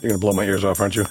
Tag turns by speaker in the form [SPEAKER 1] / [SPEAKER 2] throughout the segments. [SPEAKER 1] You're gonna blow my ears off, aren't you?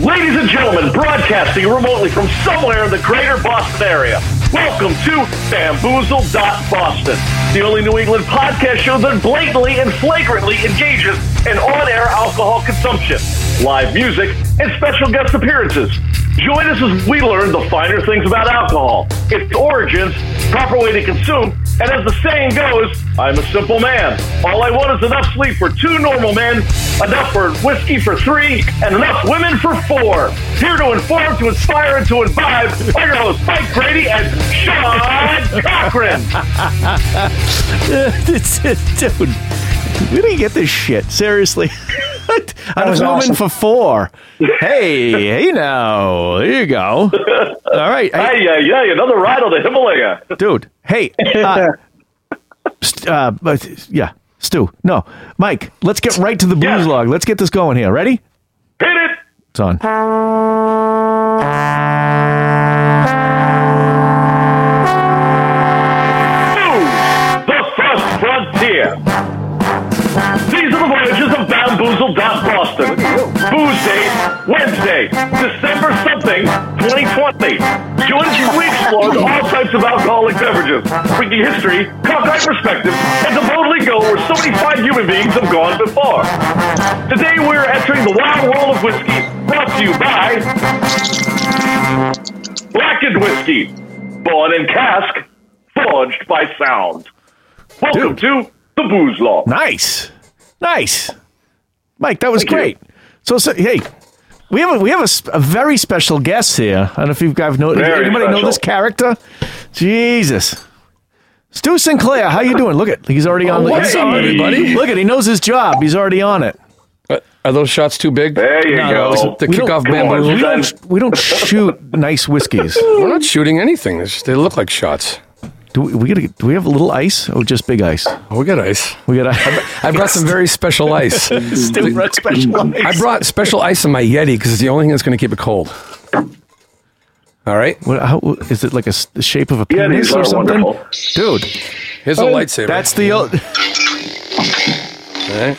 [SPEAKER 2] Ladies and gentlemen, broadcasting remotely from somewhere in the greater Boston area, welcome to Bamboozle.Boston, the only New England podcast show that blatantly and flagrantly engages in on air alcohol consumption, live music, and special guest appearances. Join us as we learn the finer things about alcohol, its origins, proper way to consume, and as the saying goes, I'm a simple man. All I want is enough sleep for two normal men, enough for whiskey for three, and enough women for four. Here to inform, to inspire, and to imbibe are your hosts, Mike Brady and Sean Cochran.
[SPEAKER 3] It's- it's- Dude, where do you get this shit? Seriously. I
[SPEAKER 4] was
[SPEAKER 3] was woman
[SPEAKER 4] awesome.
[SPEAKER 3] for four. Hey, hey now. There you go. All right. Hey,
[SPEAKER 2] Hey, yeah, yeah, another ride on the Himalaya.
[SPEAKER 3] dude. Hey. Uh, st- uh, but- yeah, Stu. No, Mike, let's get right to the
[SPEAKER 2] Yeah.
[SPEAKER 3] blues log. Let's get this going here. Ready?
[SPEAKER 2] Hit it.
[SPEAKER 3] It's on.
[SPEAKER 2] Boom! The First Frontier. These are the voyages of Bamboozle Dot Boston. Booze Day, Wednesday, December something, 2020. Join us as we explore all types of alcoholic beverages, bringing history, cockeyed perspective, and to boldly go where so many fine human beings have gone before. Today we're entering the wild world of whiskey, brought to you by Blackened Whiskey, born in cask, forged by sound. Welcome
[SPEAKER 3] Dude.
[SPEAKER 2] to the Booze Law.
[SPEAKER 3] Nice, nice, Mike. That was
[SPEAKER 2] Thank you.
[SPEAKER 3] great. So, so, hey, we have a, we have a, s- a very special guest here. I don't know if you guys know does
[SPEAKER 2] Very
[SPEAKER 3] anybody know
[SPEAKER 2] special.
[SPEAKER 3] this character. Jesus, Stu Sinclair, how you doing? Look at he's already on. the,
[SPEAKER 2] What's
[SPEAKER 3] he's
[SPEAKER 2] up,
[SPEAKER 4] everybody?
[SPEAKER 3] Look at he knows his job. He's already on it.
[SPEAKER 4] Uh, Are those shots too big?
[SPEAKER 2] There you
[SPEAKER 3] No,
[SPEAKER 2] go.
[SPEAKER 3] no,
[SPEAKER 4] To
[SPEAKER 3] we
[SPEAKER 4] kick
[SPEAKER 3] don't-
[SPEAKER 4] off
[SPEAKER 3] come
[SPEAKER 4] bamboo.
[SPEAKER 3] on, we
[SPEAKER 2] Done.
[SPEAKER 3] don't we don't shoot nice whiskeys.
[SPEAKER 4] We're not shooting anything. It's just- they look like shots.
[SPEAKER 3] Do we, we gotta do we have a little ice or just big ice?
[SPEAKER 4] Oh, we got ice.
[SPEAKER 3] We gotta.
[SPEAKER 4] I've got some very special ice.
[SPEAKER 3] Stu brought special
[SPEAKER 4] I
[SPEAKER 3] ice.
[SPEAKER 4] brought special ice in my Yeti because it's the only thing that's going to keep it cold. All right.
[SPEAKER 3] What, how, is it like a s- the shape of a
[SPEAKER 2] Yeah,
[SPEAKER 3] penis
[SPEAKER 2] these
[SPEAKER 3] or
[SPEAKER 2] are
[SPEAKER 3] something?
[SPEAKER 2] wonderful.
[SPEAKER 3] Dude,
[SPEAKER 4] Here's a lightsaber.
[SPEAKER 3] Oh, that's the old.
[SPEAKER 4] All right.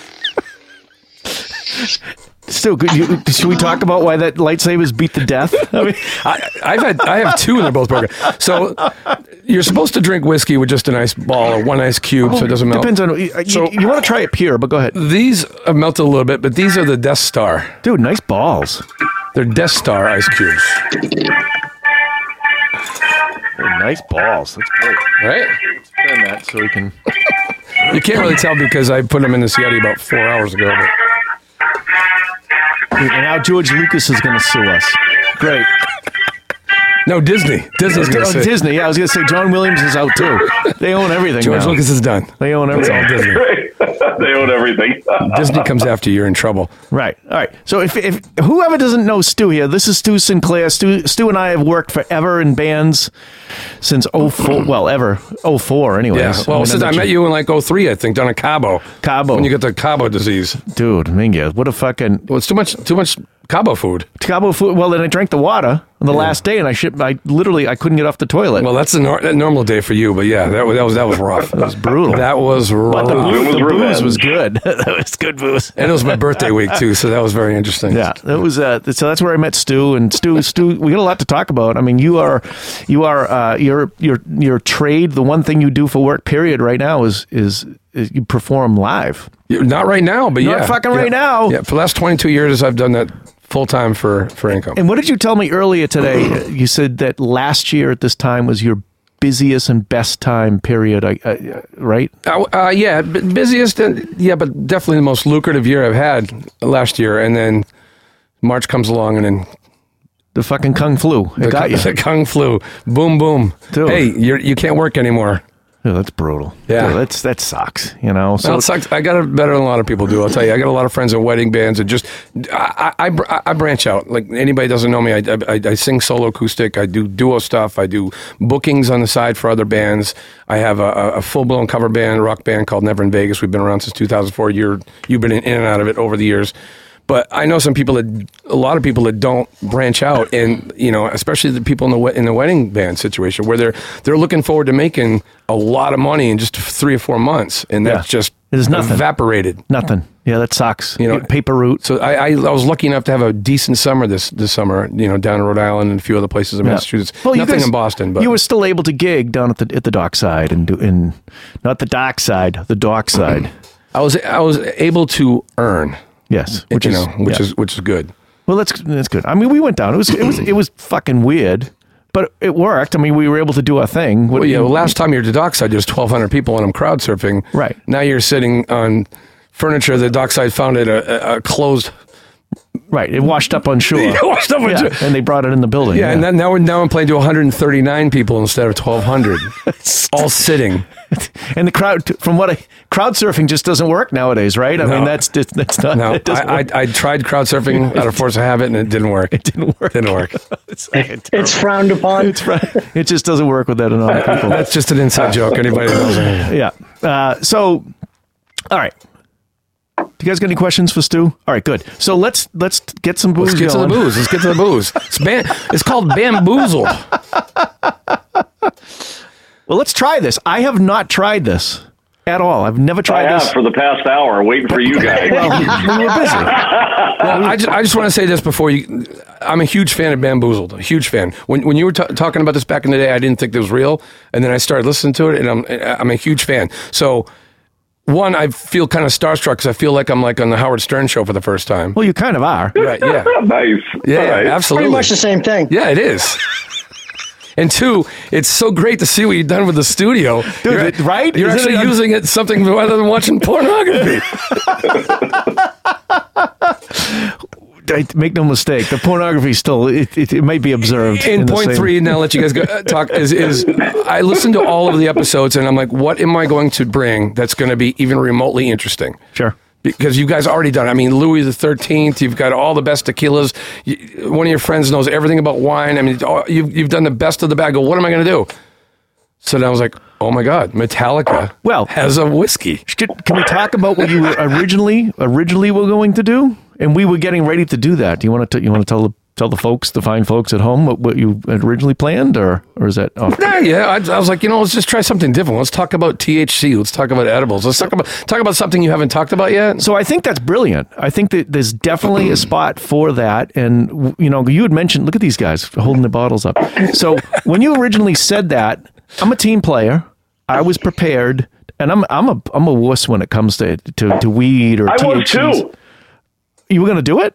[SPEAKER 3] Still, could you, should we talk about why that lightsaber's beat to death? I mean,
[SPEAKER 4] I, I've had I have two and they're both broken. So you're supposed to drink whiskey with just an ice ball or one ice cube, so it doesn't melt.
[SPEAKER 3] depends on. You,
[SPEAKER 4] So-
[SPEAKER 3] you, want to try it pure, but go ahead,
[SPEAKER 4] These have melted a little bit, but these are the Death Star.
[SPEAKER 3] dude. Nice balls.
[SPEAKER 4] They're Death Star ice cubes.
[SPEAKER 3] Nice balls. That's great.
[SPEAKER 4] All right.
[SPEAKER 3] Turn that so we can.
[SPEAKER 4] You can't really tell because I put them in this Yeti about four hours ago. But
[SPEAKER 3] And now George Lucas is going to sue us. Great.
[SPEAKER 4] No, Disney. Disney's going
[SPEAKER 3] Oh,
[SPEAKER 4] to sit.
[SPEAKER 3] Disney. Yeah, I was going to say John Williams is out too. They own everything
[SPEAKER 4] George
[SPEAKER 3] now.
[SPEAKER 4] Lucas is done.
[SPEAKER 3] They own
[SPEAKER 4] It's all
[SPEAKER 3] everything.
[SPEAKER 4] Disney.
[SPEAKER 2] they own everything.
[SPEAKER 4] Disney comes after you, you're in trouble.
[SPEAKER 3] Right. All right. So if, if whoever doesn't know Stu here, this is Stu Sinclair. Stu, Stu and I have worked forever in bands since 04, well, ever 04 anyways.
[SPEAKER 4] Yeah.
[SPEAKER 3] I
[SPEAKER 4] Well,
[SPEAKER 3] mean,
[SPEAKER 4] since I
[SPEAKER 3] that's-
[SPEAKER 4] met you in like 03, I think, down in Cabo.
[SPEAKER 3] Cabo.
[SPEAKER 4] When you get the Cabo disease.
[SPEAKER 3] Dude, Minga, what a fucking
[SPEAKER 4] Well, it's too much too much Cabo food.
[SPEAKER 3] Cabo food. Well, then I drank the water on the last day and I shit, I literally, I couldn't get off the toilet.
[SPEAKER 4] Well, that's a nor- that normal day for you, but yeah, that was that was that was rough. that was
[SPEAKER 3] brutal.
[SPEAKER 4] That was rough.
[SPEAKER 3] but the,
[SPEAKER 2] It
[SPEAKER 3] booze,
[SPEAKER 2] was
[SPEAKER 3] the booze
[SPEAKER 2] revenge.
[SPEAKER 3] was good. that was good booze.
[SPEAKER 4] and it was my birthday week too, so that was very interesting.
[SPEAKER 3] Yeah, that was uh, so. That's where I met Stu, and Stu, Stu, we got a lot to talk about. I mean, you are, you are, uh, your your your trade. The one thing you do for work, period, right now is is, is you perform live.
[SPEAKER 4] Yeah, Not right now, but
[SPEAKER 3] Not
[SPEAKER 4] yeah.
[SPEAKER 3] fucking
[SPEAKER 4] yeah.
[SPEAKER 3] right now.
[SPEAKER 4] Yeah. For the last 22 years, I've done that full time for for income.
[SPEAKER 3] And what did you tell me earlier today? you said that last year at this time was your busiest and best time period. I, I, right?
[SPEAKER 4] Uh, uh, yeah, b- busiest. And, yeah, but definitely the most lucrative year I've had last year. And then March comes along, and then
[SPEAKER 3] The fucking kung flu. It
[SPEAKER 4] the,
[SPEAKER 3] got
[SPEAKER 4] kung,
[SPEAKER 3] you.
[SPEAKER 4] the kung flu. Boom, boom.
[SPEAKER 3] Dude.
[SPEAKER 4] Hey, you're, you can't work anymore.
[SPEAKER 3] Dude, Oh, that's brutal.
[SPEAKER 4] Yeah.
[SPEAKER 3] Dude, that's that sucks. You know. So
[SPEAKER 4] Well, it sucks. I got it better than a lot of people do. I'll tell you. I got a lot of friends in wedding bands, and just I, I, I br- I branch out. Like anybody doesn't know me, I, I, I sing solo acoustic. I do duo stuff. I do bookings on the side for other bands. I have a, a full blown cover band, rock band called Never in Vegas. We've been around since 2004. You're you've been in and out of it over the years. But I know some people that a lot of people that don't branch out, and you know, especially the people in the we- in the wedding band situation where they're they're looking forward to making a lot of money in just three or four months, and that's
[SPEAKER 3] Yeah.
[SPEAKER 4] just
[SPEAKER 3] There's nothing.
[SPEAKER 4] evaporated.
[SPEAKER 3] Nothing. Yeah, that sucks. You
[SPEAKER 4] know-
[SPEAKER 3] know, paper route.
[SPEAKER 4] So I, I, I was lucky enough to have a decent summer this, this summer, you know, down in Rhode Island and a few other places in
[SPEAKER 3] Yeah.
[SPEAKER 4] Massachusetts.
[SPEAKER 3] you
[SPEAKER 4] Nothing
[SPEAKER 3] guys-
[SPEAKER 4] in Boston, but
[SPEAKER 3] you were still able to gig down at the at the dockside and do in not the dockside, the dockside.
[SPEAKER 4] I was I was able to earn,
[SPEAKER 3] yes,
[SPEAKER 4] which you
[SPEAKER 3] is-
[SPEAKER 4] know, which
[SPEAKER 3] yeah.
[SPEAKER 4] is which is good.
[SPEAKER 3] well, that's that's good. I mean, we went down. It was it was it was fucking weird, but it worked. I mean, we were able to do our thing. What-
[SPEAKER 4] Well, yeah. Well, last time you were at the dockside, there's 1,200 people, and I'm crowd surfing.
[SPEAKER 3] Right.
[SPEAKER 4] now, you're sitting on furniture the dockside found at a, a, a closed.
[SPEAKER 3] right. It washed up on shore.
[SPEAKER 4] washed up on shore.
[SPEAKER 3] and they brought it in the building.
[SPEAKER 4] Yeah, and then, now we're now I'm playing to 139 people instead of 1,200, all sitting.
[SPEAKER 3] And the crowd, from what I crowd surfing just doesn't work nowadays, right? I mean,
[SPEAKER 4] No.
[SPEAKER 3] that's just, that's not.
[SPEAKER 4] No,
[SPEAKER 3] it doesn't
[SPEAKER 4] I, I,
[SPEAKER 3] work.
[SPEAKER 4] I tried crowd surfing out of force of habit, and it didn't work. It
[SPEAKER 3] didn't work.
[SPEAKER 4] Didn't work.
[SPEAKER 3] it's, like a
[SPEAKER 1] It's frowned upon.
[SPEAKER 3] it's right. It just doesn't work with that amount of people.
[SPEAKER 4] That's just an inside joke. Anybody that knows me.
[SPEAKER 3] Yeah. Uh, so, all right. Do you guys got any questions for Stu? All right, good. So let's let's get some booze
[SPEAKER 4] Let's get to the
[SPEAKER 3] going.
[SPEAKER 4] booze. Let's get to the booze. It's, ban- it's called bamboozled.
[SPEAKER 3] Well, let's try this. I have not tried this at all. I've never
[SPEAKER 2] I
[SPEAKER 3] tried
[SPEAKER 2] have
[SPEAKER 3] this.
[SPEAKER 2] for the past hour waiting for you guys.
[SPEAKER 3] Well, we were busy.
[SPEAKER 4] Well, I just, I just want to say this before you. I'm a huge fan of Bamboozled. A huge fan. When, when you were t- talking about this back in the day, I didn't think it was real, and then I started listening to it, and I'm I'm a huge fan. So, one, I feel kind of starstruck because I feel like I'm like on the Howard Stern show for the first time.
[SPEAKER 3] Well, you kind of are.
[SPEAKER 4] Right? Yeah.
[SPEAKER 2] nice.
[SPEAKER 4] Yeah.
[SPEAKER 2] All right.
[SPEAKER 4] Absolutely.
[SPEAKER 1] Pretty much the same thing.
[SPEAKER 4] Yeah, it is. And two, it's so great to see what you've done with the studio,
[SPEAKER 3] Dude,
[SPEAKER 4] You're-
[SPEAKER 3] it- right?
[SPEAKER 4] You're
[SPEAKER 3] Isn't it
[SPEAKER 4] actually
[SPEAKER 3] un-
[SPEAKER 4] using it something rather than watching pornography.
[SPEAKER 3] I- Make no mistake, the pornography still it, it, it may be observed.
[SPEAKER 4] And
[SPEAKER 3] in the
[SPEAKER 4] point
[SPEAKER 3] same-
[SPEAKER 4] three, and I'll let you guys go, uh, talk. Is, is I listened to all of the episodes, and I'm like, what am I going to bring that's going to be even remotely interesting?
[SPEAKER 3] Sure.
[SPEAKER 4] Because you guys already done. it. I mean, Louis the Thirteenth. You've got all the best tequilas. You, one of your friends knows everything about wine. I mean, it's all- you've you've done the best of the bag. I go, what am I going to do? So then I was like, oh my god, Metallica.
[SPEAKER 3] Well-
[SPEAKER 4] has a whiskey.
[SPEAKER 3] Can can we talk about what you were originally originally were going to do? And we were getting ready to do that. Do you want to you want to tell the tell the folks, the fine folks at home, what, what you had originally planned, or or is that off?
[SPEAKER 4] Yeah, yeah. I, I was like, you know, let's just try something different. Let's talk about THC. Let's talk about edibles. Let's talk about talk about something you haven't talked about yet.
[SPEAKER 3] So I think that's brilliant. I think that there's definitely a spot for that. And w- you know, you had mentioned, look at these guys holding the bottles up. So when you originally said that, I'm a team player. I was prepared, and I'm I'm a I'm a wuss when it comes to to, to weed or
[SPEAKER 2] I was
[SPEAKER 3] THCs.
[SPEAKER 2] too.
[SPEAKER 3] You were gonna do it?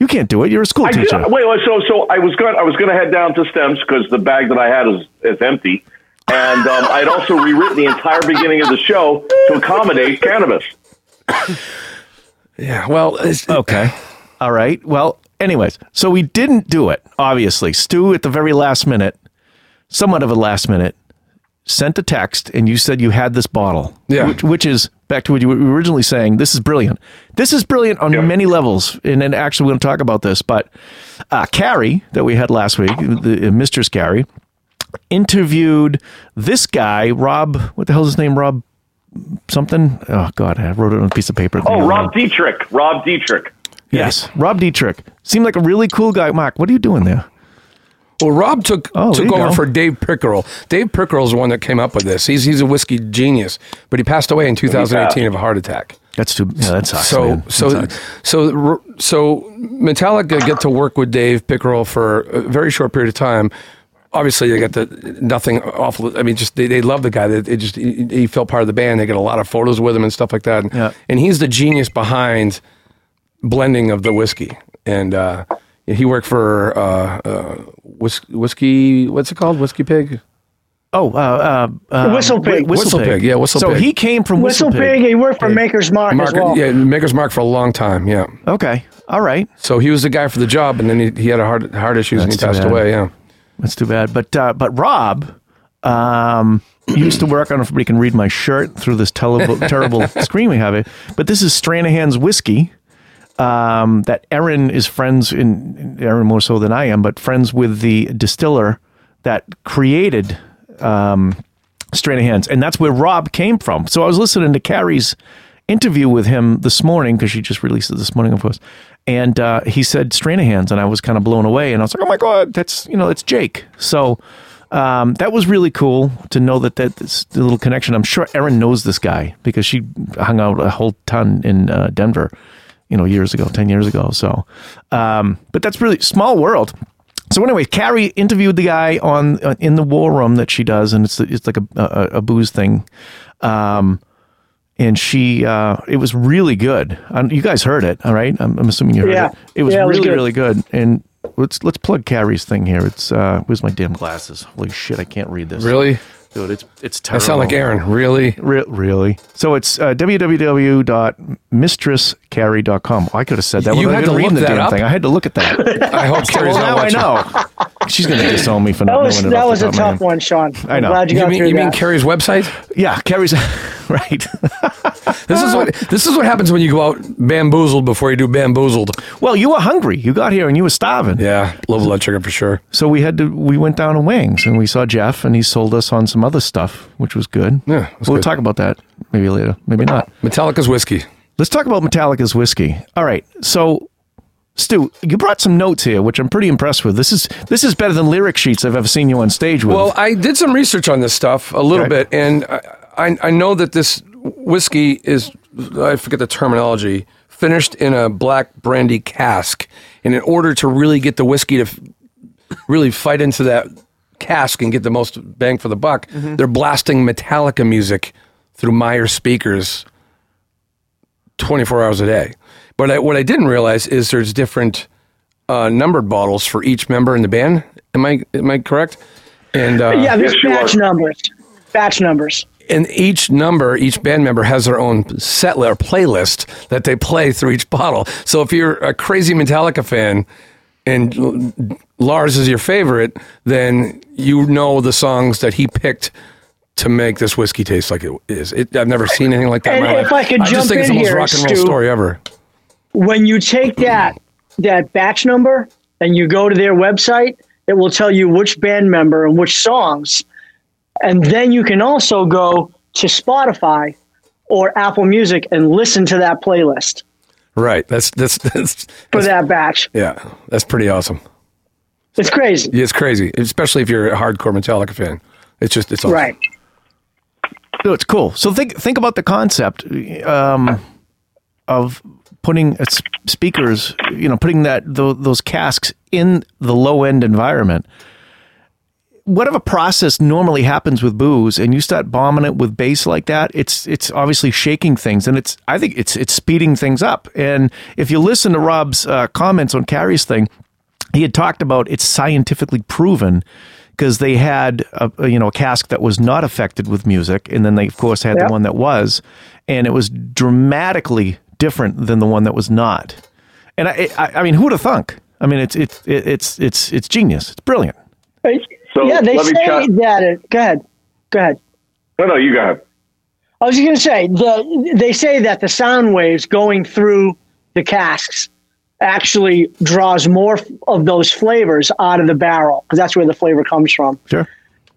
[SPEAKER 3] You can't do it. You're a school
[SPEAKER 2] I
[SPEAKER 3] teacher.
[SPEAKER 2] did, wait, wait, so so I was going I was going to head down to Stems because the bag that I had is is empty, and um, I'd also rewritten the entire beginning of the show to accommodate cannabis.
[SPEAKER 4] Yeah. Well, it's,
[SPEAKER 3] Okay. All right. Well, anyways, so we didn't do it, obviously. Stu, at the very last minute, somewhat of a last minute, sent a text and you said you had this bottle.
[SPEAKER 4] Yeah.
[SPEAKER 3] Which, which is back to what you were originally saying. This is brilliant. This is brilliant on many levels. And then actually, we're going to talk about this. But uh, Carrie, that we had last week, the, uh, Mistress Carrie, interviewed this guy, Rob, what the hell's his name? Rob something? Oh, God, I wrote it on a piece of paper.
[SPEAKER 2] Oh, Rob Dietrich, Rob Dietrich.
[SPEAKER 3] Yes, Rob Dietrich seemed like a really cool guy. Mark, what are you doing there?
[SPEAKER 4] Well, Rob took
[SPEAKER 3] Oh, there
[SPEAKER 4] took
[SPEAKER 3] you
[SPEAKER 4] over
[SPEAKER 3] go.
[SPEAKER 4] for Dave Pickerel. Dave Pickerel is the one that came up with this. He's he's a whiskey genius, but he passed away in 2018 of a heart attack.
[SPEAKER 3] That's too. Yeah, that sucks.
[SPEAKER 4] So
[SPEAKER 3] man. That
[SPEAKER 4] so
[SPEAKER 3] sucks.
[SPEAKER 4] so so Metallica get to work with Dave Pickerel for a very short period of time. Obviously, they got the nothing awful. I mean, just they, they love the guy. They, they just he, he felt part of the band. They got a lot of photos with him and stuff like that. And,
[SPEAKER 3] Yeah.
[SPEAKER 4] and he's the genius behind blending of the whiskey. And uh, he worked for uh, uh, whis- whiskey. What's it called? Whiskey Pig.
[SPEAKER 3] oh, uh, uh, uh,
[SPEAKER 1] Whistle
[SPEAKER 3] wait,
[SPEAKER 1] Pig.
[SPEAKER 3] Whistle,
[SPEAKER 4] Whistle
[SPEAKER 3] pig.
[SPEAKER 4] Pig, yeah, Whistle
[SPEAKER 3] so
[SPEAKER 4] Pig.
[SPEAKER 3] he came from Whistle,
[SPEAKER 1] Whistle Pig,
[SPEAKER 3] Pig.
[SPEAKER 1] he worked for Maker's Mark,
[SPEAKER 4] Mark,
[SPEAKER 1] as well.
[SPEAKER 4] yeah, Maker's Mark for a long time. Yeah.
[SPEAKER 3] Okay, all right.
[SPEAKER 4] So he was the guy for the job, and then he, he had a heart heart issues and he
[SPEAKER 3] That's too
[SPEAKER 4] passed
[SPEAKER 3] bad.
[SPEAKER 4] away. Yeah.
[SPEAKER 3] That's too bad. But uh, but Rob um, used to work. I don't know if anybody can read my shirt through this terrible, terrible screen we have it. But this is Stranahan's whiskey. Um, that Aaron is friends in Aaron more so than I am, but friends with the distiller that created um, Stranahan's, and that's where Rob came from. So I was listening to Carrie's interview with him this morning because she just released it this morning, of course, and uh, he said Stranahan's, and I was kind of blown away, and I was like, oh my god, that's you know, that's Jake. So. Um, that was really cool to know that that this little connection. I'm sure Erin knows this guy because she hung out a whole ton in uh, Denver, you know, years ago, ten years ago. So, um, but that's really small world. So anyway, Carrie interviewed the guy on uh, in the war room that she does, and it's it's like a a, a booze thing, um, and she uh, it was really good. Um, you guys heard it, all right? I'm, I'm assuming you heard
[SPEAKER 1] Yeah.
[SPEAKER 3] it. It was
[SPEAKER 1] Yeah, it was
[SPEAKER 3] really
[SPEAKER 1] good.
[SPEAKER 3] really good. And let's let's plug Carrie's thing here. It's uh, where's my damn glasses? Holy shit, I can't read this.
[SPEAKER 4] Really?
[SPEAKER 3] dude, it's it's
[SPEAKER 4] I
[SPEAKER 3] terrible.
[SPEAKER 4] sound like Aaron. Really?
[SPEAKER 3] Re- really? So it's uh, www.mistresscarrie.com. Oh, I could have said that.
[SPEAKER 4] You
[SPEAKER 3] without
[SPEAKER 4] had
[SPEAKER 3] even
[SPEAKER 4] to
[SPEAKER 3] reading
[SPEAKER 4] look
[SPEAKER 3] the
[SPEAKER 4] that
[SPEAKER 3] damn
[SPEAKER 4] up?
[SPEAKER 3] thing. I had to look at that.
[SPEAKER 4] I hope Carrie's
[SPEAKER 3] Well,
[SPEAKER 4] not
[SPEAKER 3] now I
[SPEAKER 4] watching.
[SPEAKER 3] know. She's going to disown me for
[SPEAKER 1] That
[SPEAKER 3] not
[SPEAKER 1] was
[SPEAKER 3] knowing it
[SPEAKER 1] that
[SPEAKER 3] off
[SPEAKER 1] was
[SPEAKER 3] the
[SPEAKER 1] a
[SPEAKER 3] top of my
[SPEAKER 1] tough
[SPEAKER 3] head.
[SPEAKER 1] one, Sean.
[SPEAKER 3] I know.
[SPEAKER 1] am glad you,
[SPEAKER 4] You
[SPEAKER 1] got
[SPEAKER 4] mean
[SPEAKER 1] through
[SPEAKER 4] you mean
[SPEAKER 1] that.
[SPEAKER 4] Carrie's website?
[SPEAKER 3] Yeah, Carrie's right.
[SPEAKER 4] This
[SPEAKER 3] Uh,
[SPEAKER 4] is what this is what happens when you go out bamboozled before you do bamboozled.
[SPEAKER 3] well, you were hungry. You got here and you were starving.
[SPEAKER 4] Yeah, low blood sugar for sure.
[SPEAKER 3] So we had to. We went down to Wings and we saw Jeff, and he sold us on some other stuff, which was good.
[SPEAKER 4] Yeah, it was
[SPEAKER 3] we'll
[SPEAKER 4] good.
[SPEAKER 3] talk about that maybe later, maybe not.
[SPEAKER 4] Metallica's whiskey.
[SPEAKER 3] Let's talk about Metallica's whiskey. All right, so Stu, you brought some notes here, which I'm pretty impressed with. This is this is better than lyric sheets I've ever seen you on stage with.
[SPEAKER 4] Well, I did some research on this stuff a little
[SPEAKER 3] Okay.
[SPEAKER 4] bit, and I, I, I know that this whiskey is, I forget the terminology, finished in a black brandy cask. And in order to really get the whiskey to f- really fight into that cask and get the most bang for the buck, they're blasting Metallica music through Meyer speakers 24 hours a day. But I, what I didn't realize is there's different uh, numbered bottles for each member in the band. Am I am I correct? And uh,
[SPEAKER 1] yeah, there's
[SPEAKER 2] Yes, you
[SPEAKER 1] batch
[SPEAKER 2] are.
[SPEAKER 1] numbers. Batch numbers.
[SPEAKER 4] and each number, each band member has their own set li- or playlist that they play through each bottle. So if you're a crazy Metallica fan and L- Lars is your favorite, then you know the songs that he picked to make this whiskey taste like it is. It, I've never seen anything like that in
[SPEAKER 1] And
[SPEAKER 4] my
[SPEAKER 1] if
[SPEAKER 4] life.
[SPEAKER 1] I could
[SPEAKER 4] just
[SPEAKER 1] jump
[SPEAKER 4] think it's
[SPEAKER 1] in
[SPEAKER 4] the most
[SPEAKER 1] here,
[SPEAKER 4] rock and roll
[SPEAKER 1] Stu.
[SPEAKER 4] story ever.
[SPEAKER 1] When you take that that batch number and you go to their website, it will tell you which band member and which songs. And then you can also go to Spotify or Apple Music and listen to that playlist
[SPEAKER 4] Right. That's that's that's,
[SPEAKER 1] for
[SPEAKER 4] that's
[SPEAKER 1] that batch.
[SPEAKER 4] yeah. That's pretty awesome.
[SPEAKER 1] It's crazy.
[SPEAKER 4] Yeah, it's crazy, especially if you're a hardcore Metallica fan. It's just it's awesome.
[SPEAKER 1] Right.
[SPEAKER 3] No, it's cool. So think think about the concept um, of putting a s- speakers, you know, putting that tho- those casks in the low end environment. Whatever process normally happens with booze, and you start bombing it with bass like that, it's it's obviously shaking things, and it's I think it's it's speeding things up. And if you listen to Rob's uh, comments on Carrie's thing, he had talked about it's scientifically proven because they had a, a, you know a cask that was not affected with music and then they of course had
[SPEAKER 1] Yeah.
[SPEAKER 3] the one that was and it was dramatically different than the one that was not and i i, I mean who'd have thunk i mean it's it's it's it's it's genius it's brilliant
[SPEAKER 2] So,
[SPEAKER 1] yeah, they
[SPEAKER 2] let me
[SPEAKER 1] say
[SPEAKER 2] check-
[SPEAKER 1] that. It, go ahead. Go ahead.
[SPEAKER 2] No, no, you got it.
[SPEAKER 1] I was just going to say the they say that the sound waves going through the casks actually draws more f- of those flavors out of the barrel because that's where the flavor comes from.
[SPEAKER 3] sure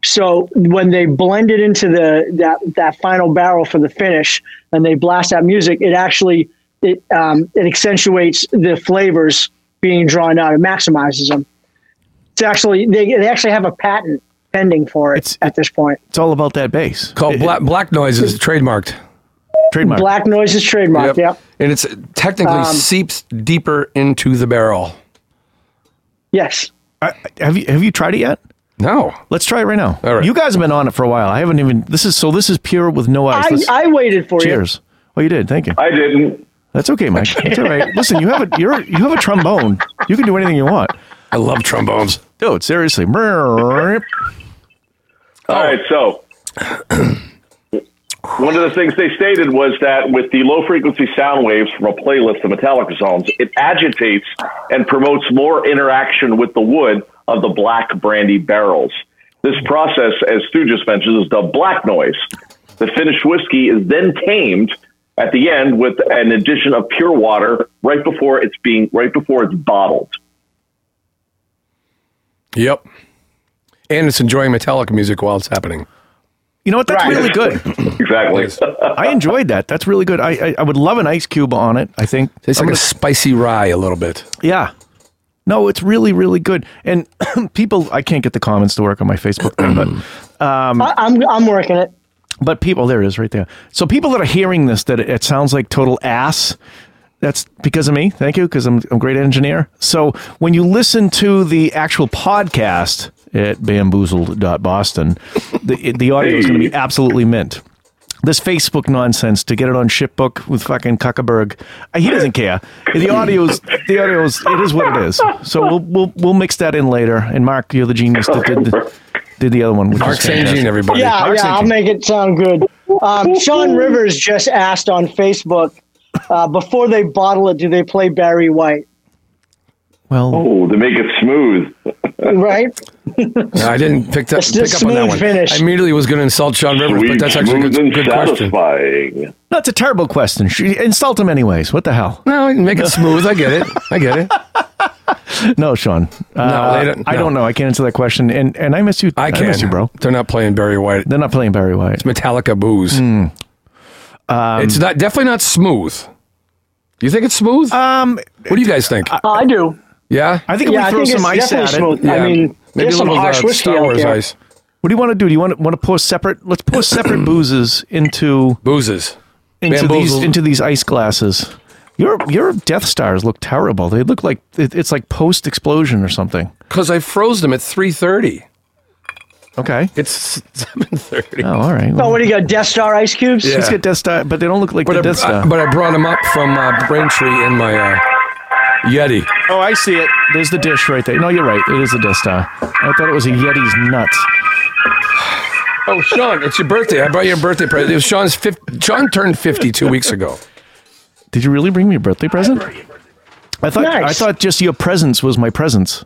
[SPEAKER 1] So when they blend it into the that that final barrel for the finish and they blast that music, it actually it um, it accentuates the flavors being drawn out. It maximizes them. It's actually they, they actually have a patent pending for it
[SPEAKER 3] It's-
[SPEAKER 1] at this point.
[SPEAKER 3] it's all about that bass
[SPEAKER 4] Called black black noise is trademarked.
[SPEAKER 3] trademark
[SPEAKER 1] Black noise is trademarked. Yep. Um,
[SPEAKER 4] And it's technically seeps deeper into the barrel.
[SPEAKER 1] Yes.
[SPEAKER 3] I- I- have you have you tried it yet
[SPEAKER 4] No.
[SPEAKER 3] let's try it right now
[SPEAKER 4] All right.
[SPEAKER 3] you guys have been on it for a while i haven't even this is so this is pure with no ice
[SPEAKER 1] I,
[SPEAKER 3] Let's-
[SPEAKER 1] I waited for you.
[SPEAKER 3] cheers oh you did thank you
[SPEAKER 2] I didn't.
[SPEAKER 3] That's okay, Mike. That's all right. Listen, you have a you're you have a trombone. You can do anything you want.
[SPEAKER 4] I love trombones.
[SPEAKER 3] Dude, seriously. Merp.
[SPEAKER 2] All
[SPEAKER 3] Oh.
[SPEAKER 2] right, so one of the things they stated was that with the low frequency sound waves from a playlist of Metallica songs, it agitates and promotes more interaction with the wood of the black brandy barrels. This process, as Stu just mentioned, is dubbed black noise. The finished whiskey is then tamed at the end with an addition of pure water right before it's being right before it's bottled.
[SPEAKER 4] Yep. And it's enjoying Metallica music while it's happening.
[SPEAKER 3] You know what? That's
[SPEAKER 1] Right.
[SPEAKER 3] really good.
[SPEAKER 2] Exactly.
[SPEAKER 3] I enjoyed that. That's really good. I, I I would love an ice cube on it. I think
[SPEAKER 4] Tastes
[SPEAKER 3] I'm
[SPEAKER 4] like a
[SPEAKER 3] gonna-
[SPEAKER 4] spicy rye a little bit.
[SPEAKER 3] Yeah. No, it's really, really good. And people, I can't get the comments to work on my Facebook thing, but
[SPEAKER 1] I, I'm I'm working it.
[SPEAKER 3] but people, there it is, right there. So people that are hearing this, that it, it sounds like total ass. That's because of me. Thank you, because I'm, I'm a great engineer. So when you listen to the actual podcast at bamboozled.boston, the, the audio is going to be absolutely mint. This Facebook nonsense to get it on Shipbook with fucking Kuckerberg, uh, he doesn't care. The audio's the audio's it is what it is. So we'll we'll, we'll mix that in later. And Mark, you're the genius that did the, did the other one. Which
[SPEAKER 4] Mark
[SPEAKER 3] is fantastic.
[SPEAKER 4] Sangine, everybody.
[SPEAKER 1] Yeah,
[SPEAKER 4] Mark
[SPEAKER 1] yeah, I'll
[SPEAKER 4] Sangine.
[SPEAKER 1] make it sound good. Um, Sean Rivers just asked on Facebook uh, before they bottle it, do they play Barry White?
[SPEAKER 3] Well,
[SPEAKER 2] Ooh, to make it smooth.
[SPEAKER 1] Right?
[SPEAKER 4] No, I didn't pick, that,
[SPEAKER 1] It's just
[SPEAKER 4] pick up on that
[SPEAKER 1] smooth
[SPEAKER 4] one.
[SPEAKER 1] finish.
[SPEAKER 4] I immediately was going to insult Sean Rivers,
[SPEAKER 2] Sweet,
[SPEAKER 4] but that's actually a
[SPEAKER 2] smooth
[SPEAKER 4] good,
[SPEAKER 2] and
[SPEAKER 4] good question.
[SPEAKER 2] satisfying.
[SPEAKER 3] That's a terrible question. Sh- Insult him anyways. What the hell?
[SPEAKER 4] No, I can make it smooth. I get it. I get it.
[SPEAKER 3] No, Sean. Uh,
[SPEAKER 4] they don't-
[SPEAKER 3] I
[SPEAKER 4] no.
[SPEAKER 3] don't know. I can't answer that question. And and I miss you.
[SPEAKER 4] I can.
[SPEAKER 3] miss you, bro.
[SPEAKER 4] They're not playing Barry White.
[SPEAKER 3] They're not playing Barry White.
[SPEAKER 4] Metallica booze. it's not definitely not smooth. Do you think it's smooth?
[SPEAKER 3] Um,
[SPEAKER 4] what do you guys think?
[SPEAKER 1] Uh, I do.
[SPEAKER 4] yeah,
[SPEAKER 3] I think
[SPEAKER 1] Yeah, I
[SPEAKER 3] if we throw
[SPEAKER 1] think
[SPEAKER 3] some
[SPEAKER 1] it's
[SPEAKER 3] ice at
[SPEAKER 1] definitely
[SPEAKER 3] it.
[SPEAKER 1] smooth. I mean,
[SPEAKER 4] maybe
[SPEAKER 1] there's
[SPEAKER 4] a
[SPEAKER 1] some
[SPEAKER 4] little
[SPEAKER 1] harsh
[SPEAKER 4] uh,
[SPEAKER 1] whiskey
[SPEAKER 4] Star
[SPEAKER 1] out
[SPEAKER 4] Wars
[SPEAKER 1] there.
[SPEAKER 4] ice
[SPEAKER 3] What do you want to do? Do you want to want to pour separate? Let's pour separate boozes into
[SPEAKER 4] boozes.
[SPEAKER 3] into
[SPEAKER 4] Bamboozled.
[SPEAKER 3] these into these ice glasses. Your your Death Stars look terrible. They look like it, it's like post explosion or something.
[SPEAKER 4] Because I froze them at three thirty.
[SPEAKER 3] Okay.
[SPEAKER 4] It's seven thirty.
[SPEAKER 3] Oh, all right.
[SPEAKER 1] Oh,
[SPEAKER 3] Well,
[SPEAKER 1] what do you got? Death Star ice cubes?
[SPEAKER 4] Yeah.
[SPEAKER 3] let's get Death Star, but they don't look like
[SPEAKER 4] But
[SPEAKER 3] the
[SPEAKER 4] I,
[SPEAKER 3] Death Star.
[SPEAKER 4] I- but I brought them up from uh, Braintree in my uh, Yeti.
[SPEAKER 3] Oh, I see it. There's the dish right there. No, you're right. It is a Death Star. I thought it was a Yeti's nuts.
[SPEAKER 4] Oh, Sean, it's your birthday. I brought you a birthday present. It was Sean's fif- Sean turned fifty two weeks ago.
[SPEAKER 3] Did you really bring me a birthday present? I thought I
[SPEAKER 1] Nice.
[SPEAKER 3] thought just your presence was my presence.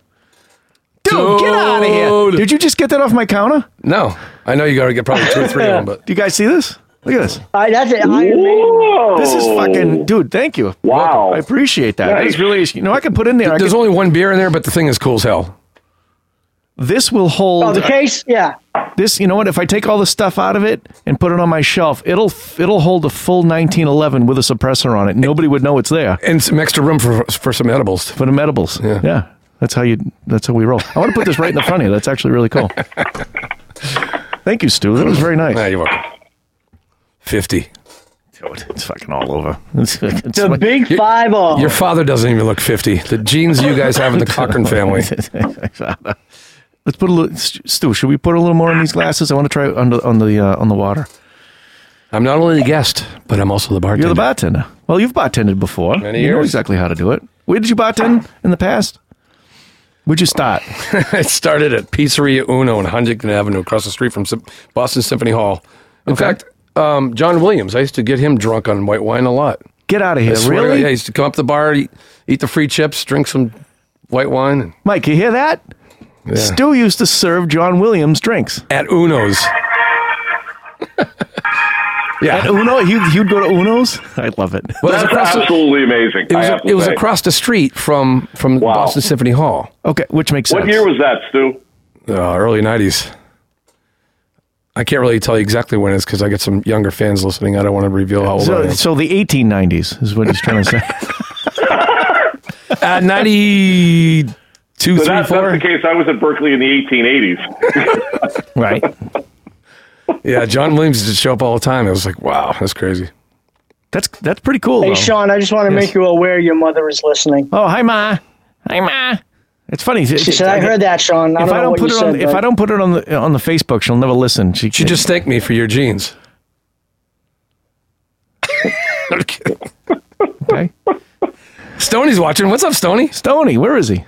[SPEAKER 3] Dude, Oh, get out of here!
[SPEAKER 4] Dude.
[SPEAKER 3] Did you just get that off my counter?
[SPEAKER 4] No, I know you got to get probably two or three of them, but
[SPEAKER 3] Do you guys see this? Look at this.
[SPEAKER 1] I, Uh, that's it. Iron Maiden.
[SPEAKER 2] Whoa.
[SPEAKER 3] This is fucking dude. Thank you.
[SPEAKER 2] Wow.
[SPEAKER 3] I appreciate Oh. that. That is
[SPEAKER 2] Nice.
[SPEAKER 3] really you know I can put in there. I
[SPEAKER 4] there's
[SPEAKER 3] can-
[SPEAKER 4] only one beer in there. But the thing is cool as hell.
[SPEAKER 3] this will
[SPEAKER 1] Oh,
[SPEAKER 3] hold
[SPEAKER 1] the case? Yeah.
[SPEAKER 3] this. You know what? If I take all the stuff out of it and put it on my shelf, it'll it'll hold a full 1911 with a suppressor on it. Nobody would know it's there.
[SPEAKER 4] and some extra room for for some edibles.
[SPEAKER 3] Put them edibles. Yeah. That's how you. That's how we roll. I want to put this right in the front of you. That's actually really cool. Thank you, Stu. That was very nice.
[SPEAKER 4] Nah, you're welcome. Fifty.
[SPEAKER 3] Dude, it's fucking all over. It's, it's
[SPEAKER 1] The
[SPEAKER 3] like-
[SPEAKER 1] big five all.
[SPEAKER 4] Your father doesn't even look fifty. The genes you guys have in the Cochran family.
[SPEAKER 3] Let's put a little. Stu, should we put a little more in these glasses? I want to try it on the on the uh, on the water.
[SPEAKER 4] I'm not only the guest, but I'm also the bartender.
[SPEAKER 3] You're the bartender. Well, you've bartended before.
[SPEAKER 4] Many
[SPEAKER 3] you know
[SPEAKER 4] years.
[SPEAKER 3] exactly how to do it. Where did you bartend in the past? Where'd you start?
[SPEAKER 4] I started at Pizzeria Uno on Huntington Avenue, across the street from Sym- Boston Symphony Hall. In fact, um, John Williams. I used to get him drunk on white wine a lot.
[SPEAKER 3] Get out of here!
[SPEAKER 4] I swear to God,
[SPEAKER 3] really,
[SPEAKER 4] Yeah, he used to come up to the bar, eat, eat the free chips, drink some white wine, and
[SPEAKER 3] Mike? You hear that?
[SPEAKER 4] yeah.
[SPEAKER 3] Stu used to serve John Williams drinks.
[SPEAKER 4] at Uno's. yeah,
[SPEAKER 3] At Uno, you, you'd go to Uno's. I love it.
[SPEAKER 4] Well, it was
[SPEAKER 2] That's
[SPEAKER 4] across the-
[SPEAKER 2] absolutely amazing.
[SPEAKER 4] It
[SPEAKER 2] I
[SPEAKER 4] was,
[SPEAKER 2] have to
[SPEAKER 4] it was
[SPEAKER 2] say.
[SPEAKER 4] across the street from from
[SPEAKER 2] Wow.
[SPEAKER 4] Boston Symphony Hall.
[SPEAKER 3] Okay, which makes sense.
[SPEAKER 2] What year was that, Stu?
[SPEAKER 4] Uh, early '90s. I can't really tell you exactly when it's because I get some younger fans listening. I don't want to reveal how old I
[SPEAKER 3] so,
[SPEAKER 4] am.
[SPEAKER 3] so the 1890s is what he's trying to say.
[SPEAKER 4] Uh, Ninety-two,
[SPEAKER 2] So
[SPEAKER 4] three,
[SPEAKER 2] that, that's the
[SPEAKER 4] four.
[SPEAKER 2] case. I was at Berkeley in the 1880s.
[SPEAKER 3] right.
[SPEAKER 4] Yeah, John Williams did show up all the time. It was like, wow, that's crazy.
[SPEAKER 3] That's that's pretty cool.
[SPEAKER 1] Hey,
[SPEAKER 3] though.
[SPEAKER 1] Sean, I just want to make you aware your mother is listening.
[SPEAKER 3] Oh, hi ma. Hi ma. It's funny.
[SPEAKER 1] She said, I heard that, Sean. I
[SPEAKER 3] If
[SPEAKER 1] don't
[SPEAKER 3] I
[SPEAKER 1] know
[SPEAKER 3] don't
[SPEAKER 1] what
[SPEAKER 3] put
[SPEAKER 1] you
[SPEAKER 3] it
[SPEAKER 1] said.
[SPEAKER 3] on, if
[SPEAKER 1] but-
[SPEAKER 3] I don't put it on the on the Facebook, she'll never listen. She,
[SPEAKER 4] You just thank me for your jeans. I'm kidding.
[SPEAKER 3] okay.
[SPEAKER 4] Stoney's watching. What's up, Stoney?
[SPEAKER 3] Stoney, where is he?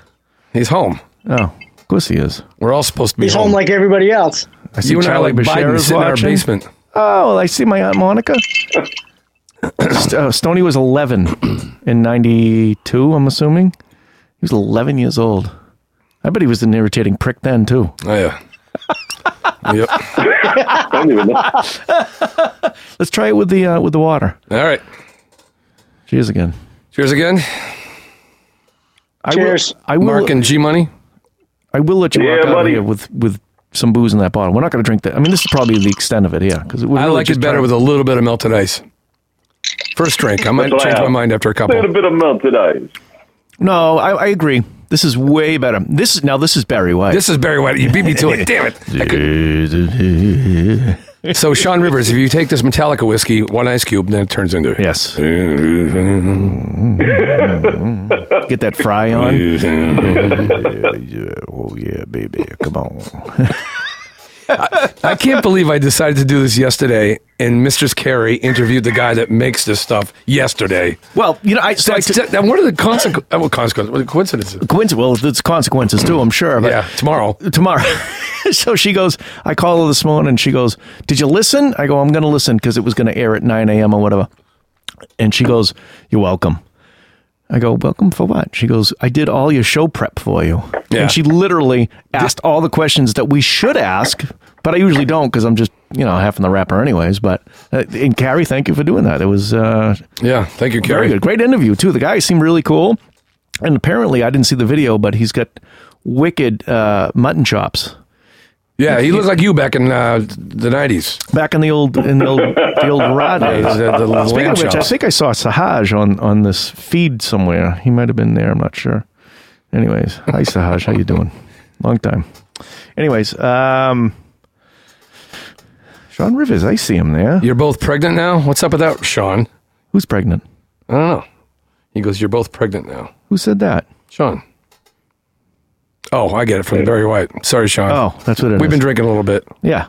[SPEAKER 4] He's home.
[SPEAKER 3] Oh, of course he is.
[SPEAKER 4] We're all supposed to be
[SPEAKER 1] He's home like everybody else.
[SPEAKER 3] I see
[SPEAKER 4] you and I are like Biden
[SPEAKER 3] is
[SPEAKER 4] sitting in our
[SPEAKER 3] watching.
[SPEAKER 4] basement.
[SPEAKER 3] Oh, I see my aunt Monica. St- uh, Stoney was 11 in '92. I'm assuming he was 11 years old. I bet he was an irritating prick then too.
[SPEAKER 4] Oh yeah. yep.
[SPEAKER 2] I don't even know.
[SPEAKER 3] Let's try it with the uh, with the water.
[SPEAKER 4] All right.
[SPEAKER 3] Cheers again.
[SPEAKER 4] Cheers again.
[SPEAKER 3] I
[SPEAKER 1] Cheers.
[SPEAKER 3] Will, I will.
[SPEAKER 4] Mark and G Money.
[SPEAKER 3] I will let you
[SPEAKER 2] Yeah,
[SPEAKER 3] walk out of
[SPEAKER 2] buddy.
[SPEAKER 3] here with with some booze in that bottle. We're not going to drink that. I mean, this is probably the extent of it, yeah. Because
[SPEAKER 4] I like it better with a little bit of melted ice. First drink. I might
[SPEAKER 5] That's what I
[SPEAKER 4] change my
[SPEAKER 5] have.
[SPEAKER 4] mind after a
[SPEAKER 5] A little
[SPEAKER 4] couple.
[SPEAKER 5] bit of melted ice.
[SPEAKER 3] No, I, I agree. This is way better. This is now. This is Barry White.
[SPEAKER 4] This is Barry White. You beat me to it. Damn it. So Sean Rivers, if you take this Metallica whiskey, one ice cube, then it turns into
[SPEAKER 3] yes. Get that fry on. Oh yeah, baby, come on.
[SPEAKER 4] I can't believe I decided to do this yesterday, and Mistress Carey interviewed the guy that makes this stuff yesterday.
[SPEAKER 3] Well, you know, I,
[SPEAKER 4] So
[SPEAKER 3] so I
[SPEAKER 4] I
[SPEAKER 3] t-
[SPEAKER 4] said- now, what are the consequences? Well, consequences. What are the coincidences?
[SPEAKER 3] coincidence. Well, there's consequences too, I'm sure. But
[SPEAKER 4] Yeah, tomorrow.
[SPEAKER 3] tomorrow. so she goes, I call her this morning and she goes, Did you listen? I go, I'm going to listen because it was going to air at 9 a.m. or whatever. And she goes, You're welcome. I go, Welcome for what? She goes, I did all your show prep for you.
[SPEAKER 4] Yeah.
[SPEAKER 3] And she literally asked all the questions that we should ask, but I usually don't because I'm just, you know, half in the wrapper anyways. But, uh, and Carrie, thank you for doing that. It was, uh,
[SPEAKER 4] Yeah, thank you, Carrie.
[SPEAKER 3] very good. Great interview too. The guy seemed really cool, and apparently I didn't see the video, but he's got wicked uh, mutton chops.
[SPEAKER 4] Yeah, he looked like you back in uh, the nineties. uh,
[SPEAKER 3] Back in the old in the old the old rod days.
[SPEAKER 4] the, the
[SPEAKER 3] Speaking
[SPEAKER 4] lamb
[SPEAKER 3] of which, I
[SPEAKER 4] chops.
[SPEAKER 3] think I saw Sahaj on on this feed somewhere. He might have been there. I'm not sure. Anyways, hi Sahaj, how you doing? Long time. Anyways, um, Sean Rivers, I see him there.
[SPEAKER 4] You're both pregnant now. What's up with that, Sean?
[SPEAKER 3] Who's pregnant?
[SPEAKER 4] I don't know. He goes, "You're both pregnant now,
[SPEAKER 3] Who said that?
[SPEAKER 4] Sean." Oh, I get it from Barry White. Sorry, Sean.
[SPEAKER 3] Oh, that's what it
[SPEAKER 4] Uh, we've
[SPEAKER 3] is.
[SPEAKER 4] been drinking a little bit.
[SPEAKER 3] yeah.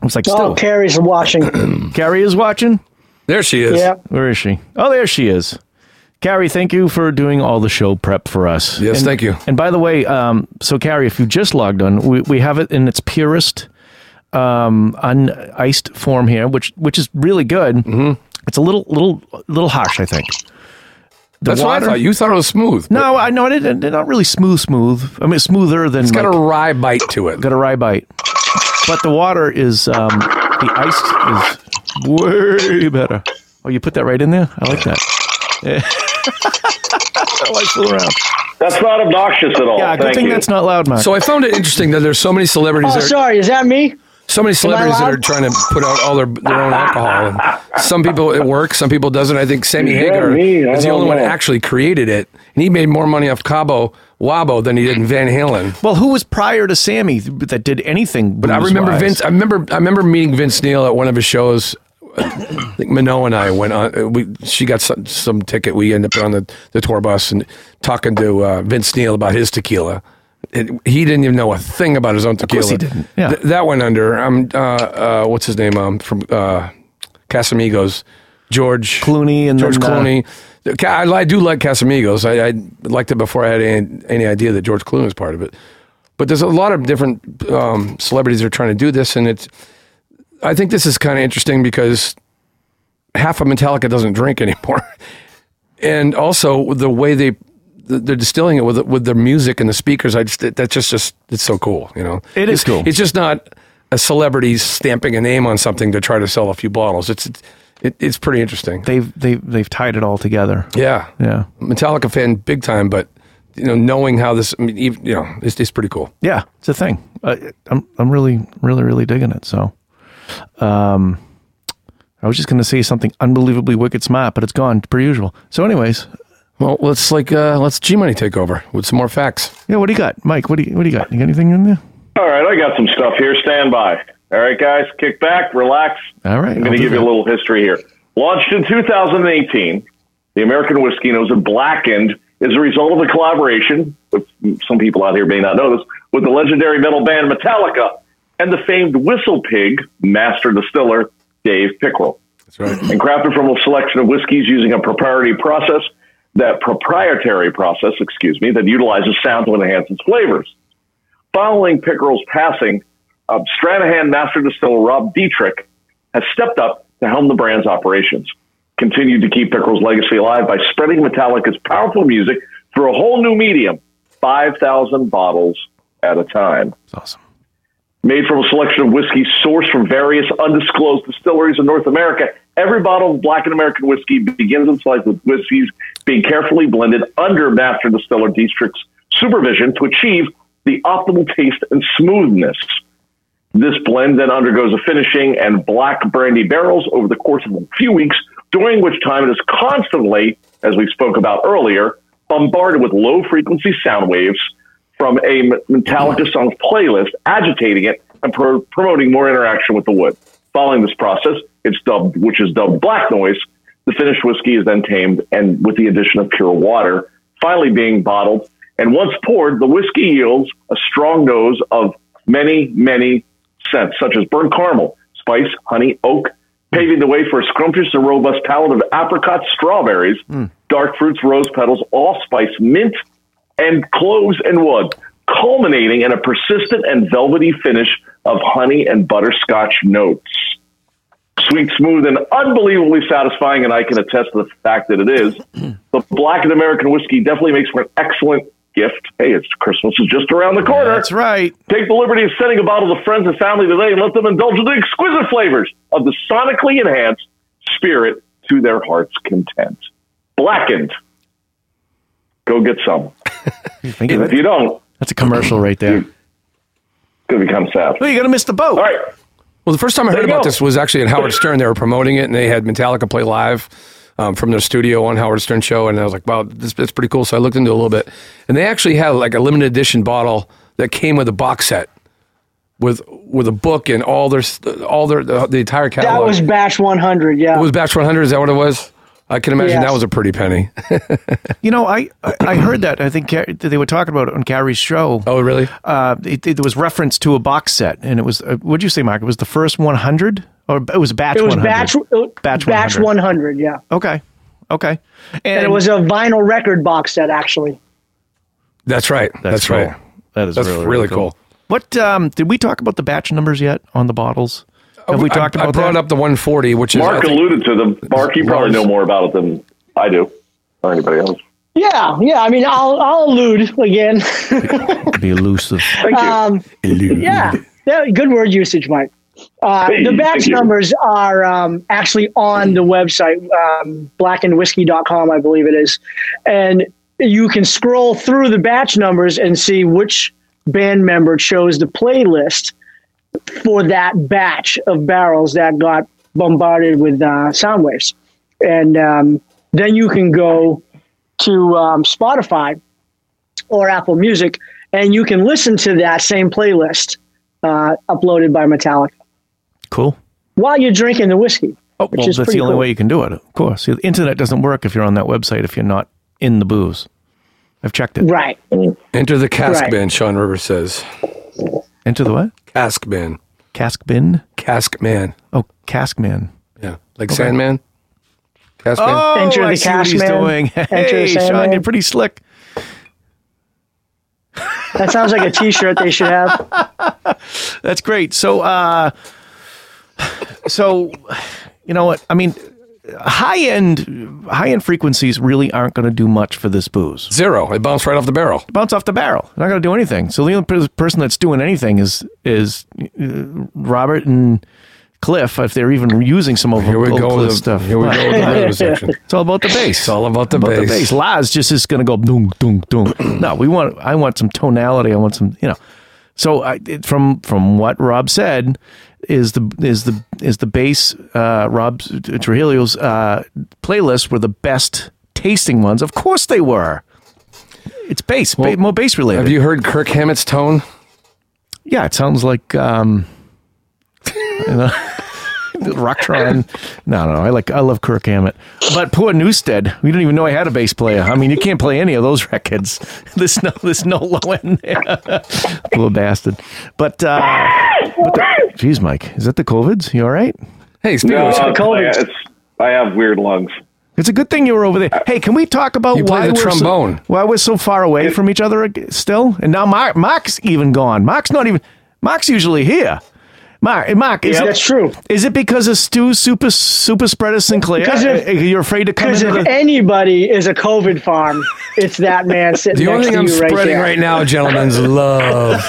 [SPEAKER 3] I was like,
[SPEAKER 1] Oh,
[SPEAKER 3] still,
[SPEAKER 1] Carrie's watching.
[SPEAKER 3] Carrie is watching.
[SPEAKER 4] There she is.
[SPEAKER 1] yeah.
[SPEAKER 3] Where is she? Oh, there she is. Carrie, thank you for doing all the show prep for us.
[SPEAKER 4] Yes,
[SPEAKER 3] And-
[SPEAKER 4] thank you.
[SPEAKER 3] And by the way, um, so Carrie, if you just logged on, we, we have it in its purest, um, uniced form here, which which is really good. Mm-hmm. It's a little little little harsh, I think. The
[SPEAKER 4] That's what I thought. You thought it was smooth. but
[SPEAKER 3] no, I know it. didn't- Not really smooth, smooth. I mean, smoother than
[SPEAKER 4] it's got
[SPEAKER 3] like-
[SPEAKER 4] a rye bite to it.
[SPEAKER 3] got a rye bite. But the water is um, the ice is way better. Oh, you put that right in there. I like that. Yeah. I like fool around.
[SPEAKER 5] That's not obnoxious at all.
[SPEAKER 3] Yeah, good
[SPEAKER 5] Thank
[SPEAKER 3] thing
[SPEAKER 5] you.
[SPEAKER 3] that's not loud, Mark.
[SPEAKER 4] Oh, So I found it interesting that there's so many celebrities
[SPEAKER 1] Oh,
[SPEAKER 4] that are,
[SPEAKER 1] sorry. Is that me?
[SPEAKER 4] so many celebrities that
[SPEAKER 1] loud?
[SPEAKER 4] are trying to put out all their their own alcohol. And some people it works, some people doesn't. I think Sammy Hagar
[SPEAKER 5] me, I
[SPEAKER 4] is the
[SPEAKER 5] don't
[SPEAKER 4] only one that
[SPEAKER 5] know.
[SPEAKER 4] actually created it, and he made more money off Cabo Wabo than he did in Van Halen.
[SPEAKER 3] well, who was prior to Sammy that did anything?
[SPEAKER 4] But I remember Vince. I remember. I remember meeting Vince Neil at one of his shows. I think Minoa and I went on. uh, We she got some, some ticket. We ended up on the, the tour bus and talking to uh, Vince Neil about his tequila. It, he didn't even know a thing about his own tequila.
[SPEAKER 3] course he didn't, yeah.
[SPEAKER 4] Th- that went under. Um, uh, uh, what's his name? Um, from uh, Casamigos, George
[SPEAKER 3] Clooney and
[SPEAKER 4] George
[SPEAKER 3] then, uh,
[SPEAKER 4] Clooney. Ca- I, I do like Casamigos. I, I liked it before I had any, any idea that George Clooney was part of it. But there's a lot of different um, celebrities that are trying to do this, and it's. I think this is kind of interesting because half of Metallica doesn't drink anymore, and also the way they they're distilling it with with their music and the speakers. I just that's just just it's so cool, you know.
[SPEAKER 3] It is
[SPEAKER 4] It's-
[SPEAKER 3] cool.
[SPEAKER 4] It's just not a celebrity stamping a name on something to try to sell a few bottles. It's it, it's pretty interesting.
[SPEAKER 3] They've they have they have tied it all together.
[SPEAKER 4] Yeah,
[SPEAKER 3] Yeah.
[SPEAKER 4] Metallica fan big time, but you know, knowing how this, I mean, even, you know, it's, it's pretty cool.
[SPEAKER 3] Yeah, it's a thing. Uh, I'm I'm really really really digging it. So, um, I was just gonna say something unbelievably wicked smart, but it's gone per usual. So, anyways,
[SPEAKER 4] Well, let's like uh, let's G Money take over with some more facts.
[SPEAKER 3] Yeah, what do you got, Mike? What do you what do you got? You got anything in there?
[SPEAKER 5] All right, I got some stuff here. Stand by. All right, guys, kick back, relax.
[SPEAKER 3] All right,
[SPEAKER 5] I'm
[SPEAKER 3] I'll
[SPEAKER 5] going to
[SPEAKER 3] do
[SPEAKER 5] give you a
[SPEAKER 3] that.
[SPEAKER 5] little history here. Launched in 2018, the American whiskey knows it blackened is a result of a collaboration. With, some people out here may not know this with the legendary metal band Metallica and the famed Whistle Pig master distiller Dave Pickrell
[SPEAKER 4] That's right.
[SPEAKER 5] and crafted from a selection of whiskeys using a proprietary process that proprietary process, excuse me, that utilizes sound to enhance its flavors. Following Pickerel's passing, um, Stranahan master distiller Rob Dietrich has stepped up to helm the brand's operations. Continued to keep Pickerel's legacy alive by spreading Metallica's powerful music through a whole new medium, 5,000 bottles at a time
[SPEAKER 3] It's awesome.
[SPEAKER 5] made from a selection of whiskeys sourced from various undisclosed distilleries in North America. Every bottle of black and American whiskey begins its life with whiskeys being carefully blended under master distiller Dietrich's supervision to achieve the optimal taste and smoothness. This blend then undergoes a finishing and black brandy barrels over the course of a few weeks, during which time it is constantly, as we spoke about earlier, bombarded with low frequency sound waves from a Metallica song playlist, agitating it and pro- promoting more interaction with the wood. Following this process, it's dubbed, which is dubbed black noise. The finished whiskey is then tamed and with the addition of pure water, finally being bottled. And once poured, the whiskey yields a strong nose of many, many scents, such as burnt caramel, spice, honey, oak, paving the way for a scrumptious and robust palette of apricots, strawberries, dark fruits, rose petals, allspice, mint, and cloves and wood, culminating in a persistent and velvety finish of honey and butterscotch notes. Sweet, smooth, and unbelievably satisfying, and I can attest to the fact that it is. The black and American whiskey definitely makes for an excellent gift. Hey, it's Christmas is just around the corner.
[SPEAKER 3] That's right.
[SPEAKER 5] Take the liberty of sending a bottle to friends and family today and let them indulge in the exquisite flavors of the sonically enhanced spirit to their heart's content. Blackened. Go get some.
[SPEAKER 3] Think of
[SPEAKER 5] If
[SPEAKER 3] it.
[SPEAKER 5] you don't,
[SPEAKER 3] That's a commercial right there.
[SPEAKER 5] it's going to become sad.
[SPEAKER 3] Well, you're gonna miss the boat.
[SPEAKER 5] All right.
[SPEAKER 4] Well, the first time I heard
[SPEAKER 5] you
[SPEAKER 4] about
[SPEAKER 5] go.
[SPEAKER 4] this was actually at Howard Stern. They were promoting it, and they had Metallica play live um, from their studio on Howard Stern show. And I was like, "Wow, this, that's pretty cool." So I looked into it a little bit, and they actually had like a limited edition bottle that came with a box set with with a book and all their all their the, the entire
[SPEAKER 1] That
[SPEAKER 4] catalog.
[SPEAKER 1] was
[SPEAKER 4] it
[SPEAKER 1] batch 100. Yeah.
[SPEAKER 4] was Batch 100. Is that what it was? I can imagine
[SPEAKER 1] Yes.
[SPEAKER 4] that was a pretty penny.
[SPEAKER 3] You know, I I- I heard that. I think Car- they were talking about it on Carrie's show.
[SPEAKER 4] oh, really?
[SPEAKER 3] Uh, it, it, there was reference to a box set, and it was uh, what'd you say, Mark? It was the first 100, or it was batch.
[SPEAKER 1] it was
[SPEAKER 3] 100.
[SPEAKER 1] batch it-
[SPEAKER 3] Batch
[SPEAKER 1] batch
[SPEAKER 3] 100.
[SPEAKER 1] 100. Yeah.
[SPEAKER 3] Okay, okay, and,
[SPEAKER 1] And it was a vinyl record box set actually.
[SPEAKER 4] That's right. That's,
[SPEAKER 3] cool.
[SPEAKER 4] right.
[SPEAKER 3] That is
[SPEAKER 4] That's
[SPEAKER 3] really,
[SPEAKER 4] really,
[SPEAKER 3] cool.
[SPEAKER 4] cool.
[SPEAKER 3] What um, did we talk about the batch numbers yet on the bottles? Have we
[SPEAKER 4] Uh, I-
[SPEAKER 3] talked
[SPEAKER 4] I,
[SPEAKER 3] about
[SPEAKER 4] brought
[SPEAKER 3] that?
[SPEAKER 4] up the 140, which is I
[SPEAKER 5] Mark
[SPEAKER 4] think-
[SPEAKER 5] alluded to them. Mark, you probably
[SPEAKER 4] Lars.
[SPEAKER 5] know more about it than I do or anybody else.
[SPEAKER 1] Yeah, yeah. I mean, I'll I'll allude again.
[SPEAKER 3] Be elusive.
[SPEAKER 5] Thank you.
[SPEAKER 1] Um, yeah, Yeah, good word usage, Mike. Uh,
[SPEAKER 5] Hey,
[SPEAKER 1] the batch
[SPEAKER 5] thank you.
[SPEAKER 1] numbers are um, actually on the website, um, blackandwhiskey.com, I believe it is. And you can scroll through the batch numbers and see which band member chose the playlist for that batch of barrels that got bombarded with uh, sound waves. And um, then you can go to um, Spotify or Apple Music, and you can listen to that same playlist uh, uploaded by Metallica
[SPEAKER 3] Cool.
[SPEAKER 1] while you're drinking the whiskey.
[SPEAKER 3] Oh,
[SPEAKER 1] Which
[SPEAKER 3] well,
[SPEAKER 1] is
[SPEAKER 3] that's the
[SPEAKER 1] pretty
[SPEAKER 3] only
[SPEAKER 1] cool.
[SPEAKER 3] way you can do it. Of course, the internet doesn't work if you're on that website if you're not in the booze. I've checked it.
[SPEAKER 1] Right.
[SPEAKER 4] Enter the cask
[SPEAKER 1] Right.
[SPEAKER 4] bin, Sean Rivers says.
[SPEAKER 3] Into the what?
[SPEAKER 4] Cask bin.
[SPEAKER 3] Cask bin?
[SPEAKER 4] Cask man.
[SPEAKER 3] Oh, cask man. Oh,
[SPEAKER 4] Yeah, like Sandman. Cask man.
[SPEAKER 1] Enter
[SPEAKER 3] I
[SPEAKER 1] the
[SPEAKER 3] see what
[SPEAKER 1] cask
[SPEAKER 3] he's
[SPEAKER 1] man.
[SPEAKER 3] doing.
[SPEAKER 1] Enter
[SPEAKER 3] Hey,
[SPEAKER 1] the
[SPEAKER 3] Sean,
[SPEAKER 1] Sandman.
[SPEAKER 3] you're pretty slick.
[SPEAKER 1] That sounds like a T-shirt they should have.
[SPEAKER 3] That's great. So, uh, so you know what? I mean, high end, high end frequencies really aren't going to do much for this booze.
[SPEAKER 4] Zero. It bounced right off the barrel.
[SPEAKER 3] bounce off the barrel. They're not going to do anything. So the only per- person that's doing anything is is uh, Robert and Cliff, if they're even using some of
[SPEAKER 4] Here we
[SPEAKER 3] old
[SPEAKER 4] go.
[SPEAKER 3] Cliff
[SPEAKER 4] with the-
[SPEAKER 3] stuff.
[SPEAKER 4] Here we go with the rhythm section.
[SPEAKER 3] It's all about the bass.
[SPEAKER 4] It's all about the
[SPEAKER 3] about
[SPEAKER 4] bass.
[SPEAKER 3] the bass. Laz just is going to go doom doom doom. no, we want. I want some tonality. I want some. You know. So I, it, from from what Rob said is the is the is the bass uh, Rob's Trujillo's uh, playlists were the best tasting ones. Of course they were. It's bass, ba- more bass related.
[SPEAKER 4] Have you heard Kirk Hammett's tone?
[SPEAKER 3] Yeah, it sounds like um, you know, Rocktron. No, no, I like I love Kirk Hammett, but poor Newstead. We didn't even know I had a bass player. I mean, you can't play any of those records. There's no there's no low end there. Little bastard. But uh, what the, geez, Mike, is that the covids? You all right?
[SPEAKER 4] Hey, speaking
[SPEAKER 5] No,
[SPEAKER 4] of
[SPEAKER 5] uh,
[SPEAKER 4] which,
[SPEAKER 1] cold.
[SPEAKER 5] I, it's, I have weird lungs.
[SPEAKER 3] It's a good thing you were over there. Hey, can we talk about
[SPEAKER 4] Uh, You play
[SPEAKER 3] why
[SPEAKER 4] the
[SPEAKER 3] we're
[SPEAKER 4] trombone.
[SPEAKER 3] So, why we're so far away from each other ag- still? And now Mark, Mark's even gone. Mark's not even. Mark's usually here. Mark, eh, Mark, is
[SPEAKER 1] That's
[SPEAKER 3] it-
[SPEAKER 1] true.
[SPEAKER 3] Is it because of Stu super super spreader Sinclair?
[SPEAKER 1] Because if-
[SPEAKER 3] Uh, you're afraid to come
[SPEAKER 1] Because
[SPEAKER 3] into
[SPEAKER 1] if
[SPEAKER 3] the,
[SPEAKER 1] anybody is a COVID farm, it's that man sitting
[SPEAKER 4] the only
[SPEAKER 1] next
[SPEAKER 4] thing
[SPEAKER 1] to
[SPEAKER 4] I'm
[SPEAKER 1] you right
[SPEAKER 4] spreading
[SPEAKER 1] there.
[SPEAKER 4] right now, gentlemen, is love.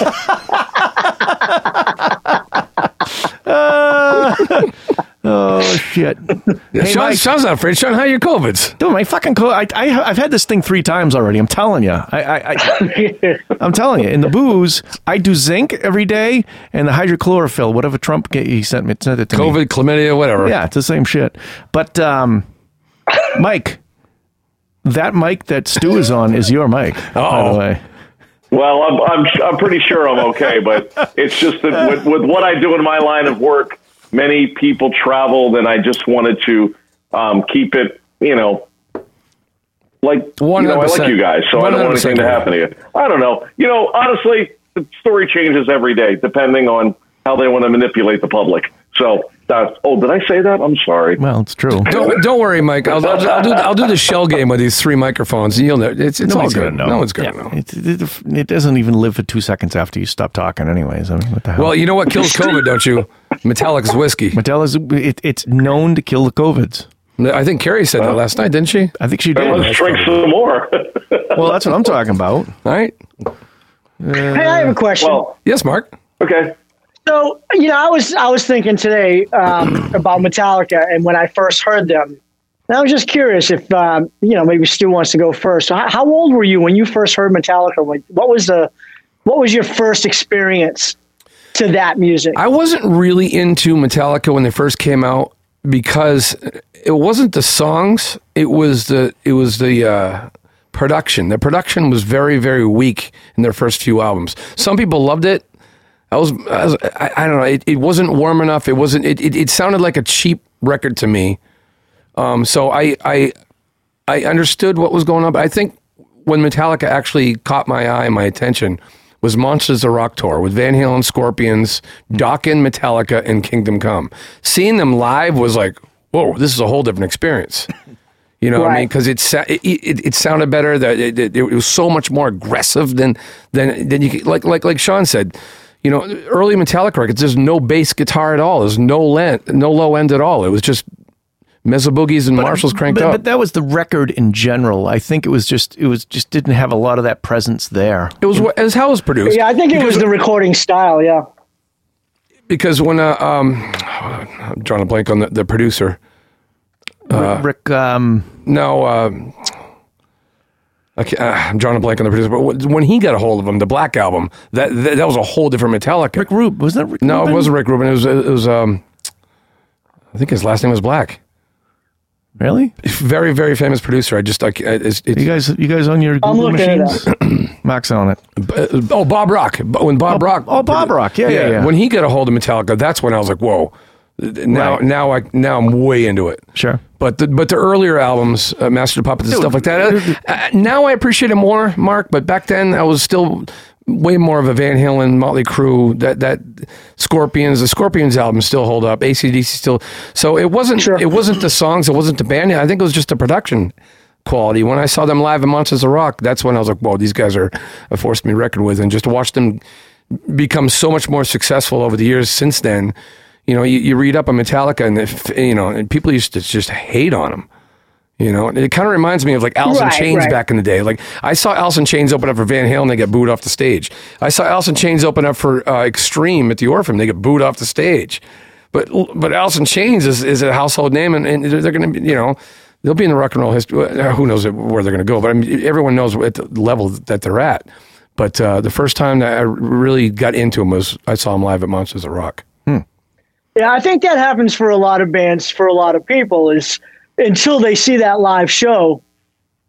[SPEAKER 3] oh shit. hey,
[SPEAKER 4] Sean,
[SPEAKER 3] Mike,
[SPEAKER 4] Sean's not afraid. Sean, how are your COVIDs?
[SPEAKER 3] dude, my fucking co- I, I I've had this thing three times already. I'm telling you. I, I, I I'm telling you. In the booze, I do zinc every day and the hydrochlorophyll, whatever Trump ga- he sent me sent it to me.
[SPEAKER 4] COVID, chlamydia, whatever.
[SPEAKER 3] Yeah, it's the same shit. But um, Mike, that mic that Stu is on is your mic. By
[SPEAKER 4] Uh-oh.
[SPEAKER 3] the way,
[SPEAKER 2] Well, I'm, I'm, I'm pretty sure I'm okay, but it's just that with, with what I do in my line of work, many people traveled, and I just wanted to um, keep it, you know, like you know, I like
[SPEAKER 4] 100%.
[SPEAKER 2] you guys, so I don't want anything to
[SPEAKER 4] 100%.
[SPEAKER 2] happen to you. I don't know. You know, honestly, the story changes every day depending on how they want to manipulate the public. So, that's, oh, did I say that? I'm sorry.
[SPEAKER 3] well, it's true.
[SPEAKER 4] Don't, don't worry, Mike. I'll, I'll, I'll do I'll do the shell game with these three microphones. You'll know. It's, it's all
[SPEAKER 3] Nobody's
[SPEAKER 4] good.
[SPEAKER 3] gonna know.
[SPEAKER 4] No one's gonna know.
[SPEAKER 3] It, it, it doesn't even live for two seconds after you stop talking. Anyways, I mean, what the hell?
[SPEAKER 4] Well, you know what kills COVID, don't you? Metallic's whiskey.
[SPEAKER 3] Mattel is it, it's known to kill the covids.
[SPEAKER 4] I think Carrie said that last night, didn't she?
[SPEAKER 3] I think she did.
[SPEAKER 2] Let's drink some more.
[SPEAKER 3] Well, that's what I'm talking about.
[SPEAKER 4] All right.
[SPEAKER 1] Hey, I have a question.
[SPEAKER 2] well,
[SPEAKER 4] Yes, Mark.
[SPEAKER 2] okay.
[SPEAKER 1] So you know, I was I was thinking today um, about Metallica, and when I first heard them, and I was just curious if um, you know maybe Stu wants to go first. So how, how old were you when you first heard Metallica? Like, what was the what was your first experience to that music?
[SPEAKER 4] I wasn't really into Metallica when they first came out because it wasn't the songs. It was the it was the uh, production. The production was very very weak in their first few albums. Some people loved it. I was, I, was, I, I don't know. It, it wasn't warm enough. It wasn't. It, it, it sounded like a cheap record to me. Um, so I, I I understood what was going on. But I think when Metallica actually caught my eye and my attention was Monsters of Rock tour with Van Halen, Scorpions, Dokken, Metallica, and Kingdom Come. Seeing them live was like, whoa, this is a whole different experience. You know what I mean?
[SPEAKER 1] Right.
[SPEAKER 4] Because it, sa- it, it it sounded better. That it, it, it was so much more aggressive than than than you could- like like like Sean said. You know, early Metallica records. There's no bass guitar at all. There's no lent, no low end at all. It was just mezzo boogies and Marshalls cranked
[SPEAKER 3] But,
[SPEAKER 4] up.
[SPEAKER 3] but that was the record in general. I think it was just it was just didn't have a lot of that presence there.
[SPEAKER 4] It was wh- as how it was produced.
[SPEAKER 1] yeah, I think it was the recording style. Yeah,
[SPEAKER 4] because when uh, um, I'm drawing a blank on the, the producer. Uh.
[SPEAKER 3] Rick, um,
[SPEAKER 4] No, uh, I can't, uh, I'm drawing a blank on the producer. But wh- when he got a hold of him, the Black Album, that that, that was a whole different Metallica.
[SPEAKER 3] Rick Rube was that? Rick
[SPEAKER 4] no,
[SPEAKER 3] Rubin?
[SPEAKER 4] it wasn't Rick Rubin. It was it was um, I think his last name was Black.
[SPEAKER 3] Really?
[SPEAKER 4] Very very famous producer. I just I, ca- it's,
[SPEAKER 3] You
[SPEAKER 4] it's,
[SPEAKER 3] guys, you guys on your Google
[SPEAKER 1] looking it
[SPEAKER 3] machines? Max on it.
[SPEAKER 4] uh, oh Bob Rock B- when Bob Rock
[SPEAKER 3] oh, Bob Rock. Yeah, yeah, yeah.
[SPEAKER 4] when he got a hold of Metallica that's when I was like whoa now
[SPEAKER 3] Right.
[SPEAKER 4] now I now I'm way into it
[SPEAKER 3] Sure.
[SPEAKER 4] But the, but the earlier albums, uh, Master of Puppets and stuff like that. uh, Uh, now I appreciate it more, Mark. But back then I was still way more of a Van Halen, Motley Crue. That that Scorpions, the Scorpions albums still hold up. ACDC still. So it wasn't it wasn't the songs, it wasn't the band. I think it was just the production quality. When I saw them live in Monsters of Rock, that's when I was like, whoa, these guys are a force to be reckoned with. And just to watch them become so much more successful over the years since then. You know, you, you read up on Metallica, and if, you know, and people used to just hate on them. You know, and it kind of reminds me of like Alice in
[SPEAKER 1] Right,
[SPEAKER 4] Chains
[SPEAKER 1] right.
[SPEAKER 4] back in the day. Like I saw Alice in Chains open up for Van Halen, they get booed off the stage. I saw Alice in Chains open up for uh, Extreme at the Orpheum, they get booed off the stage. But but Alice in Chains is, is a household name, and, and they're, they're going to be you know they'll be in the rock and roll history. uh, Who knows where they're going to go? But I mean, everyone knows at the level that they're at. But uh, the first time that I really got into them was I saw them live at Monsters of Rock.
[SPEAKER 1] yeah, I think that happens for a lot of bands, for a lot of people. Is until they see that live show,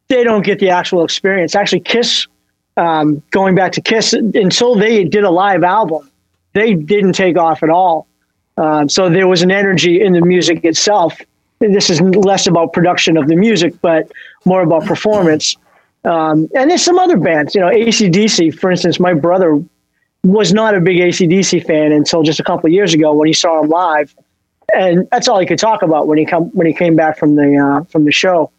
[SPEAKER 1] they don't get the actual experience. Actually, Kiss, um, going back to Kiss, until they did a live album, they didn't take off at all. Um, so there was an energy in the music itself. And This is less about production of the music, but more about performance. Um, and there's some other bands, you know, ACDC, for instance, my brother was not a big ACDC fan until just a couple of years ago when he saw him live. And that's all he could talk about when he come when he came back from the uh, from the show.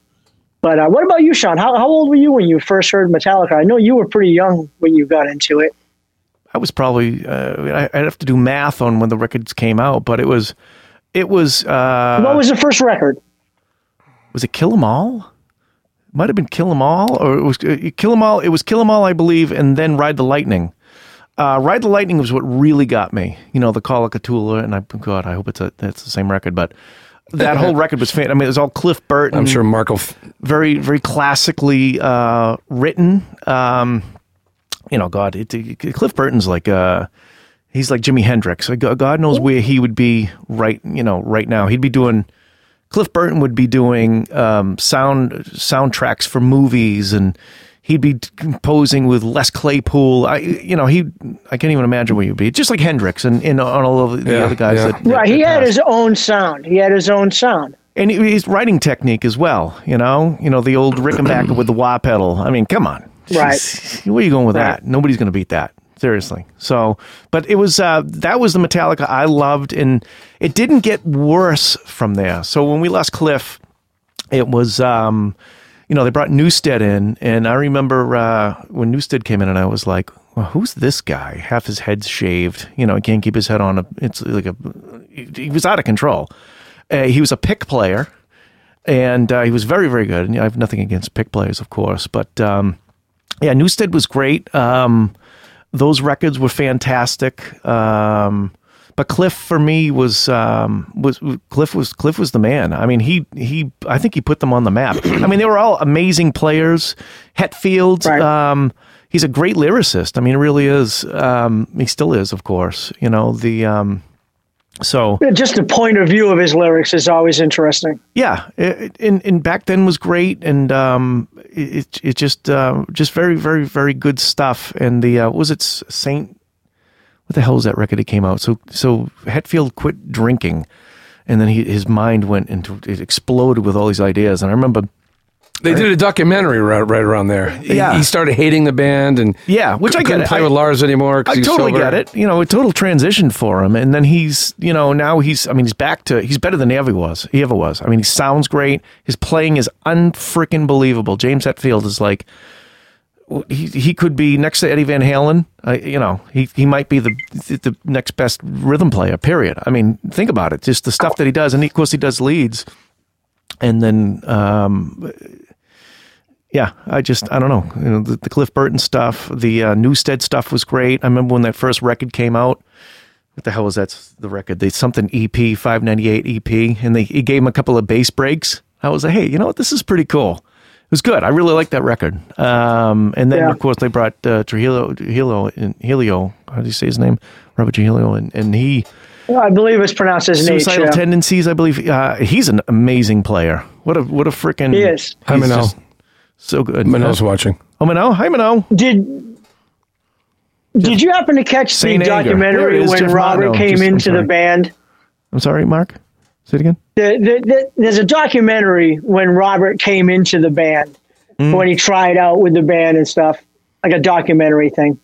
[SPEAKER 1] But uh, what about you, Sean? How, how old were you when you first heard Metallica? I know you were pretty young when you got into it.
[SPEAKER 3] I was probably uh, I- I'd have to do math on when the records came out, but it was it was uh,
[SPEAKER 1] what was the first record?
[SPEAKER 3] was it Kill 'Em All? Might have been Kill 'Em All, or it was uh, Kill 'Em All. It was Kill 'Em All, I believe, and then Ride the Lightning. Uh, Ride the Lightning was what really got me. You know, the Call of Cthulhu, and I, God, I hope it's a, that's the same record, but that whole record was fan. I mean, it was all Cliff Burton.
[SPEAKER 4] I'm sure Mark will. F-
[SPEAKER 3] very very classically uh, written. Um, you know, God, it, it- Cliff Burton's like uh, he's like Jimi Hendrix. Like, God God knows where he would be right. You know, right now he'd be doing. Cliff Burton would be doing um, sound soundtracks for movies, and he'd be composing with Les Claypool. I, you know, he I can't even imagine where he'd be. Just like Hendrix and, and on all of the
[SPEAKER 4] Yeah,
[SPEAKER 3] other guys
[SPEAKER 4] yeah.
[SPEAKER 3] that
[SPEAKER 1] Right. He
[SPEAKER 3] that
[SPEAKER 1] had
[SPEAKER 3] passed
[SPEAKER 1] his own sound. He had his own sound.
[SPEAKER 3] and he- his writing technique as well. You know, you know the old Rickenbacker with the wah pedal. I mean, come on,
[SPEAKER 1] Right.
[SPEAKER 3] Jeez, where are you going with that? Nobody's going to beat that. Seriously. So, but it was uh, that was the Metallica I loved, and it didn't get worse from there. So when we lost Cliff, it was um, you know they brought Newstead in, and I remember uh, when Newstead came in, and I was like, well, "Who's this guy? Half his head's shaved. You know, he can't keep his head on. A, it's like a he he was out of control. Uh, he was a pick player, and uh, he was very very good. And I have nothing against pick players, of course, but um, yeah, Newstead was great. Um, those records were fantastic. Um, but Cliff for me was um, was Cliff was Cliff was the man. I mean, he he I think he put them on the map. I mean, they were all amazing players. Hetfield,
[SPEAKER 1] Right.
[SPEAKER 3] um, he's a great lyricist. I mean, he really is. Um, he still is, of course. You know the um, so
[SPEAKER 1] Just the point of view of his lyrics is always interesting.
[SPEAKER 3] yeah, it, it- and and back then was great, and um, it it- it just uh, just very very very good stuff. And the uh, what was it S- Saint? What the hell was that record that came out? So so Hetfield quit drinking, and then he, his mind went into it exploded with all these ideas. And I remember,
[SPEAKER 4] they did a documentary right, right around there. He-
[SPEAKER 3] Yeah.
[SPEAKER 4] he started hating the band and
[SPEAKER 3] yeah, which I get
[SPEAKER 4] couldn't
[SPEAKER 3] it.
[SPEAKER 4] play
[SPEAKER 3] I-
[SPEAKER 4] with Lars anymore. 'cause
[SPEAKER 3] I
[SPEAKER 4] he was
[SPEAKER 3] totally
[SPEAKER 4] sober.
[SPEAKER 3] get it. You know, a total transition for him, and then he's you know now he's I mean he's back to he's better than he ever was. He ever was. I mean he sounds great. His playing is unfreaking believable. James Hetfield is like he he could be next to Eddie Van Halen. Uh, you know he he might be the the next best rhythm player. Period. I mean think about it. Just the stuff that he does, and of course he does leads, and then um, yeah, I just I don't know. You know the, the Cliff Burton stuff, the uh, Newstead stuff was great. I remember when that first record came out. What the hell was that? s- The record, the something EP five ninety eight EP, and they he gave him a couple of bass breaks. I was like, hey, you know what? This is pretty cool. It was good. I really liked that record. Um, and then
[SPEAKER 1] Yeah.
[SPEAKER 3] of course they brought uh, Trujillo, Trujillo, and Helio. How do you say his name? Robert Trujillo, and and he
[SPEAKER 1] I believe it's pronounced as Nate.
[SPEAKER 3] suicidal
[SPEAKER 1] yeah.
[SPEAKER 3] tendencies. I believe uh, he's an amazing player. What a what a freaking
[SPEAKER 1] He is.
[SPEAKER 4] Hi,
[SPEAKER 3] He's
[SPEAKER 4] Mano.
[SPEAKER 3] just so good.
[SPEAKER 4] Mano's watching.
[SPEAKER 3] Oh, Mano. Hi, Mano.
[SPEAKER 1] Did Did you happen to catch
[SPEAKER 3] Saint
[SPEAKER 1] the
[SPEAKER 3] Anger. There
[SPEAKER 1] documentary
[SPEAKER 3] it is,
[SPEAKER 1] when
[SPEAKER 3] Jeff
[SPEAKER 1] Robert
[SPEAKER 3] Mono.
[SPEAKER 1] came
[SPEAKER 3] Just- I'm
[SPEAKER 1] into the
[SPEAKER 3] sorry.
[SPEAKER 1] band?
[SPEAKER 3] I'm sorry, Mark. Say it again.
[SPEAKER 1] The, the, the, there's a documentary when Robert came into the band,
[SPEAKER 3] Mm.
[SPEAKER 1] when he tried out with the band and stuff, like a documentary thing.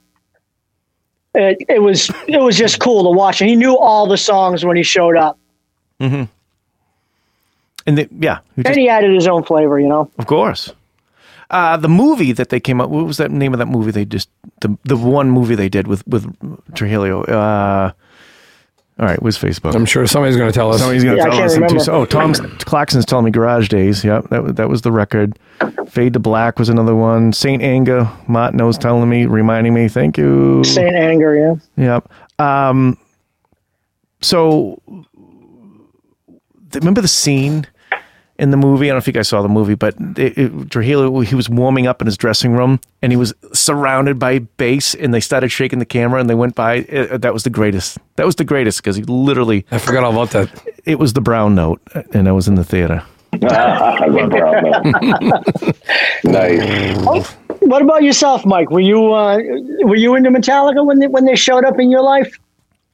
[SPEAKER 1] It, it was it was just cool to watch, and he knew all the songs when he showed up,
[SPEAKER 3] And the, yeah, who
[SPEAKER 1] and
[SPEAKER 3] just,
[SPEAKER 1] he added his own flavor, you know.
[SPEAKER 3] of course. Uh, the movie that they came up. What was that name of that movie? They just the the one movie they did with with Trujillo. Uh, all right, where's Facebook?
[SPEAKER 4] I'm sure somebody's going to tell us.
[SPEAKER 3] Somebody's gonna
[SPEAKER 1] Yeah, I
[SPEAKER 3] tell
[SPEAKER 1] can't
[SPEAKER 3] us in two
[SPEAKER 1] remember.
[SPEAKER 3] se- Oh, Tom's Claxon's telling me Garage Days. Yep, that wa- that was the record. Fade to Black was another one. Saint Anger. Martino's telling me, reminding me. Thank you.
[SPEAKER 1] Saint Anger, yeah.
[SPEAKER 3] Yep. Um, so th- remember the scene in the movie? I don't know if you guys saw the movie, but it, it, Trujillo, he was warming up in his dressing room and he was surrounded by bass and they started shaking the camera and they went by. Uh, that was the greatest. That was the greatest because he literally,
[SPEAKER 4] I forgot all about that.
[SPEAKER 3] it was the brown note uh, and I was in the theater.
[SPEAKER 5] I love brown milk. nice.
[SPEAKER 1] What about yourself, Mike? Were you uh, were you into Metallica when they, when they showed up in your life?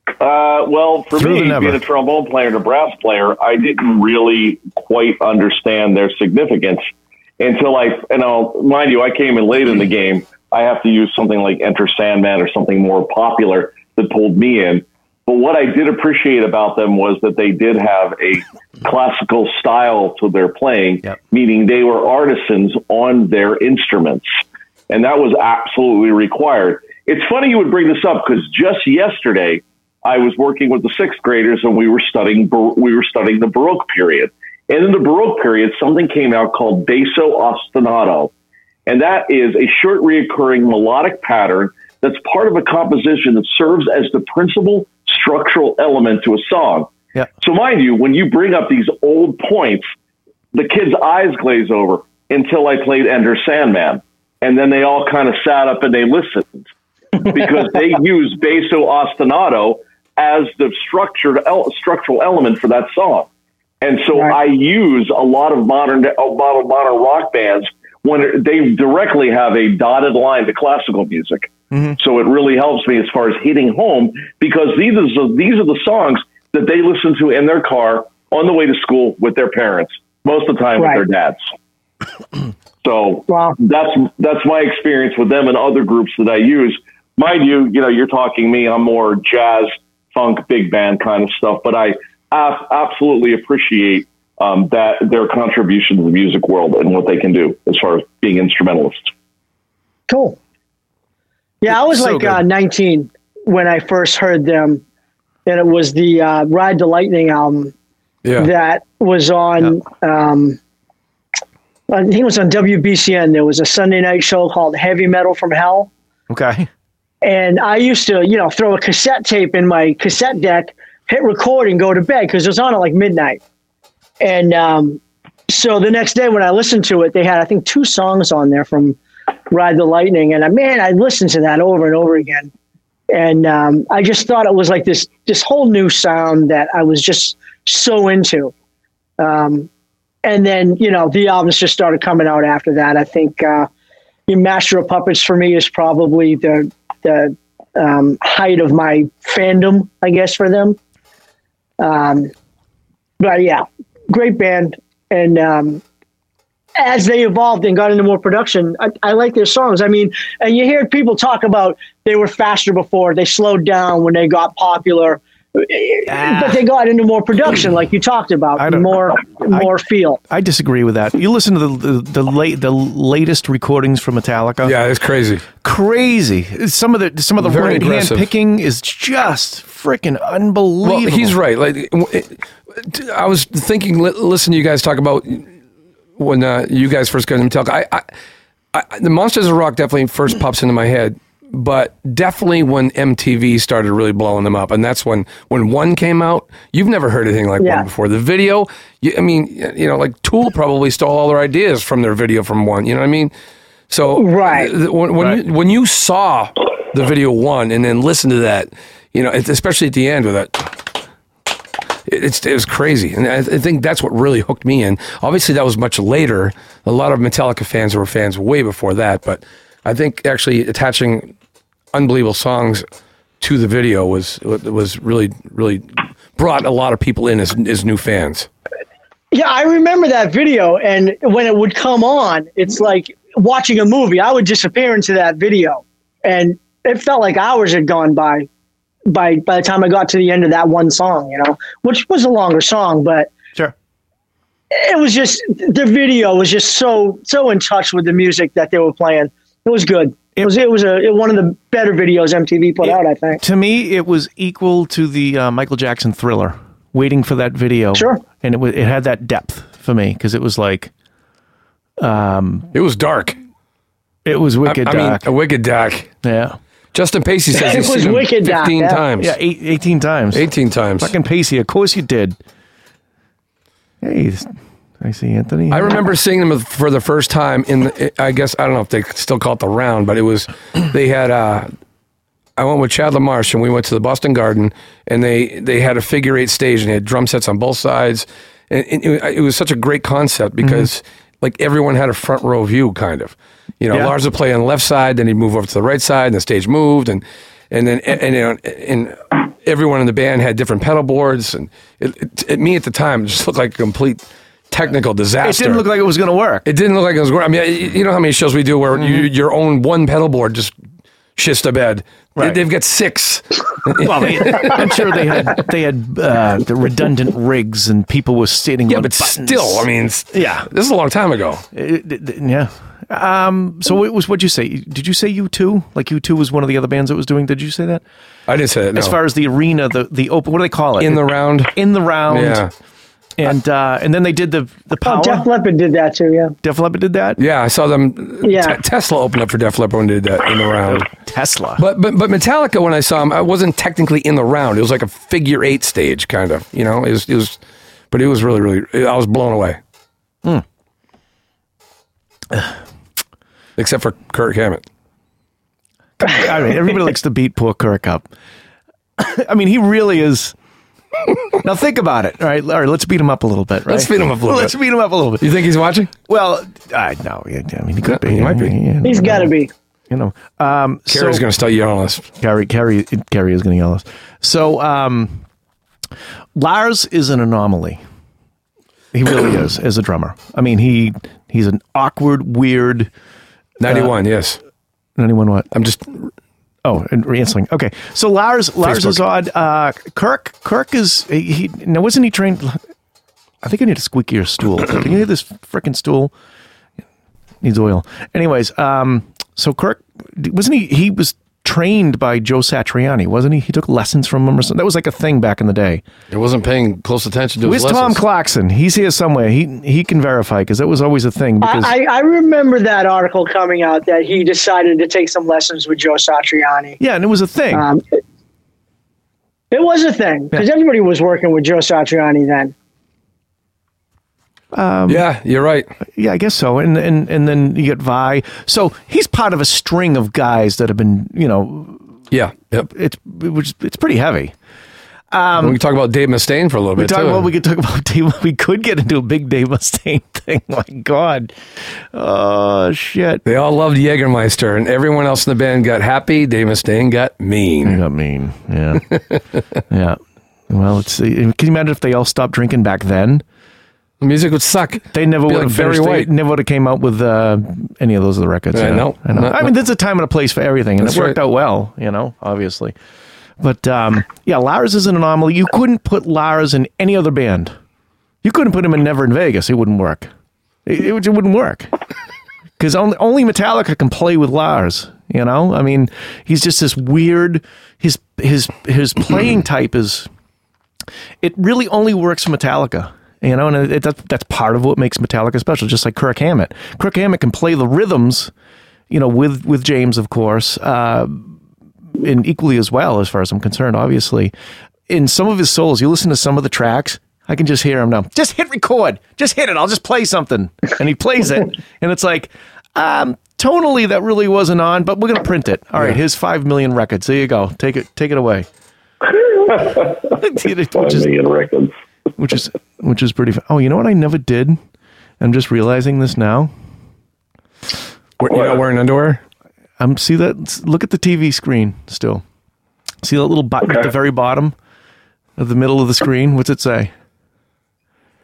[SPEAKER 5] Uh, well, for
[SPEAKER 3] Through the
[SPEAKER 5] me,
[SPEAKER 3] never.
[SPEAKER 5] being a trombone player and a brass player, I didn't really quite understand their significance until I, and I'll mind you, I came in late in the game. I have to use something like Enter Sandman or something more popular that pulled me in. But what I did appreciate about them was that they did have a classical style to their playing,
[SPEAKER 3] Yep.
[SPEAKER 5] meaning they were artisans on their instruments. And that was absolutely required. It's funny you would bring this up because just yesterday I was working with the sixth graders and we were studying Bar- we were studying the Baroque period. And in the Baroque period, something came out called basso ostinato, and that is a short reoccurring melodic pattern that's part of a composition that serves as the principal structural element to a song.
[SPEAKER 3] Yeah.
[SPEAKER 5] So, mind you, when you bring up these old points, the kids' eyes glaze over until I played Ender Sandman. And then they all kind of sat up and they listened because they use basso ostinato as the structured el- structural element for that song. And so
[SPEAKER 1] Right.
[SPEAKER 5] I use a lot of modern a lot of modern rock bands when it- they directly have a dotted line to classical music.
[SPEAKER 1] Mm-hmm.
[SPEAKER 5] So it really helps me as far as hitting home because these are the, these are the songs that they listen to in their car on the way to school with their parents, most of the time
[SPEAKER 1] Right.
[SPEAKER 5] with their dads. So
[SPEAKER 1] Wow.
[SPEAKER 5] that's that's my experience with them and other groups that I use. Mind you, you know, you're talking me. I'm more jazz, funk, big band kind of stuff, but I ab- absolutely appreciate um, that their contribution to the music world and what they can do as far as being instrumentalists.
[SPEAKER 1] Cool. Yeah, I was
[SPEAKER 4] So
[SPEAKER 1] like
[SPEAKER 4] good.
[SPEAKER 1] uh, 19 when I first heard them, and it was the uh, Ride the Lightning album
[SPEAKER 4] Yeah.
[SPEAKER 1] that was on. Um, I think it was on WBCN. There was a Sunday night show called Heavy Metal from Hell,
[SPEAKER 3] Okay.
[SPEAKER 1] and I used to, you know, throw a cassette tape in my cassette deck, hit record, and go to bed because it was on at like midnight. And um, so the next day when I listened to it, they had I think two songs on there from Ride the Lightning, and I man, I listened to that over and over again, and um, I just thought it was like this this whole new sound that I was just so into. Um, and then you know the albums just started coming out after that. I think uh, Master of Puppets for me is probably the the um, height of my fandom, I guess, for them. Um, but yeah, great band, and um, as they evolved and got into more production, I, I like their songs. I mean, and you hear people talk about they were faster before, they slowed down when they got popular, but they got into more production, like you talked
[SPEAKER 3] Ah. I
[SPEAKER 1] about,
[SPEAKER 3] don't-
[SPEAKER 1] more more feel.
[SPEAKER 3] I disagree with that. You listen to the the, the late the latest recordings from Metallica.
[SPEAKER 4] Yeah, it's crazy.
[SPEAKER 3] Crazy. Some of the some of the
[SPEAKER 4] Very
[SPEAKER 3] right hand
[SPEAKER 4] aggressive.
[SPEAKER 3] picking is just freaking unbelievable.
[SPEAKER 4] Well, he's right. Like, w- it- I was thinking, li- listen to you guys talk about when uh, you guys first got into Metallica. I, I, I, the Monsters of Rock definitely first pops into my head, but definitely when MTV started really blowing them up, and that's when when One came out. You've never heard anything like
[SPEAKER 1] Yeah.
[SPEAKER 4] One before. The video, you, I mean, you know, like Tool probably stole all their ideas from their video from One. You know what I mean? So
[SPEAKER 1] Right.
[SPEAKER 4] th- when when,
[SPEAKER 3] Right.
[SPEAKER 4] You, when you saw the video one and then listened to that, you know, it's- especially at the end with that, it- it's it was crazy, and I, I think that's what really hooked me in. Obviously, that was much later. A lot of Metallica fans were fans way before that, but I think actually attaching unbelievable songs to the video was was really really brought a lot of people in as as new fans.
[SPEAKER 1] Yeah, I remember that video, and when it would come on, it's like watching a movie. I would disappear into that video, and it felt like hours had gone by by by the time I got to the end of that one song. You know, which was a longer song, but
[SPEAKER 3] sure.
[SPEAKER 1] it was just the video was just so so in touch with the music that they were playing. It was good. It was it was a it, one of the better videos MTV put out. I think.
[SPEAKER 3] To me, it was equal to the uh, Michael Jackson Thriller. Waiting for that video.
[SPEAKER 1] Sure.
[SPEAKER 3] And it was it had that depth for me because it was like
[SPEAKER 4] It was dark.
[SPEAKER 3] it was
[SPEAKER 4] I,
[SPEAKER 3] wicked
[SPEAKER 4] I mean, oh.
[SPEAKER 3] dark.
[SPEAKER 4] a wicked dark.
[SPEAKER 3] yeah.
[SPEAKER 4] Justin Pacey says
[SPEAKER 1] It
[SPEAKER 4] he's
[SPEAKER 1] was
[SPEAKER 4] seen him
[SPEAKER 1] wicked dark,
[SPEAKER 4] fifteen
[SPEAKER 1] yeah.
[SPEAKER 4] times.
[SPEAKER 3] Yeah, eight, 18 times.
[SPEAKER 4] 18 times.
[SPEAKER 3] Fucking Pacey, of course you did. Hey, s- I see Anthony.
[SPEAKER 4] I remember seeing them for the first time in the, I guess I don't know if they still call it the round, but it was they had uh I went with Chad LaMarche and we went to the Boston Garden and they they had a figure eight stage and they had drum sets on both sides and, and it, it was such a great concept because like everyone had a front row view kind of. You know,
[SPEAKER 3] Yeah.
[SPEAKER 4] Lars would play on the left side, then he'd move over to the right side and the stage moved and and then and, and, and everyone in the band had different pedal boards and it, it, it, me at the time it just looked like a complete technical disaster.
[SPEAKER 3] It didn't look like it was going to work.
[SPEAKER 4] It didn't look like it was. I mean, you- you know how many shows we do where you,
[SPEAKER 3] Mm-hmm.
[SPEAKER 4] your own one pedal board just shits to bed. They-
[SPEAKER 3] Right.
[SPEAKER 4] They've got six.
[SPEAKER 3] well, they, I'm sure they had they had uh, the redundant rigs and people were sitting.
[SPEAKER 4] Yeah,
[SPEAKER 3] on
[SPEAKER 4] but
[SPEAKER 3] buttons.
[SPEAKER 4] still, I mean, it's-
[SPEAKER 3] Yeah.
[SPEAKER 4] this is a long time ago.
[SPEAKER 3] It- it- it- yeah. Um. So it was. What'd you say? Did you say U two? Like U two was one of the other bands that was doing. Did you say that?
[SPEAKER 4] I didn't say that. No.
[SPEAKER 3] As far as the arena, the the open. What do they call it?
[SPEAKER 4] in the round,
[SPEAKER 3] in the round.
[SPEAKER 4] yeah,
[SPEAKER 3] and uh, and then they did the the power.
[SPEAKER 1] Oh, Def Leppard did that too. Yeah.
[SPEAKER 3] Def Leppard did that.
[SPEAKER 4] Yeah, I saw them.
[SPEAKER 1] Yeah.
[SPEAKER 4] Te- Tesla opened up for Def Leppard when they did that in the round.
[SPEAKER 3] Tesla.
[SPEAKER 4] But but but Metallica, when I saw him, I wasn't technically in the round. It was like a figure eight stage, kind of. You know, it was, it was but it was really really. I was blown away. Except for Kirk Hammett.
[SPEAKER 3] I mean, everybody likes to beat poor Kirk up. I mean, he really is. Now think about it. All right, all right. Let's beat him up a little bit. Right?
[SPEAKER 4] Let's beat him up a little
[SPEAKER 3] Let's
[SPEAKER 4] bit.
[SPEAKER 3] beat him up a little bit.
[SPEAKER 4] You think he's watching?
[SPEAKER 3] Well, I no. yeah, I mean, he could
[SPEAKER 4] Yeah,
[SPEAKER 3] be.
[SPEAKER 4] he might be.
[SPEAKER 3] Yeah,
[SPEAKER 1] He's got to be.
[SPEAKER 3] You know. Um,
[SPEAKER 4] Carrie's
[SPEAKER 3] so,
[SPEAKER 4] going to start yelling at us.
[SPEAKER 3] Carrie, Carrie, Carrie is going to yell at us. So um, Lars is an anomaly. He really is as a drummer. I mean, he he's an awkward, weird.
[SPEAKER 4] Ninety one. yes.
[SPEAKER 3] Anyone what?
[SPEAKER 4] I'm just.
[SPEAKER 3] Oh, and Ransling. Okay, so Lars Lars
[SPEAKER 4] Facebook.
[SPEAKER 3] is odd. Uh, Kirk Kirk is he, he now wasn't he trained? I think I need a squeakier stool. Can you hear this freaking stool? Needs oil. Anyways, um, so Kirk wasn't he? He was trained by Joe Satriani, wasn't he? He took lessons from him or something. That was like a thing back in the day.
[SPEAKER 6] I wasn't paying close attention to
[SPEAKER 3] Where's
[SPEAKER 6] his
[SPEAKER 3] Tom
[SPEAKER 6] lessons.
[SPEAKER 3] Clarkson? He's here somewhere. He he can verify because that was always a thing. Because
[SPEAKER 1] I, I, I remember that article coming out that he decided to take some lessons with Joe Satriani.
[SPEAKER 3] yeah, and it was a thing.
[SPEAKER 1] Um, it, it was a thing because everybody was working with Joe Satriani then.
[SPEAKER 4] yeah, you're right.
[SPEAKER 3] Yeah, I guess so. And and and then you get Vi. So he's part of a string of guys that have been, you know,
[SPEAKER 4] Yeah. Yep.
[SPEAKER 3] it's which it's pretty heavy.
[SPEAKER 4] we can talk about Dave Mustaine for a little
[SPEAKER 3] We
[SPEAKER 4] bit.
[SPEAKER 3] talk
[SPEAKER 4] too.
[SPEAKER 3] well, we could talk about Dave. We could get into a big Dave Mustaine thing. My God, oh shit.
[SPEAKER 4] They all loved Jägermeister, and everyone else in the band got happy. Dave Mustaine got mean.
[SPEAKER 3] I mean, yeah, yeah. Well, it's can you imagine if they all stopped drinking back then?
[SPEAKER 4] The music would suck.
[SPEAKER 3] They never
[SPEAKER 4] Be
[SPEAKER 3] would have
[SPEAKER 4] like Barry
[SPEAKER 3] finished. They
[SPEAKER 4] White.
[SPEAKER 3] never would have came out with uh, any of those other records.
[SPEAKER 4] Yeah,
[SPEAKER 3] you know?
[SPEAKER 4] no,
[SPEAKER 3] I know.
[SPEAKER 4] not-
[SPEAKER 3] I mean, there's a time and a place for everything, and it
[SPEAKER 4] That's
[SPEAKER 3] worked
[SPEAKER 4] right.
[SPEAKER 3] out well. You know, obviously. But um, yeah, Lars is an anomaly. You couldn't put Lars in any other band. You couldn't put him in Never in Vegas. It wouldn't work. It, it, would- it wouldn't work. Because only, only Metallica can play with Lars. You know, I mean, he's just this weird. His his his playing type is. It really only works for Metallica. You know, and it, that, that's part of what makes Metallica special. Just like Kirk Hammett, Kirk Hammett can play the rhythms. You know, with with James, of course, uh, and equally as well, as far as I'm concerned. Obviously, in some of his solos, you listen to some of the tracks. I can just hear him now. Just hit record. Just hit it. I'll just play something, and he plays it, and it's like, um, tonally that really wasn't on, but we're gonna print it. All right, here's five million records. There you go. Take it. Take it away.
[SPEAKER 5] Five
[SPEAKER 3] which is
[SPEAKER 5] million records.
[SPEAKER 3] which is which is pretty. Fun. Oh, you know what? I never did. I'm just realizing this now.
[SPEAKER 4] We're, you not wearing underwear?
[SPEAKER 3] I'm Um, see that. Look at the TV screen still. See that little button at the very bottom of the middle of the screen. What's it say?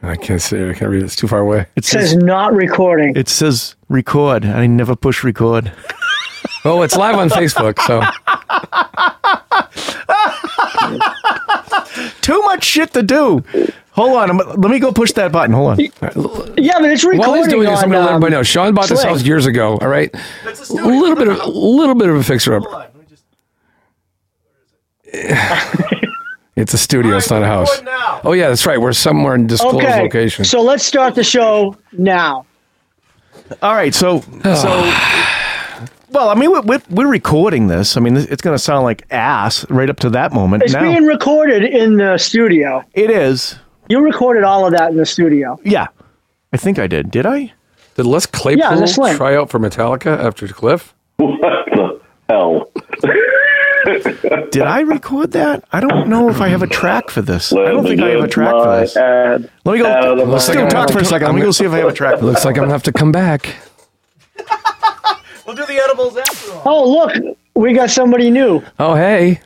[SPEAKER 4] I can't see. it. I can't read it. It's too far away.
[SPEAKER 3] It
[SPEAKER 1] It says not recording.
[SPEAKER 3] it says record. I never push record.
[SPEAKER 4] Oh, it's live on Facebook. So
[SPEAKER 3] Too much shit to do. Hold on. I'm, let me go push that button. Hold on.
[SPEAKER 1] yeah, but it's recording.
[SPEAKER 4] while he's doing this, I'm going
[SPEAKER 1] on,
[SPEAKER 4] to let
[SPEAKER 1] um,
[SPEAKER 4] everybody know. Sean bought this
[SPEAKER 1] Sling.
[SPEAKER 4] house years ago. All right, a little bit of a little bit of a fixer up. It's a studio. It's not a house. Oh yeah, that's right. We're somewhere in disclosed
[SPEAKER 1] Okay,
[SPEAKER 4] location.
[SPEAKER 1] so let's start the show now.
[SPEAKER 3] All right. So so. Well, I mean, we're, we're, we're recording this. I mean, it's going to sound like ass right up to that moment.
[SPEAKER 1] It's
[SPEAKER 3] now
[SPEAKER 1] being recorded in the studio.
[SPEAKER 3] it is.
[SPEAKER 1] You recorded all of that in the studio.
[SPEAKER 3] Yeah, I think I did. Did I?
[SPEAKER 4] Did Les
[SPEAKER 1] Yeah,
[SPEAKER 4] Claypool
[SPEAKER 1] the Sling.
[SPEAKER 4] try out for Metallica after Cliff?
[SPEAKER 5] What the hell?
[SPEAKER 3] Did I record that? I don't know if I have a track for this. I don't think I have a track for this.
[SPEAKER 5] Ad.
[SPEAKER 3] Let me
[SPEAKER 5] Out
[SPEAKER 3] go.
[SPEAKER 5] of my
[SPEAKER 3] Let's
[SPEAKER 5] mouth.
[SPEAKER 3] talk for a second. Let me go see if I have a track. for this.
[SPEAKER 4] Looks like I'm gonna have to come back.
[SPEAKER 1] Oh, look, we got somebody new.
[SPEAKER 4] Oh hey,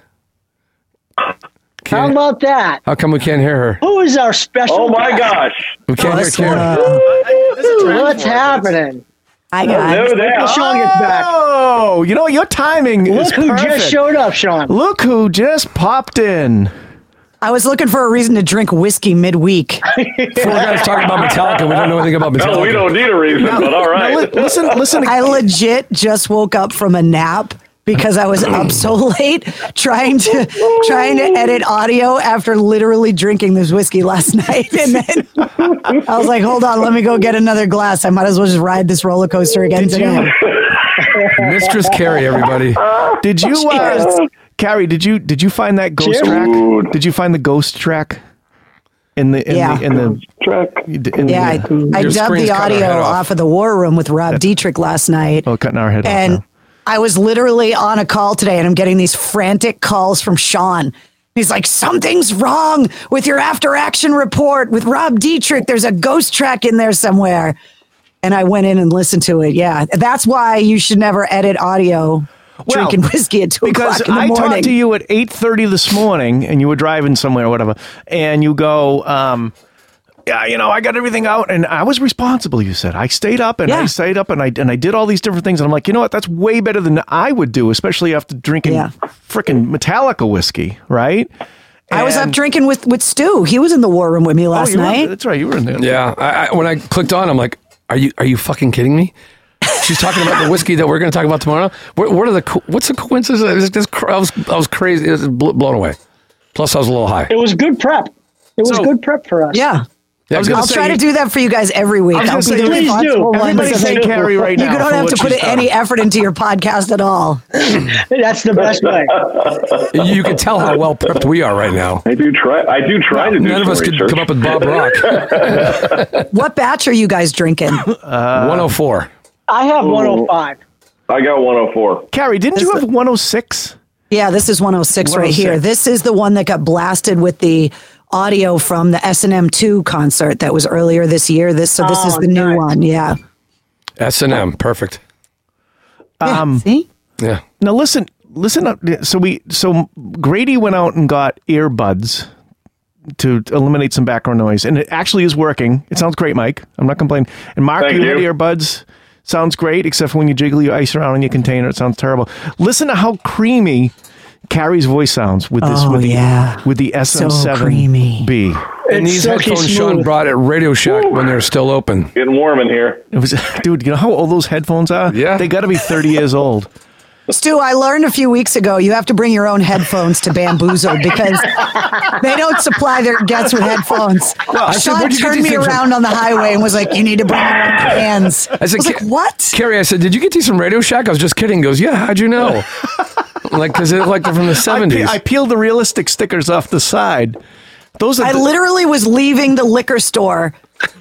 [SPEAKER 1] How
[SPEAKER 4] Can't-
[SPEAKER 1] about that?
[SPEAKER 4] how come we can't hear her?
[SPEAKER 1] Who is our special?
[SPEAKER 5] Oh my
[SPEAKER 1] guest?
[SPEAKER 5] gosh!
[SPEAKER 4] We can't hear Karen.
[SPEAKER 1] What's happening?
[SPEAKER 7] Hi guys.
[SPEAKER 5] There they are.
[SPEAKER 1] Sean gets back.
[SPEAKER 3] Oh, you know your timing is
[SPEAKER 1] Look who
[SPEAKER 3] perfect.
[SPEAKER 1] just showed up, Sean.
[SPEAKER 3] Look who just popped in.
[SPEAKER 7] I was looking for a reason to drink whiskey midweek.
[SPEAKER 4] Four guys talking about Metallica. We don't know anything about Metallica.
[SPEAKER 5] No, we don't need a reason, but all
[SPEAKER 3] Now,
[SPEAKER 5] right.
[SPEAKER 3] li- listen, listen.
[SPEAKER 7] I legit just woke up from a nap because I was up so late trying to trying to edit audio after literally drinking this whiskey last night. And then I was like, hold on, let me go get another glass. I might as well just ride this roller coaster again today.
[SPEAKER 4] Mistress Carrie, everybody.
[SPEAKER 3] Did you, uh, Carrie? Did you did you find that ghost track?
[SPEAKER 5] Dude.
[SPEAKER 3] Did you find the ghost track in the in
[SPEAKER 7] Yeah.
[SPEAKER 3] the in the
[SPEAKER 5] Track.
[SPEAKER 3] in the, in
[SPEAKER 7] Yeah, I, I
[SPEAKER 4] Your
[SPEAKER 7] dubbed
[SPEAKER 4] screen's
[SPEAKER 7] the
[SPEAKER 4] cut our
[SPEAKER 7] audio
[SPEAKER 4] head
[SPEAKER 7] off.
[SPEAKER 4] off.
[SPEAKER 7] of the war room with Rob Dietrich last night.
[SPEAKER 3] oh cutting our head
[SPEAKER 7] and
[SPEAKER 3] off? now.
[SPEAKER 7] I was literally on a call today, and I'm getting these frantic calls from Sean. He's like, "Something's wrong with your after action report with Rob Dietrich. There's a ghost track in there somewhere." And I went in and listened to it. Yeah, that's why you should never edit audio
[SPEAKER 3] Well,
[SPEAKER 7] drinking whiskey at two
[SPEAKER 3] because
[SPEAKER 7] o'clock in the
[SPEAKER 3] I
[SPEAKER 7] morning.
[SPEAKER 3] talked to you at 8:30 this morning and you were driving somewhere or whatever and you go um yeah, you know, I got everything out and I was responsible, you said. I stayed up and I
[SPEAKER 7] Yeah.
[SPEAKER 3] stayed up and I and I did all these different things and I'm like, "You know what? That's way better than I would do, especially after drinking
[SPEAKER 7] Yeah.
[SPEAKER 3] frickin' Metallica whiskey, right?"
[SPEAKER 7] I was up
[SPEAKER 3] And-
[SPEAKER 7] drinking with with Stu. He was in the war room with me
[SPEAKER 3] Oh,
[SPEAKER 7] last
[SPEAKER 3] you were-
[SPEAKER 7] night.
[SPEAKER 3] That's right, you were in there.
[SPEAKER 4] Yeah, I, I, when I clicked on, I'm like, are you are you fucking kidding me? She's talking about the whiskey that we're going to talk about tomorrow. What, what are the co- what's the coincidence? It was just cr- I was I was crazy, I was bl- blown away. Plus, I was a little high.
[SPEAKER 1] It was good prep. It was
[SPEAKER 4] So-
[SPEAKER 1] good prep for us.
[SPEAKER 7] yeah.
[SPEAKER 4] Yeah,
[SPEAKER 3] was
[SPEAKER 4] good.
[SPEAKER 3] gonna
[SPEAKER 7] I'll
[SPEAKER 3] say-
[SPEAKER 7] try to do that for you guys every week.
[SPEAKER 3] was gonna
[SPEAKER 7] I'll be
[SPEAKER 3] say,
[SPEAKER 7] the
[SPEAKER 1] please do.
[SPEAKER 7] responsible one.
[SPEAKER 3] Everybody say Carrie right now.
[SPEAKER 7] You don't
[SPEAKER 3] for
[SPEAKER 7] have
[SPEAKER 3] what
[SPEAKER 7] to put
[SPEAKER 3] she's done.
[SPEAKER 7] any effort into your podcast at all.
[SPEAKER 1] That's the best way.
[SPEAKER 4] You- you can tell how well prepped we are right now.
[SPEAKER 5] I do try. I do try to do
[SPEAKER 4] None of
[SPEAKER 5] some
[SPEAKER 4] us could
[SPEAKER 5] research.
[SPEAKER 4] come up with Bob Rock.
[SPEAKER 7] What batch are you guys drinking?
[SPEAKER 4] 104.
[SPEAKER 1] I have 105.
[SPEAKER 5] I got 104.
[SPEAKER 3] Carrie, didn't you have 106?
[SPEAKER 7] Yeah, this is 106, right here.
[SPEAKER 3] 106.
[SPEAKER 7] This is the one that got blasted with the audio from the S&M 2 concert that was earlier this year. This so this is
[SPEAKER 1] Oh,
[SPEAKER 7] the new
[SPEAKER 1] nice.
[SPEAKER 7] one. Yeah.
[SPEAKER 4] S and M, perfect.
[SPEAKER 7] Yeah,
[SPEAKER 4] Um,
[SPEAKER 7] See?
[SPEAKER 4] Yeah,
[SPEAKER 3] Now listen, listen up. So we, so Grady went out and got earbuds to eliminate some background noise, and it actually is working. It sounds great, Mike. I'm not complaining. And Mark,
[SPEAKER 5] Thank
[SPEAKER 3] you, had
[SPEAKER 5] you.
[SPEAKER 3] earbuds. Sounds great, except for when you jiggle your ice around in your container, it sounds terrible. Listen to how creamy Carrie's voice sounds with this,
[SPEAKER 7] Oh,
[SPEAKER 3] with the
[SPEAKER 7] yeah.
[SPEAKER 3] with the
[SPEAKER 7] creamy.
[SPEAKER 3] SM7B.
[SPEAKER 4] and
[SPEAKER 1] It's
[SPEAKER 4] these
[SPEAKER 1] silky
[SPEAKER 4] headphones Sean
[SPEAKER 1] smooth.
[SPEAKER 4] brought at Radio Shack when they were still open.
[SPEAKER 5] Getting warm in here.
[SPEAKER 3] It was, dude. You know how old those headphones are?
[SPEAKER 4] Yeah.
[SPEAKER 3] they got to be 30 years old.
[SPEAKER 7] Stu, I learned a few weeks ago you have to bring your own headphones to Bamboozle because they don't supply their guests with headphones.
[SPEAKER 4] I said,
[SPEAKER 7] Sean
[SPEAKER 4] "Where'd you get
[SPEAKER 7] turned
[SPEAKER 4] these
[SPEAKER 7] me
[SPEAKER 4] things from?"
[SPEAKER 7] around on the highway and was like, "You need to bring your own cans." I,
[SPEAKER 4] said,
[SPEAKER 7] was like,
[SPEAKER 4] "Ca-
[SPEAKER 7] "What?"
[SPEAKER 4] Carrie, I said, did you get these from Radio Shack? I was just kidding. He goes, yeah. How'd you know? I'm like, because they're like they're from the
[SPEAKER 3] I, pe-
[SPEAKER 4] seventies.
[SPEAKER 3] I peeled the realistic stickers off the side. Those are
[SPEAKER 7] I
[SPEAKER 3] the-
[SPEAKER 7] literally was leaving the liquor store,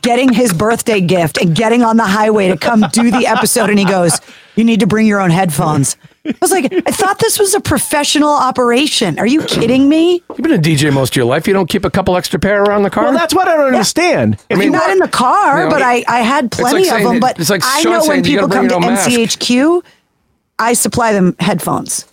[SPEAKER 7] getting his birthday gift, and getting on the highway to come do the episode. And he goes, "You need to bring your own headphones." I was like, "I thought this was a professional operation. Are you kidding me?"
[SPEAKER 4] You've been a DJ most of your life. You don't keep a couple extra pair around the car.
[SPEAKER 3] Well, that's what I don't understand. If
[SPEAKER 4] mean-
[SPEAKER 3] you-
[SPEAKER 7] not in the car,
[SPEAKER 4] No,
[SPEAKER 7] but
[SPEAKER 4] it-
[SPEAKER 7] I, I had
[SPEAKER 4] like
[SPEAKER 7] plenty of
[SPEAKER 4] saying-
[SPEAKER 7] them. But
[SPEAKER 4] it's like
[SPEAKER 7] I
[SPEAKER 4] Sean
[SPEAKER 7] know
[SPEAKER 4] saying
[SPEAKER 7] when
[SPEAKER 4] you gotta
[SPEAKER 7] people
[SPEAKER 4] bring
[SPEAKER 7] come to
[SPEAKER 4] your own mask.
[SPEAKER 7] NCHQ, I supply them headphones.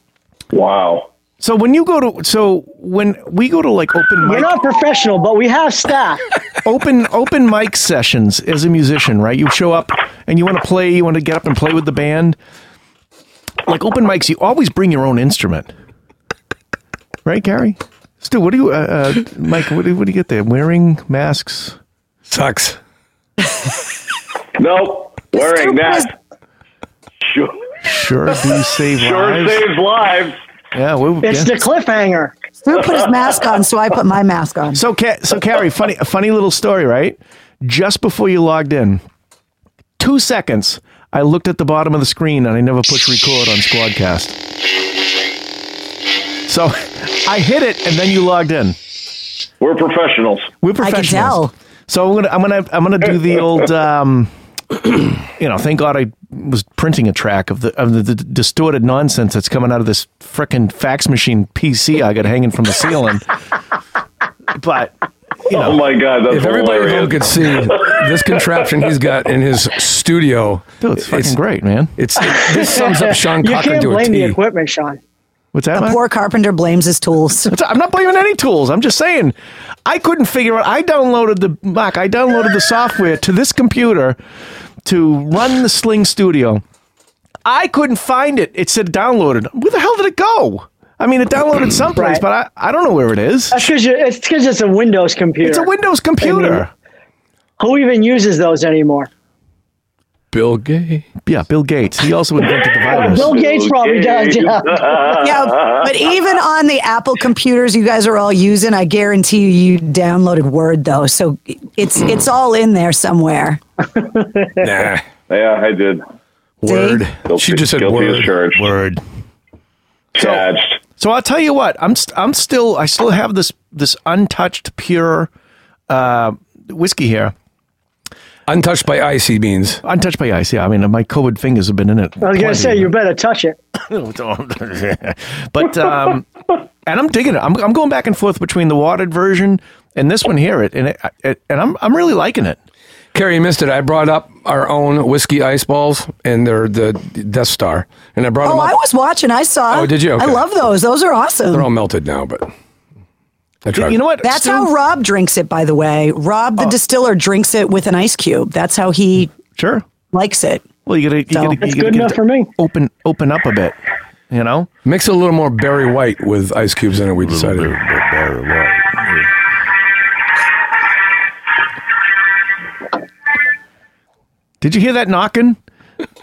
[SPEAKER 5] Wow.
[SPEAKER 3] so when you go to so when we go to like open
[SPEAKER 1] We're
[SPEAKER 3] mic
[SPEAKER 1] not professional, but we have staff.
[SPEAKER 3] open open mic sessions as a musician, right? You show up and you want to play, you want to get up and play with the band. Like open mics, you always bring your own instrument, right, Gary? Stu, what do you, uh, uh, Mike? What do, what do you get there? Wearing masks.
[SPEAKER 4] sucks.
[SPEAKER 5] Nope. Wearing that. Sure,
[SPEAKER 3] Sure, do save
[SPEAKER 5] sure
[SPEAKER 3] lives.
[SPEAKER 5] saves lives.
[SPEAKER 3] Yeah, we, yeah.
[SPEAKER 1] It's the cliffhanger.
[SPEAKER 7] Who put his mask on, so I put my mask on.
[SPEAKER 3] So, Ca- so Carrie, funny, a funny little story, right? Just before you logged in, two seconds, I looked at the bottom of the screen and I never pushed record on Squadcast. So, I hit it and then you logged in.
[SPEAKER 5] We're professionals.
[SPEAKER 3] We're
[SPEAKER 7] I can
[SPEAKER 3] professionals.
[SPEAKER 7] tell.
[SPEAKER 3] So I'm gonna, I'm gonna, I'm gonna do the old. Um, you know, thank God I was printing a track of the of the, the distorted nonsense that's coming out of this frickin' fax machine PC I got hanging from the ceiling. but you know,
[SPEAKER 5] Oh my god, that's
[SPEAKER 4] If everybody at home
[SPEAKER 5] hilarious.
[SPEAKER 4] could see this contraption he's got in his studio,
[SPEAKER 3] Dude, it's fucking great, man.
[SPEAKER 4] It's this sums up Sean
[SPEAKER 1] You
[SPEAKER 4] Cochran
[SPEAKER 1] can't
[SPEAKER 4] to a
[SPEAKER 1] blame the
[SPEAKER 4] T.
[SPEAKER 1] equipment, Sean.
[SPEAKER 3] What's that?
[SPEAKER 7] The
[SPEAKER 3] Mike?
[SPEAKER 7] poor carpenter blames his tools.
[SPEAKER 3] That's- I'm not blaming any tools. I'm just saying, I couldn't figure out. I downloaded the Mac. I downloaded the software to this computer to run the Sling Studio. I couldn't find it. It said downloaded. Where the hell did it go? I mean, it downloaded someplace,
[SPEAKER 1] Right.
[SPEAKER 3] but I, I don't know where it is.
[SPEAKER 1] That's because it's because it's a Windows computer.
[SPEAKER 3] It's a Windows computer.
[SPEAKER 1] Who even uses those anymore?
[SPEAKER 4] Bill Gates.
[SPEAKER 3] Yeah, Bill Gates. He also invented the virus.
[SPEAKER 1] Uh, Bill Gates probably does. Yeah.
[SPEAKER 7] yeah, but even on the Apple computers you guys are all using, I guarantee you, you downloaded Word though, so it's it's all in there somewhere.
[SPEAKER 4] Nah.
[SPEAKER 5] Yeah, I did.
[SPEAKER 4] Word.
[SPEAKER 5] Guilty-
[SPEAKER 4] She just said
[SPEAKER 5] guilty as
[SPEAKER 4] word.
[SPEAKER 5] charged.
[SPEAKER 3] Word.
[SPEAKER 5] Charged.
[SPEAKER 3] So I'll tell you what. I'm st- I'm still I still have this this untouched pure uh, whiskey here,
[SPEAKER 4] Untouched by ice, he means.
[SPEAKER 3] untouched by ice. Yeah, I mean my COVID fingers have been in it.
[SPEAKER 1] I was gonna say you better touch it.
[SPEAKER 3] but um, and I'm digging it. I'm, I'm going back and forth between the watered version and this one here. It and it, it and I'm I'm really liking it.
[SPEAKER 4] Carrie you missed it. I brought up our own whiskey ice balls, and they're the Death Star. And I brought
[SPEAKER 7] Oh,
[SPEAKER 4] them up.
[SPEAKER 7] I was watching. I saw.
[SPEAKER 4] Oh, did you?
[SPEAKER 7] I
[SPEAKER 4] Okay.
[SPEAKER 7] love those. Those are awesome.
[SPEAKER 4] they're all melted now, but I tried.
[SPEAKER 3] You know what?
[SPEAKER 7] That's
[SPEAKER 3] Stu?
[SPEAKER 7] how Rob drinks it, by the way. Rob,
[SPEAKER 4] Oh.
[SPEAKER 7] the distiller, drinks it with an ice cube. That's how he
[SPEAKER 3] Sure.
[SPEAKER 7] likes it.
[SPEAKER 3] Well, you gotta you gotta, you
[SPEAKER 1] That's
[SPEAKER 3] gotta
[SPEAKER 1] good
[SPEAKER 3] get
[SPEAKER 1] enough
[SPEAKER 3] to
[SPEAKER 1] for me.
[SPEAKER 3] Open open up a bit. You know.
[SPEAKER 4] Mix a little more Barry White with ice cubes in it. We decided.
[SPEAKER 3] Did you hear that knocking?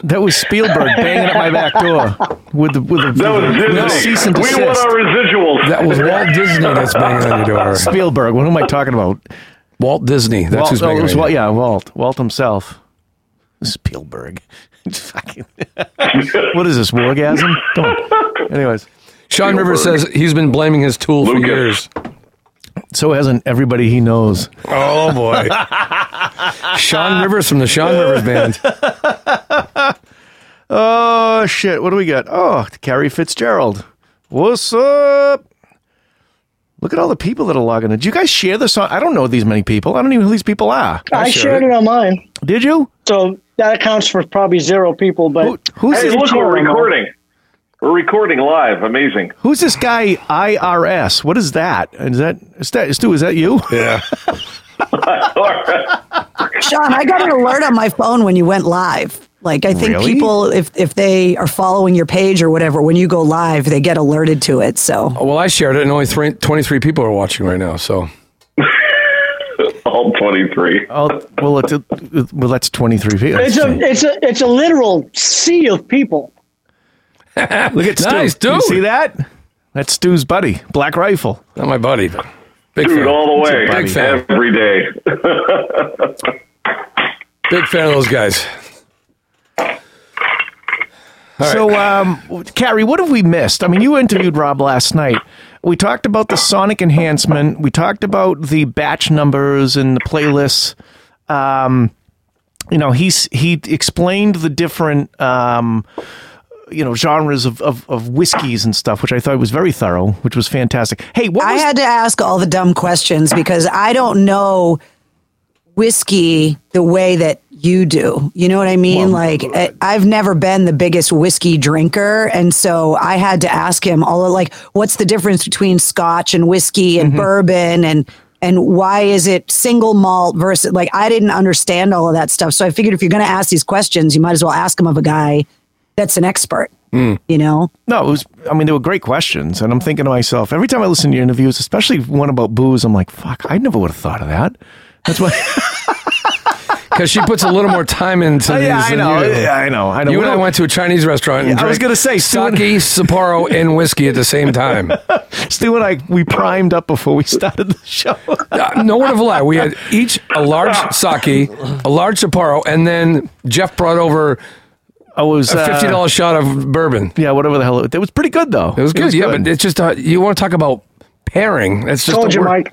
[SPEAKER 3] That was Spielberg banging at my back door with the with the,
[SPEAKER 5] That was
[SPEAKER 3] with the
[SPEAKER 5] Disney.
[SPEAKER 3] cease and
[SPEAKER 5] we
[SPEAKER 3] desist.
[SPEAKER 5] want our residuals.
[SPEAKER 4] That was Walt Disney that's banging on your door.
[SPEAKER 3] Spielberg. What am I talking about?
[SPEAKER 4] Walt Disney. That's
[SPEAKER 3] Walt,
[SPEAKER 4] who's
[SPEAKER 3] oh, it
[SPEAKER 4] banging
[SPEAKER 3] was
[SPEAKER 4] on
[SPEAKER 3] Walt,
[SPEAKER 4] your
[SPEAKER 3] yeah, Walt. Walt himself. Spielberg. Fucking- what is this? Wargasm? Don't. Anyways,
[SPEAKER 4] Sean Rivers says he's been blaming his tool for
[SPEAKER 5] Lucas.
[SPEAKER 4] years.
[SPEAKER 3] so hasn't everybody he knows.
[SPEAKER 4] Oh boy. Sean Rivers from the Sean Rivers Band.
[SPEAKER 3] Oh shit! What do we got? Oh, Carrie Fitzgerald. What's up? Look at all the people that are logging in. Did you guys share this on? I don't know these many people. I don't even know who these people are.
[SPEAKER 1] I, shared it on mine,
[SPEAKER 3] Did you?
[SPEAKER 1] so that accounts for probably zero people. But
[SPEAKER 3] Who, who's
[SPEAKER 5] Hey,
[SPEAKER 3] this,
[SPEAKER 5] look, we're
[SPEAKER 1] Sharon,
[SPEAKER 5] recording. We're recording live. Amazing.
[SPEAKER 3] who's this guy? IRS. What is that? Is that is that Stu? Is that you?
[SPEAKER 4] Yeah.
[SPEAKER 7] Sean, I got an alert on my phone when you went live. Like I think
[SPEAKER 3] Really?
[SPEAKER 7] people if if they are following your page or whatever, when you go live, they get alerted to it. So
[SPEAKER 4] Oh, Well, I shared it, and only three, 23 people are watching right now. So
[SPEAKER 5] All 23.
[SPEAKER 3] Oh, well, it's a, well, that's twenty three people.
[SPEAKER 1] It's a it's a it's a literal sea of people.
[SPEAKER 3] Look at Stu.
[SPEAKER 4] Nice, dude.
[SPEAKER 3] You see that? That's Stu's buddy, Black Rifle.
[SPEAKER 4] not my buddy, but big
[SPEAKER 5] Dude,
[SPEAKER 4] fan.
[SPEAKER 5] all the way.
[SPEAKER 4] Big fan.
[SPEAKER 5] Every day.
[SPEAKER 4] Big fan of those guys.
[SPEAKER 3] So, um, Carrie, what have we missed? I mean, you interviewed Rob last night. We talked about the sonic enhancement. We talked about the batch numbers and the playlists. Um, you know, he's he explained the different um, you know genres of, of of whiskeys and stuff, which I thought was very thorough, which was fantastic. Hey, what
[SPEAKER 7] I
[SPEAKER 3] was
[SPEAKER 7] had to ask all the dumb questions because I don't know whiskey the way that you do. You know what I mean?
[SPEAKER 3] uh,
[SPEAKER 7] like I- I've never been the biggest whiskey drinker, and so I had to ask him all of, like, what's the difference between Scotch and whiskey
[SPEAKER 3] Mm-hmm.
[SPEAKER 7] and bourbon and and why is it single malt versus like I didn't understand all of that stuff. So I figured if you're going to ask these questions, you might as well ask them of a guy that's an expert.
[SPEAKER 3] Mm.
[SPEAKER 7] You know?
[SPEAKER 3] No, it was. I mean, they were great questions, and I'm thinking to myself every time I listen to your interviews, especially one about booze. I'm like, fuck, I never would have thought of that. That's why.
[SPEAKER 4] Because she puts a little more time into these.
[SPEAKER 3] yeah, I
[SPEAKER 4] than
[SPEAKER 3] know.
[SPEAKER 4] You.
[SPEAKER 3] Yeah, I know. I know.
[SPEAKER 4] You
[SPEAKER 3] We
[SPEAKER 4] and I
[SPEAKER 3] don't-
[SPEAKER 4] went to a Chinese restaurant. And
[SPEAKER 3] Yeah, I was
[SPEAKER 4] drank
[SPEAKER 3] gonna say, soon-
[SPEAKER 4] sake, Sapporo, and whiskey at the same time.
[SPEAKER 3] Stu and I we primed up before we started the show.
[SPEAKER 4] Uh, no word of a lie. We had each a large sake, a large Sapporo, and then Jeff brought over
[SPEAKER 3] I was
[SPEAKER 4] a
[SPEAKER 3] uh,
[SPEAKER 4] fifty dollar shot of bourbon.
[SPEAKER 3] Yeah, whatever the hell. It, it was pretty good though.
[SPEAKER 4] It was good. yeah, but it's just uh, you want to talk about pairing. That's just
[SPEAKER 1] Told
[SPEAKER 4] the,
[SPEAKER 1] you,
[SPEAKER 4] wor-
[SPEAKER 1] Mike.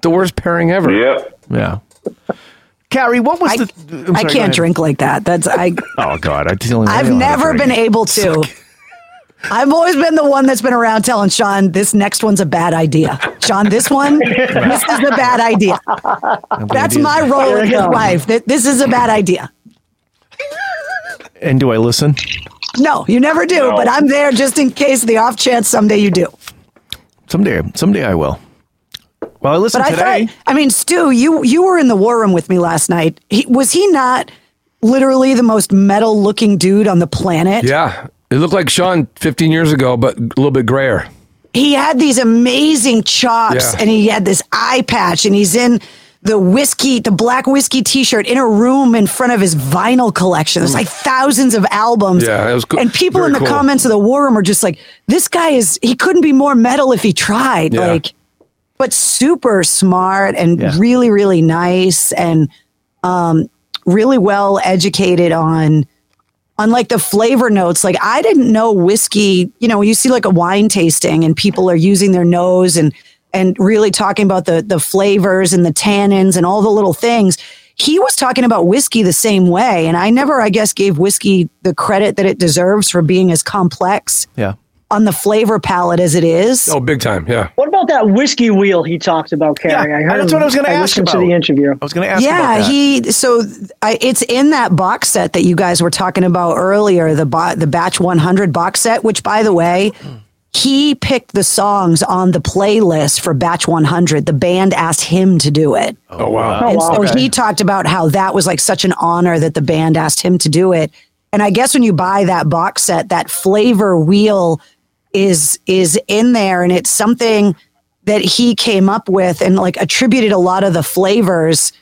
[SPEAKER 4] the worst pairing ever.
[SPEAKER 5] Yep.
[SPEAKER 3] yeah. Carrie, what was
[SPEAKER 7] I,
[SPEAKER 3] the? I'm sorry,
[SPEAKER 7] I
[SPEAKER 3] go
[SPEAKER 7] can't
[SPEAKER 3] ahead.
[SPEAKER 7] drink like that. That's I
[SPEAKER 3] Oh God, I tell you, I
[SPEAKER 7] I've
[SPEAKER 3] don't know how to
[SPEAKER 7] never
[SPEAKER 3] drink.
[SPEAKER 7] been able to. I've always been the one that's been around telling Sean this next one's a bad idea. Sean, this one, this is a bad idea. That's my role in his life. That this is a bad idea.
[SPEAKER 3] And do I listen?
[SPEAKER 7] No, you never do,
[SPEAKER 5] No.
[SPEAKER 7] but I'm there just in case the off chance someday you do.
[SPEAKER 3] Someday, someday I will. Well, I listen
[SPEAKER 7] But I
[SPEAKER 3] today.
[SPEAKER 7] thought, I mean, Stu, you you were in the war room with me last night. He, was he not literally the most metal looking dude on the planet?
[SPEAKER 4] Yeah. It looked like Sean 15 years ago, but a little bit grayer.
[SPEAKER 7] he had these amazing chops
[SPEAKER 4] Yeah.
[SPEAKER 7] and he had this eye patch and he's in the whiskey, the black whiskey T-shirt in a room in front of his vinyl collection. There's like thousands of albums.
[SPEAKER 4] Yeah, it was cool.
[SPEAKER 7] And people
[SPEAKER 4] Very
[SPEAKER 7] in the
[SPEAKER 4] cool.
[SPEAKER 7] comments of the war room are just like, "This guy is. He couldn't be more metal if he tried."
[SPEAKER 4] Yeah.
[SPEAKER 7] Like, but super smart and
[SPEAKER 3] Yeah.
[SPEAKER 7] really, really nice and um, really well educated on on like the flavor notes. Like I didn't know whiskey, you know, you see like a wine tasting and people are using their nose and and really talking about the the flavors and the tannins and all the little things. He was talking about whiskey the same way and I never I guess gave whiskey the credit that it deserves for being as complex
[SPEAKER 3] Yeah.
[SPEAKER 7] on the flavor palette as it is.
[SPEAKER 4] Oh, big time. Yeah.
[SPEAKER 1] What about that whiskey wheel he talked about carrying?
[SPEAKER 3] Yeah, that's what I was gonna ask
[SPEAKER 1] listened to
[SPEAKER 3] about.
[SPEAKER 1] the interview.
[SPEAKER 3] I was going to ask
[SPEAKER 7] yeah,
[SPEAKER 3] about that.
[SPEAKER 7] he so I, it's in that box set that you guys were talking about earlier, the bo- the batch 100 box set, which by the way, he picked the songs on the playlist for batch 100. The band asked him to do it.
[SPEAKER 4] Oh, wow.
[SPEAKER 1] Oh,
[SPEAKER 7] and
[SPEAKER 1] wow.
[SPEAKER 7] so
[SPEAKER 1] Okay.
[SPEAKER 7] he talked about how that was like such an honor that the band asked him to do it. And I guess when you buy that box set, that flavor wheel is is in there and it's something that he came up with and like attributed a lot of the flavors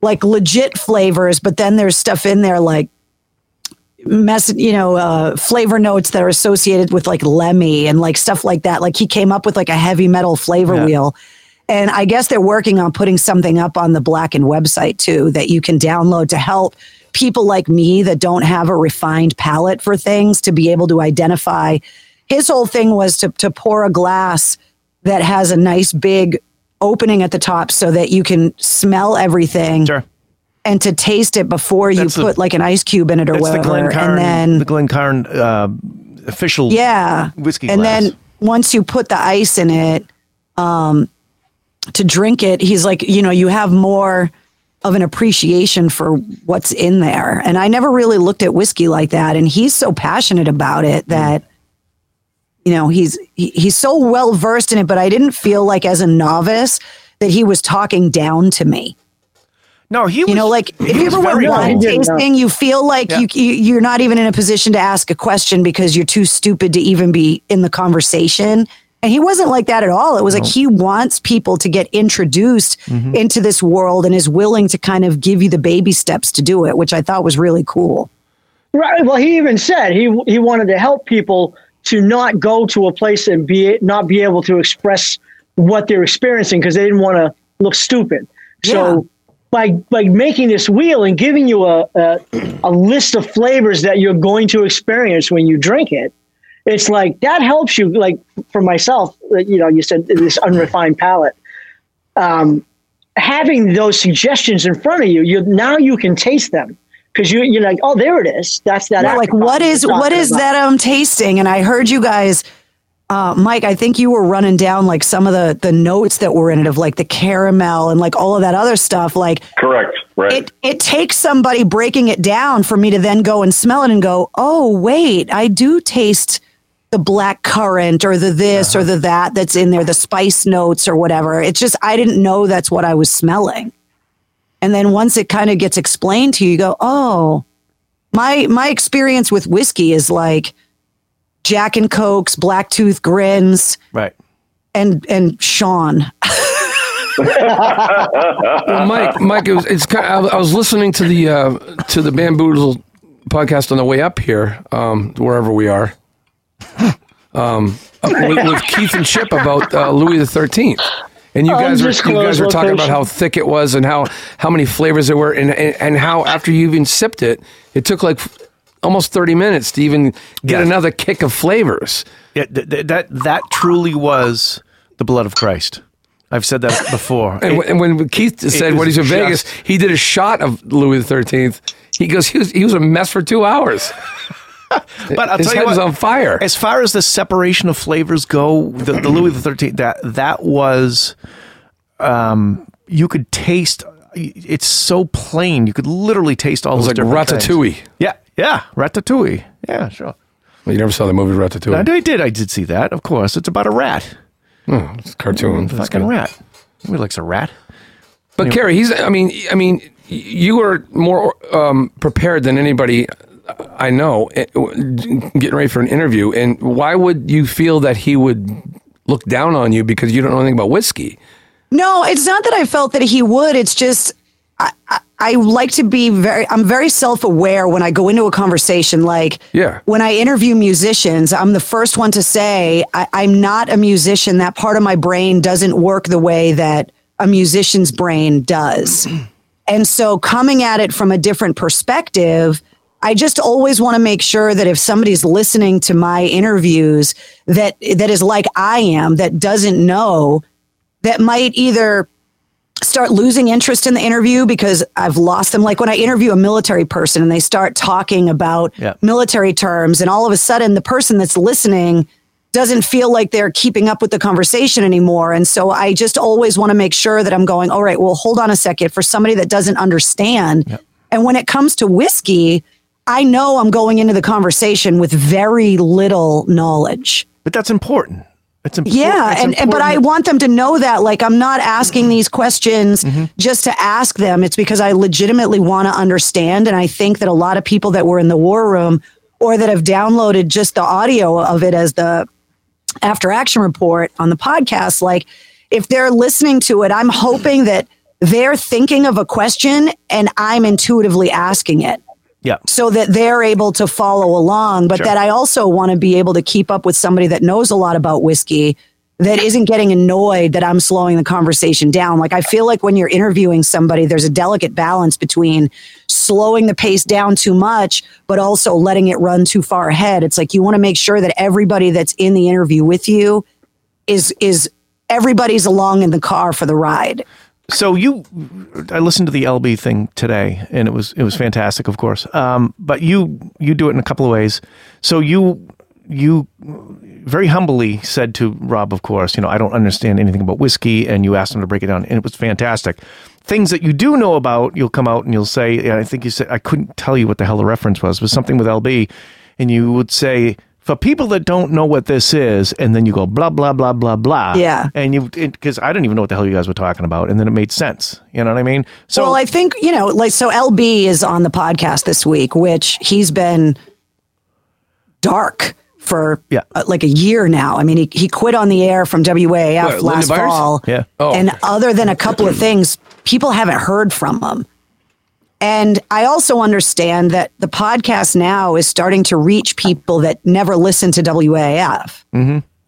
[SPEAKER 7] like legit flavors, but then there's stuff in there like mess you know uh flavor notes that are associated with like lemmy and like stuff like that like he came up with like a heavy metal flavor
[SPEAKER 3] Yeah.
[SPEAKER 7] wheel and i guess they're working on putting something up on the black and website too that you can download to help people like me that don't have a refined palate for things to be able to identify his whole thing was to, to pour a glass that has a nice big opening at the top so that you can smell everything
[SPEAKER 3] Sure.
[SPEAKER 7] and to taste it before
[SPEAKER 3] That's the-
[SPEAKER 7] you put like an ice cube in it or
[SPEAKER 3] That's the
[SPEAKER 7] whatever.
[SPEAKER 3] Glencairn,
[SPEAKER 7] and then
[SPEAKER 3] the Glencairn uh, official.
[SPEAKER 7] yeah,
[SPEAKER 3] whiskey
[SPEAKER 7] And
[SPEAKER 3] glass.
[SPEAKER 7] then once you put the ice in it, um, to drink it, he's like, you know, you have more of an appreciation for what's in there. And I never really looked at whiskey like that. And he's so passionate about
[SPEAKER 3] Mm-hmm.
[SPEAKER 7] it that. You know he's he, he's so well versed in it, but I didn't feel like as a novice that he was talking down to me.
[SPEAKER 3] No, he was.
[SPEAKER 7] You know, like if you
[SPEAKER 3] was
[SPEAKER 7] ever
[SPEAKER 3] very
[SPEAKER 7] went wine
[SPEAKER 3] cool.
[SPEAKER 1] Yeah.
[SPEAKER 7] tasting, you feel like
[SPEAKER 3] Yeah.
[SPEAKER 7] you, you you're not even in a position to ask a question because you're too stupid to even be in the conversation. And he wasn't like that at all. It was like he wants people to get introduced
[SPEAKER 3] Mm-hmm.
[SPEAKER 7] into this world and is willing to kind of give you the baby steps to do it, which I thought was really cool.
[SPEAKER 1] Right. Well, he even said he he wanted to help people to not go to a place and be not be able to express what they're experiencing because they didn't want to look stupid. So by by making this wheel and giving you a, a a list of flavors that you're going to experience when you drink it, it's like that helps you. Like for myself, like, you know, you said this unrefined palate. Um, having those suggestions in front of you, you now you can taste them because you you're like, oh, there it is. That's that.
[SPEAKER 7] like
[SPEAKER 1] apricot
[SPEAKER 7] what is
[SPEAKER 1] we're
[SPEAKER 7] what
[SPEAKER 1] talking
[SPEAKER 7] is
[SPEAKER 1] about."
[SPEAKER 7] that I'm tasting? And I heard you guys, uh, Mike. I think you were running down like some of the the notes that were in it of like the caramel and like all of that other stuff. Like
[SPEAKER 5] Correct. Right.
[SPEAKER 7] it it takes somebody breaking it down for me to then go and smell it and go, oh wait, I do taste the black currant or the this or the that that's in there, the spice notes or whatever. It's just I didn't know that's what I was smelling. And then once it kind of gets explained to you, you go, oh, my my experience with whiskey is like Jack and Cokes, Black Tooth Grins,
[SPEAKER 3] right.
[SPEAKER 7] and and Sean.
[SPEAKER 4] Well, Uh, Mike, Mike, it was, it's kind of, I was listening to the uh, to the Bamboozle podcast on the way up here, um, wherever we are, um, up with, with Keith and Chip about uh, Louis the Thirteenth. And you guys were you guys
[SPEAKER 1] Undisclosed
[SPEAKER 4] were talking about
[SPEAKER 1] location.
[SPEAKER 4] how thick it was and how how many flavors there were and and, and how after you even sipped it, it took like almost thirty minutes to even get
[SPEAKER 3] Yeah.
[SPEAKER 4] another kick of flavors.
[SPEAKER 3] Yeah, th- th- that that truly was the blood of Christ. I've said that before.
[SPEAKER 4] And, wh- and when Keith said
[SPEAKER 3] was
[SPEAKER 4] when he's in Vegas,
[SPEAKER 3] just-
[SPEAKER 4] he did a shot of Louis XIII. He goes, he was, he was a mess for two hours.
[SPEAKER 3] but I'll
[SPEAKER 4] His
[SPEAKER 3] tell
[SPEAKER 4] head
[SPEAKER 3] you
[SPEAKER 4] was
[SPEAKER 3] what,
[SPEAKER 4] on fire.
[SPEAKER 3] As far as the separation of flavors go, the, the Louis the Thirteenth that that was, um, you could taste. It's so plain. You could literally taste all
[SPEAKER 4] It was
[SPEAKER 3] those
[SPEAKER 4] like
[SPEAKER 3] different things.
[SPEAKER 4] Ratatouille.
[SPEAKER 3] Yeah, yeah, ratatouille. Yeah, sure.
[SPEAKER 4] Well, you never saw the movie
[SPEAKER 3] I
[SPEAKER 4] Ratatouille.
[SPEAKER 3] did, I did. I did see that. Of course, it's about a rat.
[SPEAKER 4] It's a cartoon. That's
[SPEAKER 3] Fucking
[SPEAKER 4] good.
[SPEAKER 3] rat. Nobody likes a rat.
[SPEAKER 4] But Kerry, he's. I mean, I mean, y- you are more um, prepared than anybody I know. eh, w- Getting ready for an interview, and why would you feel that he would look down on you because you don't know anything about whiskey?
[SPEAKER 7] No, it's not that I felt that he would. It's just I, I, I like to be very. I'm very self aware when I go into a conversation. Like
[SPEAKER 4] Yeah.
[SPEAKER 7] when I interview musicians, I'm the first one to say I, I'm not a musician. That part of my brain doesn't work the way that a musician's brain does. And so coming at it from a different perspective, I just always want to make sure that if somebody's listening to my interviews that that is like I am, that doesn't know, that might either start losing interest in the interview because I've lost them. Like when I interview a military person and they start talking about
[SPEAKER 3] Yeah.
[SPEAKER 7] military terms, and all of a sudden the person that's listening doesn't feel like they're keeping up with the conversation anymore. And so I just always want to make sure that I'm going, all right, well, hold on a second for somebody that doesn't understand. And when it comes to whiskey, I know I'm going into the conversation with very little knowledge.
[SPEAKER 3] But that's important. It's important.
[SPEAKER 7] Yeah,
[SPEAKER 3] it's
[SPEAKER 7] and, and but
[SPEAKER 3] important
[SPEAKER 7] I
[SPEAKER 3] that-
[SPEAKER 7] want them to know that like I'm not asking these questions
[SPEAKER 3] Mm-hmm.
[SPEAKER 7] just to ask them. It's because I legitimately want to understand and I think that a lot of people that were in the war room or that have downloaded just the audio of it as the after action report on the podcast like if they're listening to it I'm hoping that they're thinking of a question and I'm intuitively asking it
[SPEAKER 3] Yeah.
[SPEAKER 7] so that they're able to follow along, but that I also want to be able to keep up with somebody that knows a lot about whiskey that isn't getting annoyed that I'm slowing the conversation down. Like I feel like when you're interviewing somebody, there's a delicate balance between slowing the pace down too much, but also letting it run too far ahead. It's like you want to make sure that everybody that's in the interview with you is is everybody's along in the car for the ride.
[SPEAKER 3] so you i listened to the lb thing today and it was it was fantastic of course um, but you you do it in a couple of ways so you you very humbly said to rob of course you know i don't understand anything about whiskey and you asked him to break it down and it was fantastic things that you do know about you'll come out and you'll say yeah, i think you said i couldn't tell you what the hell the reference was it was something with lb and you would say for people that don't know what this is and then you go blah blah blah blah blah
[SPEAKER 7] Yeah.
[SPEAKER 3] and you because I didn't even know what the hell you guys were talking about, and then it made sense. You know what I mean? So
[SPEAKER 7] well, I think you know, like so. LB is on the podcast this week, which he's been dark for
[SPEAKER 3] Yeah.
[SPEAKER 7] uh, like a year now. I mean, he he quit on the air from WAF
[SPEAKER 4] What, Linda
[SPEAKER 7] last
[SPEAKER 4] Byers?
[SPEAKER 7] fall,
[SPEAKER 3] Yeah.
[SPEAKER 4] Oh.
[SPEAKER 7] and other than a couple of things, people haven't heard from him. And I also understand that the podcast now is starting to reach people that never listened to WAF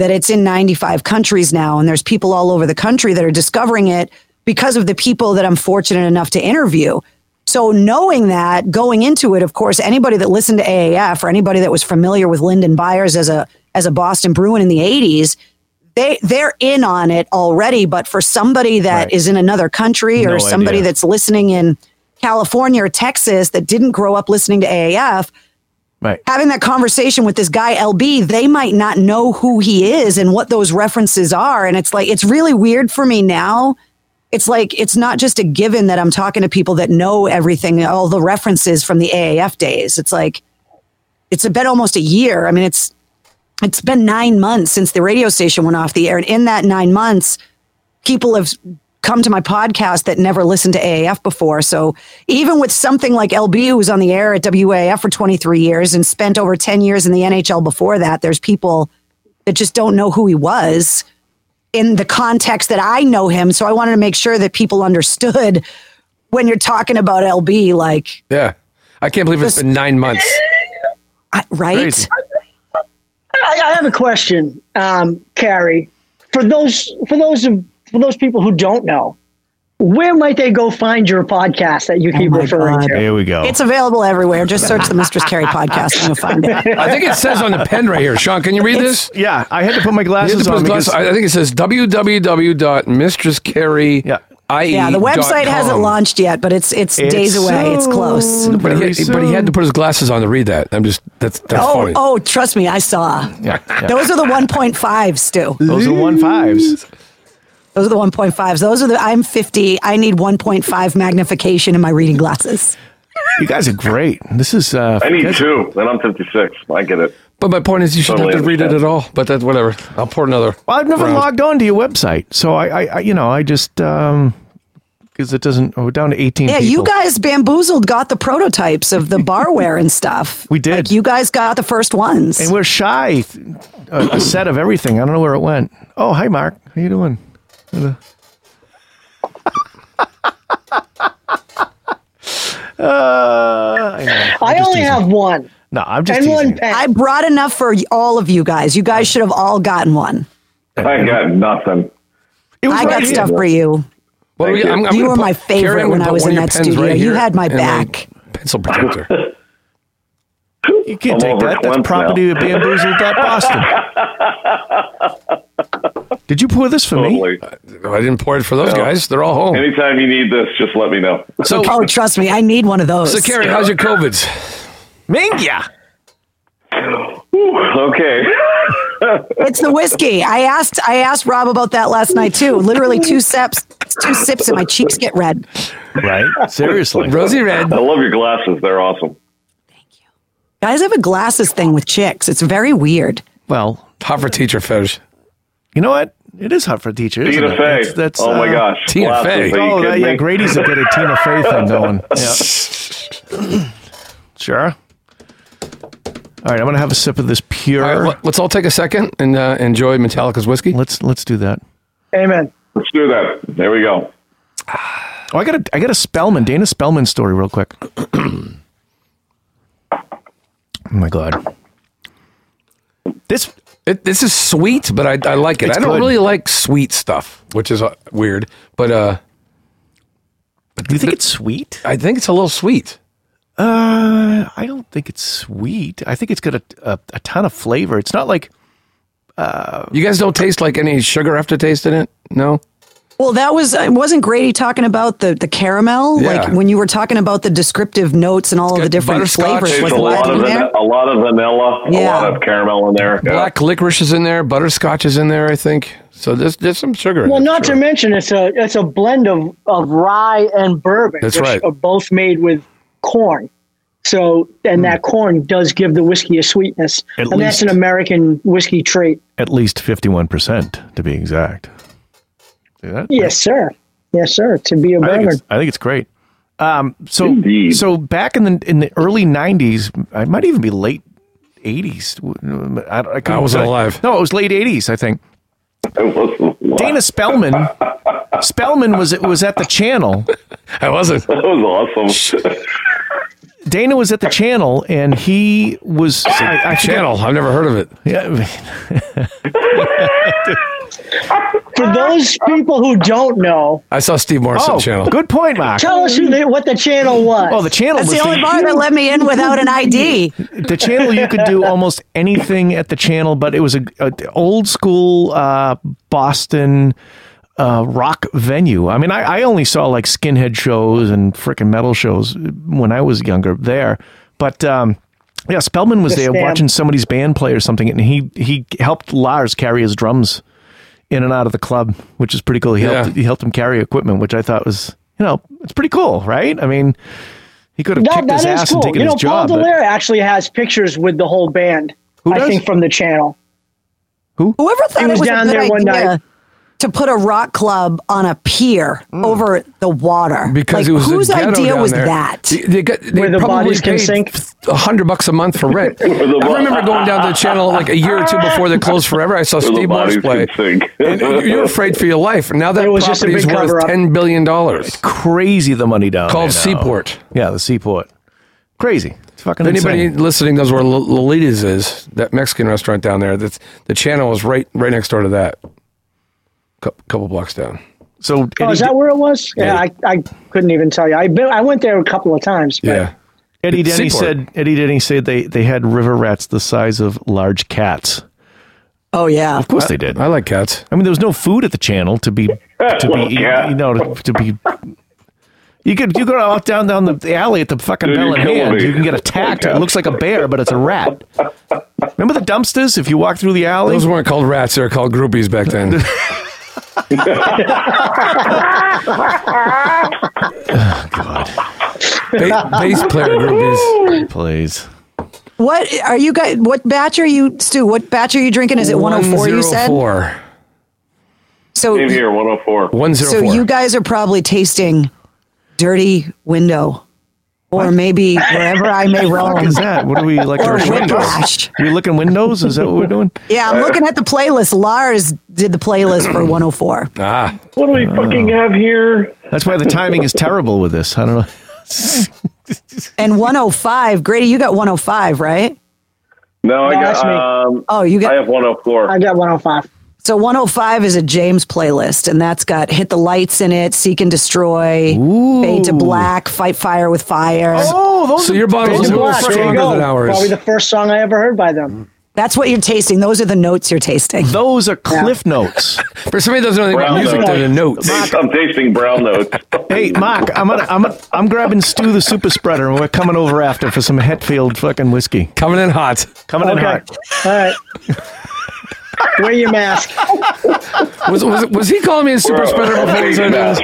[SPEAKER 7] that it's in 95 countries now and there's people all over the country that are discovering it because of the people that I'm fortunate enough to interview. So knowing that going into it, of course, anybody that listened to AAF or anybody that was familiar with Lyndon Byers as a as a Boston Bruin in the 80s, they they're in on it already, but for somebody that is
[SPEAKER 3] Right.
[SPEAKER 7] in another country
[SPEAKER 3] No
[SPEAKER 7] or somebody
[SPEAKER 3] idea.
[SPEAKER 7] that's listening in California or Texas that didn't grow up listening to AAF,
[SPEAKER 3] right,
[SPEAKER 7] having that conversation with this guy LB, they might not know who he is and what those references are. And it's like it's really weird for me now. It's like it's not just a given that I'm talking to people that know everything, all the references from the AAF days. It's like it's been almost a year. I mean, it's it's been nine months since the radio station went off the air, and in that nine months, people have come to my podcast that never listened to AAF before. So even with something like LB, who was on the air at WAF for 23 years and spent over 10 years in the NHL before that, there's people that just don't know who he was in the context that I know him. So I wanted to make sure that people understood when you're talking about LB, like,
[SPEAKER 4] Yeah. I can't believe it's been nine months.
[SPEAKER 7] I- right?
[SPEAKER 3] Crazy.
[SPEAKER 1] I, I have a question, um, Carrie. For those for those of for those people who don't know, where might they go find your podcast that you keep
[SPEAKER 7] Oh my
[SPEAKER 1] referring
[SPEAKER 7] God.
[SPEAKER 1] to?
[SPEAKER 3] here we go.
[SPEAKER 7] It's available everywhere. Just search the Mistress Carrie podcast and you'll find it.
[SPEAKER 4] I think it says on the pen right here. Sean, can you read this?
[SPEAKER 3] yeah, I had to put my
[SPEAKER 4] You have
[SPEAKER 3] glasses
[SPEAKER 4] to put
[SPEAKER 3] on
[SPEAKER 4] glass-
[SPEAKER 3] because
[SPEAKER 4] I I think it says E www.mistresscarrie.
[SPEAKER 3] Yeah.
[SPEAKER 7] Yeah, the website hasn't launched yet, but it's it's, days
[SPEAKER 3] It's
[SPEAKER 7] away. It's
[SPEAKER 3] so
[SPEAKER 7] close.
[SPEAKER 4] But he,
[SPEAKER 3] very
[SPEAKER 4] but he had to
[SPEAKER 3] soon.
[SPEAKER 4] put his glasses on to read that. I'm just that's that's
[SPEAKER 7] Oh,
[SPEAKER 4] funny.
[SPEAKER 7] oh, trust me, I saw.
[SPEAKER 3] Yeah, yeah.
[SPEAKER 7] Those are the 1.5s, Stu.
[SPEAKER 3] Those are one fives.
[SPEAKER 7] Those are the 1.5s. Those are the, I'm 50. I need 1.5 magnification in my reading glasses.
[SPEAKER 3] You guys are great. This is. Uh,
[SPEAKER 5] I need
[SPEAKER 3] guys-
[SPEAKER 5] two, and I'm 56. I get it.
[SPEAKER 4] But my point is, you shouldn't have to
[SPEAKER 5] Totally
[SPEAKER 4] read it at
[SPEAKER 5] understand.
[SPEAKER 4] all. But that's whatever. I'll pour another.
[SPEAKER 3] Well, I've never
[SPEAKER 4] round.
[SPEAKER 3] logged on to your website, so I, I, I you know, I just um, because it doesn't. Oh, we're down to eighteen.
[SPEAKER 7] Yeah, you
[SPEAKER 3] people.
[SPEAKER 7] guys bamboozled got the prototypes of the barware and stuff.
[SPEAKER 3] We did.
[SPEAKER 7] Like, you guys got the first ones.
[SPEAKER 3] And we're shy. th- A, a set of everything. I don't know where it went. Oh, hi, Mark. How you doing? Uh, I, know. I'm
[SPEAKER 1] I
[SPEAKER 3] just
[SPEAKER 1] only
[SPEAKER 3] teasing.
[SPEAKER 1] have one
[SPEAKER 3] No, I'm just
[SPEAKER 1] and one
[SPEAKER 3] teasing.
[SPEAKER 1] pen.
[SPEAKER 7] I brought enough for all of you guys. You guys should have all gotten one.
[SPEAKER 5] I got nothing.
[SPEAKER 3] It was
[SPEAKER 7] I
[SPEAKER 3] right
[SPEAKER 7] got
[SPEAKER 3] here.
[SPEAKER 7] stuff for you.
[SPEAKER 4] Well,
[SPEAKER 5] Thank
[SPEAKER 4] yeah,
[SPEAKER 5] you.
[SPEAKER 4] I'm, I'm
[SPEAKER 7] You
[SPEAKER 4] gonna
[SPEAKER 7] were
[SPEAKER 4] put-
[SPEAKER 7] my favorite
[SPEAKER 4] Karen, I'm
[SPEAKER 7] when
[SPEAKER 4] gonna
[SPEAKER 7] I
[SPEAKER 4] put
[SPEAKER 7] was
[SPEAKER 4] one
[SPEAKER 7] in
[SPEAKER 4] of your
[SPEAKER 7] that
[SPEAKER 4] pens
[SPEAKER 7] studio. You
[SPEAKER 4] here
[SPEAKER 7] had my
[SPEAKER 4] and a
[SPEAKER 7] back.
[SPEAKER 4] Pencil protector.
[SPEAKER 3] You can't
[SPEAKER 5] I'm
[SPEAKER 3] take
[SPEAKER 5] over
[SPEAKER 3] that. That's
[SPEAKER 5] Clint
[SPEAKER 3] property
[SPEAKER 5] now.
[SPEAKER 3] of bamboozled.boston. Did you pour this for me?
[SPEAKER 5] Totally.
[SPEAKER 4] I didn't pour it for those guys. They're all home.
[SPEAKER 5] Anytime you need this, just let me know.
[SPEAKER 4] So,
[SPEAKER 7] Oh, trust me, I need one of those.
[SPEAKER 4] so Karen, how's your COVIDs?
[SPEAKER 3] Mingya.
[SPEAKER 5] Whew, okay.
[SPEAKER 7] It's the whiskey. I asked I asked Rob about that last night too. Literally two sips two sips and my cheeks get red.
[SPEAKER 3] Right? Seriously.
[SPEAKER 4] Rosie Red.
[SPEAKER 5] I love your glasses. They're awesome.
[SPEAKER 7] Guys have a glasses thing with chicks. It's very weird.
[SPEAKER 3] Well,
[SPEAKER 4] Hot for teacher, Fez.
[SPEAKER 3] you know what? It is hot for a teacher. Isn't
[SPEAKER 5] Tina
[SPEAKER 3] it?
[SPEAKER 5] Fey.
[SPEAKER 3] That's, that's,
[SPEAKER 5] oh my
[SPEAKER 3] uh,
[SPEAKER 5] gosh.
[SPEAKER 4] Tina
[SPEAKER 5] Glasses.
[SPEAKER 4] Fey.
[SPEAKER 5] Are you
[SPEAKER 3] Oh, that,
[SPEAKER 5] kidding
[SPEAKER 3] yeah.
[SPEAKER 5] me?
[SPEAKER 3] Grady's a good at Tina Fey thing going. Yeah. Sure. All right, I'm gonna have a sip of this pure.
[SPEAKER 4] All right, let- let's all take a second and uh, enjoy Metallica's whiskey.
[SPEAKER 3] let's let's do that.
[SPEAKER 1] Amen.
[SPEAKER 5] Let's do that. There we go.
[SPEAKER 3] Oh, I got a I got a Spellman Dana Spellman story real quick. oh my god, this
[SPEAKER 4] It, this is sweet, but I, I like it.
[SPEAKER 3] It's
[SPEAKER 4] I don't
[SPEAKER 3] good.
[SPEAKER 4] really like sweet stuff, which is uh, weird, but uh,
[SPEAKER 3] do you think it's sweet?
[SPEAKER 4] I think it's a little sweet.
[SPEAKER 3] Uh, I don't think it's sweet. I think it's got a a, a ton of flavor. It's not like
[SPEAKER 4] You guys don't taste like any sugar aftertaste in it? No?
[SPEAKER 7] Well, that was it wasn't Grady talking about the the caramel
[SPEAKER 4] Yeah.
[SPEAKER 7] like when you were talking about the descriptive notes and all of the
[SPEAKER 4] got
[SPEAKER 7] different
[SPEAKER 4] butterscotch.
[SPEAKER 7] flavors.
[SPEAKER 4] There's
[SPEAKER 5] There's
[SPEAKER 7] Was
[SPEAKER 5] a lot,
[SPEAKER 7] that
[SPEAKER 5] of
[SPEAKER 7] in
[SPEAKER 5] van-
[SPEAKER 7] there?
[SPEAKER 5] a lot of vanilla, a
[SPEAKER 7] Yeah.
[SPEAKER 5] lot of caramel in there. Yeah.
[SPEAKER 4] Black licorice is in there, butterscotch is in there, I think. So there's, there's some sugar in
[SPEAKER 1] Well,
[SPEAKER 4] it,
[SPEAKER 1] not
[SPEAKER 4] sure.
[SPEAKER 1] to mention it's a it's a blend of, of rye and bourbon.
[SPEAKER 4] That's
[SPEAKER 1] which
[SPEAKER 4] right.
[SPEAKER 1] Are both made with corn. So and that corn does give the whiskey a sweetness,
[SPEAKER 3] Hmm. At
[SPEAKER 1] and that's
[SPEAKER 3] least.
[SPEAKER 1] an American whiskey trait.
[SPEAKER 3] at least fifty one percent to be exact. See that?
[SPEAKER 1] Yes, sir. Yes, sir. To be a
[SPEAKER 3] I think,
[SPEAKER 1] bourbon.
[SPEAKER 3] it's, I think it's great. Um, so
[SPEAKER 5] Indeed.
[SPEAKER 3] so back in the in the early '90s, I might even be late '80s. I, don't- I, couldn't-
[SPEAKER 4] I wasn't alive.
[SPEAKER 3] No, it was late '80s, I think.
[SPEAKER 5] It was a lot.
[SPEAKER 3] Dana Spellman, Spellman was was at the channel.
[SPEAKER 4] I wasn't.
[SPEAKER 5] That was awesome.
[SPEAKER 3] Dana was at the channel, and he was I, I forget-
[SPEAKER 4] Channel. I've never heard of it.
[SPEAKER 3] Yeah,
[SPEAKER 1] For those people who don't know,
[SPEAKER 4] I saw Steve Morrison
[SPEAKER 3] oh,
[SPEAKER 4] channel.
[SPEAKER 3] good point, Mark.
[SPEAKER 1] tell us who they, what the channel was.
[SPEAKER 3] Oh, the channel
[SPEAKER 7] That's
[SPEAKER 3] was
[SPEAKER 7] the only
[SPEAKER 3] the,
[SPEAKER 7] bar that let me in without an ID.
[SPEAKER 3] the channel you could do almost anything at the channel, but it was a, a old school uh, Boston uh, rock venue. I mean, I, I only saw like skinhead shows and frickin' metal shows when I was younger there, but. Um, yeah, Spellman was
[SPEAKER 1] The
[SPEAKER 3] there
[SPEAKER 1] Stamp.
[SPEAKER 3] watching somebody's band play or something, and he he helped Lars carry his drums in and out of the club, which is pretty cool. He
[SPEAKER 4] Yeah.
[SPEAKER 3] helped he helped him carry equipment, which I thought was you know it's pretty cool, right? I mean, he could have
[SPEAKER 1] that,
[SPEAKER 3] kicked his
[SPEAKER 1] that
[SPEAKER 3] ass
[SPEAKER 1] is
[SPEAKER 3] and
[SPEAKER 1] cool.
[SPEAKER 3] taken
[SPEAKER 1] You know,
[SPEAKER 3] his job.
[SPEAKER 1] Paul
[SPEAKER 3] but-
[SPEAKER 1] Delaire actually has pictures with the whole band.
[SPEAKER 3] Who
[SPEAKER 1] I
[SPEAKER 3] does?
[SPEAKER 1] think from the channel.
[SPEAKER 7] Whoever thought
[SPEAKER 1] was
[SPEAKER 7] it was
[SPEAKER 1] down
[SPEAKER 7] a good
[SPEAKER 1] there one
[SPEAKER 7] idea
[SPEAKER 1] night.
[SPEAKER 7] to put a rock club on a pier
[SPEAKER 1] Mm.
[SPEAKER 7] over the water
[SPEAKER 4] because
[SPEAKER 7] Like,
[SPEAKER 4] it was the
[SPEAKER 7] whose
[SPEAKER 4] ghetto
[SPEAKER 7] idea
[SPEAKER 4] down
[SPEAKER 7] was
[SPEAKER 4] there.
[SPEAKER 7] that?
[SPEAKER 4] They, they got, they
[SPEAKER 1] Where the
[SPEAKER 4] probably
[SPEAKER 1] bodies can
[SPEAKER 4] paid
[SPEAKER 1] sink.
[SPEAKER 4] A hundred bucks a month for rent. I remember going down to the channel like a year or two before they closed forever. I saw
[SPEAKER 5] the
[SPEAKER 4] Steve Morris
[SPEAKER 5] bodies
[SPEAKER 4] play.
[SPEAKER 5] can sink.
[SPEAKER 4] And uh, you're afraid for your life. Now that
[SPEAKER 1] It was just a
[SPEAKER 4] property is
[SPEAKER 1] big
[SPEAKER 4] worth
[SPEAKER 1] cover-up.
[SPEAKER 4] ten billion dollars.
[SPEAKER 3] crazy the money down
[SPEAKER 4] Called
[SPEAKER 3] there now.
[SPEAKER 4] Seaport.
[SPEAKER 3] Yeah, the Seaport. Crazy. It's fucking
[SPEAKER 4] If anybody
[SPEAKER 3] insane.
[SPEAKER 4] listening knows where L- Lolita's is, that Mexican restaurant down there. That's the channel is right right next door to that. Cou- Couple blocks down.
[SPEAKER 3] So
[SPEAKER 1] Oh,
[SPEAKER 3] Eddie,
[SPEAKER 1] is that where it was? Yeah, I, I couldn't even tell you. I been, I went there a couple of times. but-
[SPEAKER 4] Yeah.
[SPEAKER 3] Eddie Denny
[SPEAKER 4] Seaport.
[SPEAKER 3] said Eddie Denny said they they had river rats the size of large cats.
[SPEAKER 7] oh yeah.
[SPEAKER 3] Of course they did.
[SPEAKER 4] I like cats.
[SPEAKER 3] I mean, there was no food at the channel to be to be
[SPEAKER 5] cat.
[SPEAKER 3] you know to, to be. You could you go out down down the alley at the fucking
[SPEAKER 5] Dude,
[SPEAKER 3] Bell
[SPEAKER 5] you're
[SPEAKER 3] and
[SPEAKER 5] killing
[SPEAKER 3] Hand.
[SPEAKER 5] me.
[SPEAKER 3] You can get attacked.
[SPEAKER 5] Cat.
[SPEAKER 3] It looks like a bear, but it's a rat. Remember the dumpsters? If you walk through the alley,
[SPEAKER 4] Those weren't called rats; they were called groupies back then.
[SPEAKER 3] God,
[SPEAKER 4] ba- bass player groupies.
[SPEAKER 3] please.
[SPEAKER 7] What are you guys? What batch are you, Stu? What batch are you drinking? Is it 104? You said
[SPEAKER 4] 104.
[SPEAKER 7] so.
[SPEAKER 5] Same here, 104.
[SPEAKER 7] So
[SPEAKER 4] 104.
[SPEAKER 7] you guys are probably tasting Dirty Window, or maybe wherever I may
[SPEAKER 3] What
[SPEAKER 7] roam.
[SPEAKER 3] is that? What are we like?
[SPEAKER 7] Or
[SPEAKER 3] looking
[SPEAKER 7] Whiplash.
[SPEAKER 3] windows? We looking windows? Is that what we're doing?
[SPEAKER 7] Yeah,
[SPEAKER 5] Uh,
[SPEAKER 7] I'm looking at the playlist. Lars did the playlist for 104.
[SPEAKER 4] ah,
[SPEAKER 5] What do we fucking have here?
[SPEAKER 3] That's why the timing is terrible with this. I don't know.
[SPEAKER 7] And 105. Grady, you got 105, right?
[SPEAKER 5] No, I
[SPEAKER 1] No, that's
[SPEAKER 5] got.
[SPEAKER 1] me.
[SPEAKER 5] Um,
[SPEAKER 7] Oh, you
[SPEAKER 5] I
[SPEAKER 7] got.
[SPEAKER 5] have 104.
[SPEAKER 1] I got 105.
[SPEAKER 7] So 105 is a James playlist, and that's got Hit the Lights in it, Seek and Destroy, Fade to Black, Fight Fire with Fire.
[SPEAKER 3] Oh, those
[SPEAKER 4] So your bottles
[SPEAKER 3] those
[SPEAKER 4] are
[SPEAKER 3] are
[SPEAKER 4] more
[SPEAKER 1] Black, there you
[SPEAKER 4] stronger
[SPEAKER 1] go.
[SPEAKER 4] than ours.
[SPEAKER 1] Probably the first song I ever heard by them.
[SPEAKER 7] That's what you're tasting. Those are the notes you're tasting.
[SPEAKER 3] Those are cliff notes.
[SPEAKER 4] For somebody who doesn't know anything about
[SPEAKER 5] Brown
[SPEAKER 4] music,
[SPEAKER 5] notes.
[SPEAKER 4] they're the notes.
[SPEAKER 5] I'm tasting brown notes.
[SPEAKER 3] hey, Mark, I'm gonna, I'm gonna, I'm grabbing Stu the super spreader, and we're coming over after for some Hetfield fucking whiskey.
[SPEAKER 4] Coming in hot.
[SPEAKER 3] Coming in
[SPEAKER 1] Okay.
[SPEAKER 3] hot.
[SPEAKER 1] All right. Wear your mask.
[SPEAKER 4] Was, was, was he calling me a super spreader before he said that?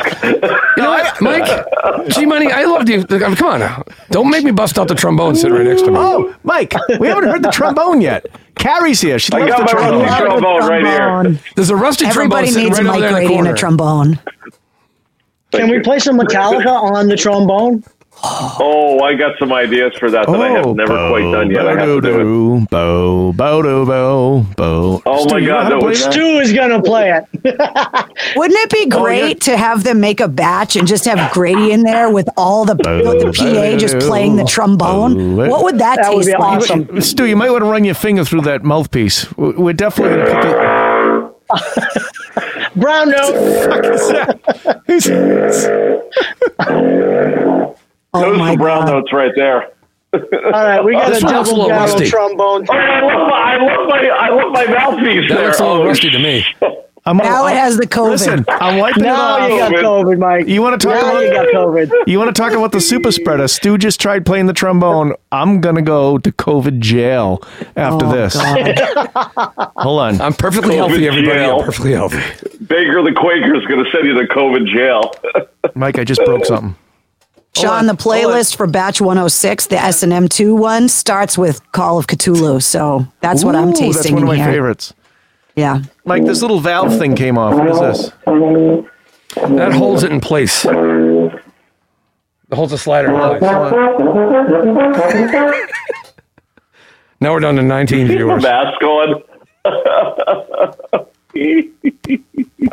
[SPEAKER 4] You know what, Mike? G Money, I loved you. I mean, come on now. Don't make me bust out the trombone sitting right next to me.
[SPEAKER 3] Oh, Mike, we haven't heard the trombone yet. Carrie's here. She
[SPEAKER 5] I
[SPEAKER 3] loves the
[SPEAKER 5] got my
[SPEAKER 3] trombone.
[SPEAKER 5] rusty trombone right here.
[SPEAKER 4] There's a rusty trombone
[SPEAKER 7] Everybody
[SPEAKER 4] sitting
[SPEAKER 7] needs
[SPEAKER 4] right over
[SPEAKER 7] Mike
[SPEAKER 4] there in the
[SPEAKER 7] Grady and
[SPEAKER 4] corner.
[SPEAKER 7] a trombone.
[SPEAKER 1] Can we play some Metallica on the trombone?
[SPEAKER 5] Oh, I got some ideas for that that I have never quite done yet. I have to do it.
[SPEAKER 3] Oh, Bo, bo, bo, do, bo, bo.
[SPEAKER 5] Oh
[SPEAKER 3] Stu,
[SPEAKER 5] my
[SPEAKER 3] you know
[SPEAKER 5] God,
[SPEAKER 3] how to
[SPEAKER 5] that
[SPEAKER 3] play
[SPEAKER 5] was-
[SPEAKER 1] Stu is gonna play it.
[SPEAKER 7] Wouldn't it be great to have them make a batch and just have Grady in there with all the, with the PA just playing the trombone? What would that,
[SPEAKER 1] That would
[SPEAKER 7] taste
[SPEAKER 1] be
[SPEAKER 7] like?
[SPEAKER 1] awesome.
[SPEAKER 3] Stu, you might want to run your finger through that mouthpiece. We- We're definitely going to put the.
[SPEAKER 1] Brown note.
[SPEAKER 7] Oh
[SPEAKER 4] Oh
[SPEAKER 5] Those
[SPEAKER 7] Oh my
[SPEAKER 5] are brown
[SPEAKER 7] god!
[SPEAKER 5] notes right there.
[SPEAKER 1] All right, we got
[SPEAKER 4] This
[SPEAKER 1] a
[SPEAKER 4] one looks a
[SPEAKER 1] double
[SPEAKER 4] little
[SPEAKER 1] barrel
[SPEAKER 4] rusty.
[SPEAKER 1] trombone.
[SPEAKER 5] Oh, I love my, I love my, I love my mouthpiece
[SPEAKER 4] That
[SPEAKER 5] there.
[SPEAKER 4] looks a
[SPEAKER 5] Oh,
[SPEAKER 4] little rusty to me.
[SPEAKER 3] I'm gonna-
[SPEAKER 7] Now it
[SPEAKER 3] I'm-
[SPEAKER 7] has the COVID.
[SPEAKER 3] Listen, I'm wiping it
[SPEAKER 1] Now
[SPEAKER 3] off.
[SPEAKER 1] you got COVID, Mike.
[SPEAKER 3] You wanna talk
[SPEAKER 1] now
[SPEAKER 3] about-
[SPEAKER 1] you got COVID.
[SPEAKER 3] You want to talk about the super spreader? Stu just tried playing the trombone. I'm gonna go to COVID jail
[SPEAKER 1] Oh,
[SPEAKER 7] Oh,
[SPEAKER 3] after this. Hold on.
[SPEAKER 4] I'm perfectly healthy, everybody.
[SPEAKER 5] jail.
[SPEAKER 4] I'm perfectly healthy.
[SPEAKER 5] Baker the Quaker is going to send you to COVID jail.
[SPEAKER 3] Mike, I just broke something.
[SPEAKER 7] Sean, the playlist for batch 106, the S and M two one, starts with Call of Cthulhu. So that's what
[SPEAKER 3] Ooh,
[SPEAKER 7] I'm tasting.
[SPEAKER 3] That's one of
[SPEAKER 7] in
[SPEAKER 3] my
[SPEAKER 7] here.
[SPEAKER 3] favorites.
[SPEAKER 7] Yeah.
[SPEAKER 3] Mike, this little valve thing came off. What is this?
[SPEAKER 4] That holds it in place. That holds the slider in place. now we're down to 19 viewers.
[SPEAKER 5] Mask on.
[SPEAKER 3] All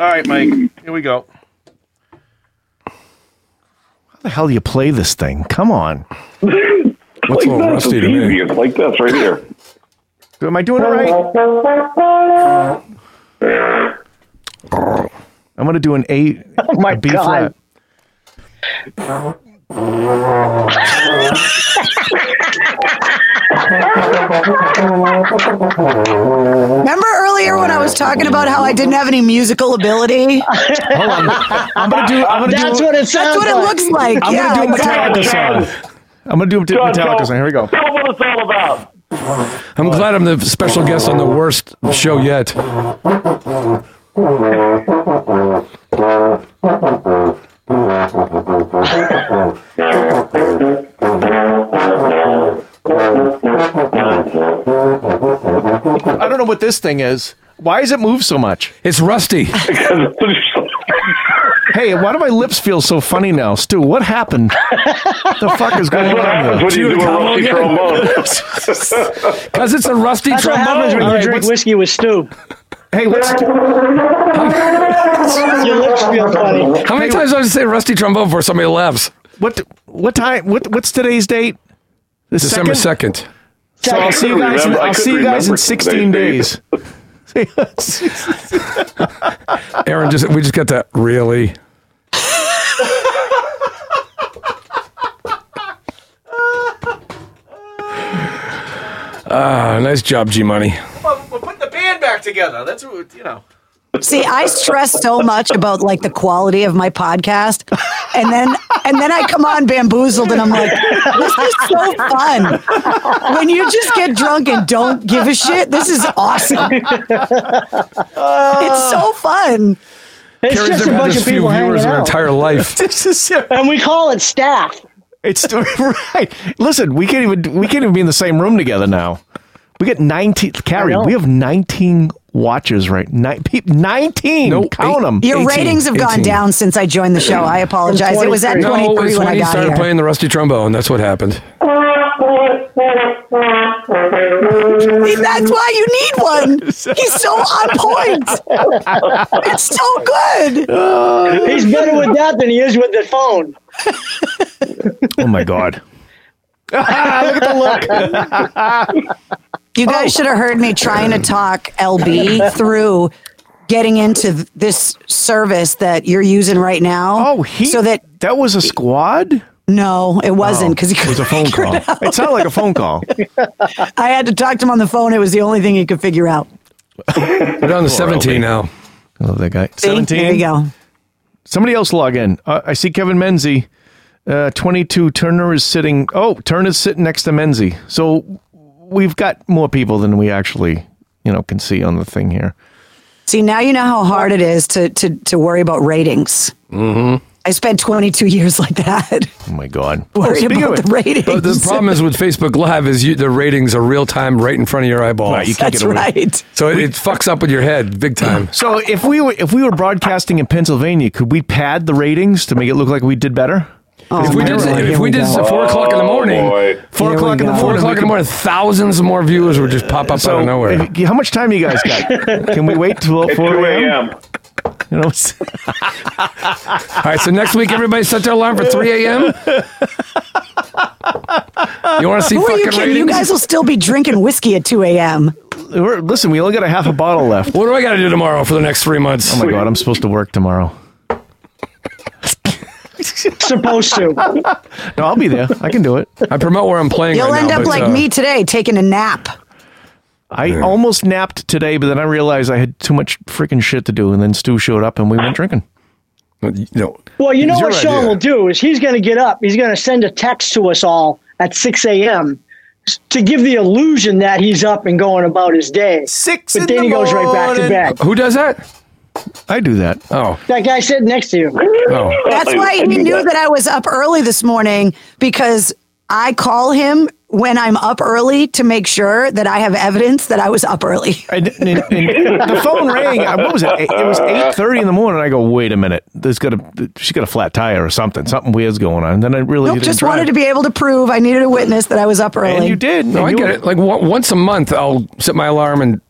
[SPEAKER 3] right, Mike. Here we go. How the hell do you play this thing? Come on.
[SPEAKER 4] What's a little
[SPEAKER 5] That's
[SPEAKER 4] rusty
[SPEAKER 5] as
[SPEAKER 4] to
[SPEAKER 5] easy
[SPEAKER 4] me?
[SPEAKER 5] as like this right here.
[SPEAKER 3] Am I doing it right? I'm gonna do an A,
[SPEAKER 1] Oh my
[SPEAKER 3] a B
[SPEAKER 1] god.
[SPEAKER 3] flat.
[SPEAKER 7] Remember earlier when I was talking about how I didn't have any musical ability?
[SPEAKER 3] Hold on. I'm gonna do. I'm gonna
[SPEAKER 1] That's
[SPEAKER 3] do.
[SPEAKER 1] what it
[SPEAKER 7] That's
[SPEAKER 1] sounds
[SPEAKER 7] what it
[SPEAKER 1] like.
[SPEAKER 7] looks like.
[SPEAKER 3] I'm
[SPEAKER 7] yeah,
[SPEAKER 3] gonna do a
[SPEAKER 7] exactly.
[SPEAKER 3] Metallica song. I'm gonna do a Metallica song. Here we go.
[SPEAKER 5] Tell them what it's all about.
[SPEAKER 4] I'm glad I'm the special guest on the worst show yet.
[SPEAKER 3] I don't know what this thing is. Why does it move so much?
[SPEAKER 4] It's rusty.
[SPEAKER 3] Hey, why do my lips feel so funny now, Stu? What happened? the fuck is going
[SPEAKER 5] what
[SPEAKER 3] on?
[SPEAKER 5] happens
[SPEAKER 3] here?
[SPEAKER 5] when you do a rusty trombone.
[SPEAKER 4] Because it's a rusty
[SPEAKER 1] That's what happens when
[SPEAKER 4] trombone.
[SPEAKER 1] you drink whiskey with Stu.
[SPEAKER 3] Hey, what's
[SPEAKER 1] Your lips feel funny.
[SPEAKER 4] How many times do I have to say rusty trombone before somebody laughs?
[SPEAKER 3] what what time? What what's today's date? The
[SPEAKER 4] December
[SPEAKER 3] second?
[SPEAKER 4] 2nd.
[SPEAKER 3] So I'll see you
[SPEAKER 5] couldn't
[SPEAKER 3] guys. In,
[SPEAKER 5] remember- I
[SPEAKER 3] I'll see you
[SPEAKER 5] couldn't
[SPEAKER 3] guys in
[SPEAKER 5] remember
[SPEAKER 3] sixteen
[SPEAKER 5] today's
[SPEAKER 3] days.
[SPEAKER 4] Aaron, just we just got that really. Ah, nice job, G Money.
[SPEAKER 3] well, we're putting the band back together. That's what you know.
[SPEAKER 7] See, I stress so much about like the quality of my podcast, and then and then I come on bamboozled, and I'm like, this is so fun. When you just get drunk and don't give a shit, this is awesome. It's so fun.
[SPEAKER 1] It's
[SPEAKER 4] Carrie's
[SPEAKER 1] just
[SPEAKER 4] never
[SPEAKER 1] a
[SPEAKER 4] had
[SPEAKER 1] bunch
[SPEAKER 4] this
[SPEAKER 1] of
[SPEAKER 4] few
[SPEAKER 1] people hanging
[SPEAKER 4] viewers in her
[SPEAKER 1] out.
[SPEAKER 4] entire life.
[SPEAKER 3] This is
[SPEAKER 1] and we call it staff.
[SPEAKER 3] it's right. Listen, we can't even we can't even be in the same room together now. We get nineteen. Carrie,
[SPEAKER 1] know.
[SPEAKER 3] we have nineteen watchers right. Ni- pe- nineteen.
[SPEAKER 4] Nope.
[SPEAKER 3] count them.
[SPEAKER 7] Your
[SPEAKER 4] 18,
[SPEAKER 7] ratings have gone
[SPEAKER 4] 18.
[SPEAKER 7] down since I joined the show. I apologize. It was at
[SPEAKER 1] 23.
[SPEAKER 4] No,
[SPEAKER 7] 23
[SPEAKER 4] it's
[SPEAKER 7] when
[SPEAKER 4] when
[SPEAKER 7] I
[SPEAKER 4] he
[SPEAKER 7] got
[SPEAKER 4] started
[SPEAKER 7] here.
[SPEAKER 4] playing the rusty trombone. That's what happened.
[SPEAKER 7] See, that's why you need one. He's so on point. It's so good.
[SPEAKER 1] He's better with that than he is with the phone.
[SPEAKER 3] Oh my god.
[SPEAKER 7] You guys should have heard me trying to talk LB through getting into th- this service that you're using right now.
[SPEAKER 3] Oh, he.
[SPEAKER 7] so that
[SPEAKER 3] that was a squad.
[SPEAKER 7] no, it wasn't because he
[SPEAKER 3] It was a
[SPEAKER 7] couldn't
[SPEAKER 3] phone
[SPEAKER 7] figure
[SPEAKER 3] call.
[SPEAKER 7] it out.
[SPEAKER 3] It sounded like a phone call.
[SPEAKER 7] I had to talk to him on the phone. It was the only thing he could figure out.
[SPEAKER 4] We're down to 17 now.
[SPEAKER 3] I love that guy.
[SPEAKER 7] See? There you go.
[SPEAKER 3] Somebody else log in. Uh, I see Kevin Menzie. Uh, 22. Turner is sitting. Oh, Turner's sitting next to Menzie. So we've got more people than we actually, you know, can see on the thing here.
[SPEAKER 7] See, now you know how hard it is to to to worry about ratings. Mm-hmm. I spent 22 years like that,
[SPEAKER 3] Oh my God. Oh,
[SPEAKER 7] worried
[SPEAKER 3] speaking of
[SPEAKER 7] about
[SPEAKER 3] it,
[SPEAKER 7] the ratings.
[SPEAKER 4] But the problem is with Facebook Live is you, the ratings are real time right in front of your eyeballs.
[SPEAKER 3] Right, you can't
[SPEAKER 7] That's
[SPEAKER 3] get away.
[SPEAKER 7] right.
[SPEAKER 4] So it, it fucks up with your head big time.
[SPEAKER 3] so if we were if we were broadcasting in Pennsylvania, could we pad the ratings to make it look like we did better?
[SPEAKER 4] if we
[SPEAKER 7] man.
[SPEAKER 4] did,
[SPEAKER 7] Here
[SPEAKER 4] if
[SPEAKER 7] Oh, we
[SPEAKER 4] we did
[SPEAKER 7] go.
[SPEAKER 4] this at four o'clock in the morning,
[SPEAKER 5] Oh, boy.
[SPEAKER 3] Four
[SPEAKER 7] Here
[SPEAKER 3] o'clock in
[SPEAKER 7] we
[SPEAKER 3] the
[SPEAKER 7] go.
[SPEAKER 4] four
[SPEAKER 3] morning.
[SPEAKER 4] o'clock in the morning, thousands more viewers would just pop up out of nowhere.
[SPEAKER 3] if- how much time you guys got? Can we wait till
[SPEAKER 5] At
[SPEAKER 3] 4
[SPEAKER 5] 2
[SPEAKER 3] a.m.?
[SPEAKER 5] a.m.
[SPEAKER 3] You know, it's-
[SPEAKER 4] All right, so next week everybody set their alarm for 3 a.m. You want to see
[SPEAKER 7] Who are
[SPEAKER 4] fucking
[SPEAKER 7] you kidding?
[SPEAKER 4] ratings?
[SPEAKER 7] You guys will still be drinking whiskey at 2 a.m.
[SPEAKER 3] we're, listen, we only got a half a bottle left.
[SPEAKER 4] what do I got to do tomorrow for the next three months?
[SPEAKER 3] Oh my God, I'm supposed to work tomorrow.
[SPEAKER 1] Supposed to.
[SPEAKER 3] No, I'll be there. I can do it.
[SPEAKER 4] I promote where I'm playing.
[SPEAKER 7] You'll
[SPEAKER 4] right
[SPEAKER 7] end
[SPEAKER 4] now,
[SPEAKER 7] up
[SPEAKER 4] but,
[SPEAKER 7] like
[SPEAKER 4] uh,
[SPEAKER 7] me today, taking a nap.
[SPEAKER 3] I almost napped today, but then I realized I had too much freaking shit to do, and then Stu showed up and we went drinking.
[SPEAKER 4] No,
[SPEAKER 1] Well, you know
[SPEAKER 4] Your
[SPEAKER 1] what Sean
[SPEAKER 4] idea.
[SPEAKER 1] will do is he's going to get up. He's going to send a text to us all at 6 a.m. s- to give the illusion that he's up and going about his day.
[SPEAKER 3] Six.
[SPEAKER 1] But then he goes right back to bed.
[SPEAKER 4] who does that?
[SPEAKER 3] I do that.
[SPEAKER 4] Oh,
[SPEAKER 1] That guy sitting next to you.
[SPEAKER 4] oh,
[SPEAKER 7] That's
[SPEAKER 5] I-
[SPEAKER 7] why
[SPEAKER 5] I
[SPEAKER 7] he
[SPEAKER 5] knew
[SPEAKER 7] knew
[SPEAKER 5] that.
[SPEAKER 7] that I was up early this morning because I call him when I'm up early to make sure that I have evidence that I was up early.
[SPEAKER 3] And, and- and the phone rang. uh, What was it? It was eight thirty in the morning. I go, wait a minute. There's got a she's got a flat tire or something. Something weird's going on. And then I really
[SPEAKER 7] Nope,
[SPEAKER 3] didn't
[SPEAKER 7] just
[SPEAKER 3] drive.
[SPEAKER 7] wanted to be able to prove I needed a witness that I was up early.
[SPEAKER 3] And you did.
[SPEAKER 4] no,
[SPEAKER 3] And
[SPEAKER 4] I
[SPEAKER 3] you
[SPEAKER 4] get
[SPEAKER 3] were-
[SPEAKER 4] it. Like w- once a month, I'll set my alarm and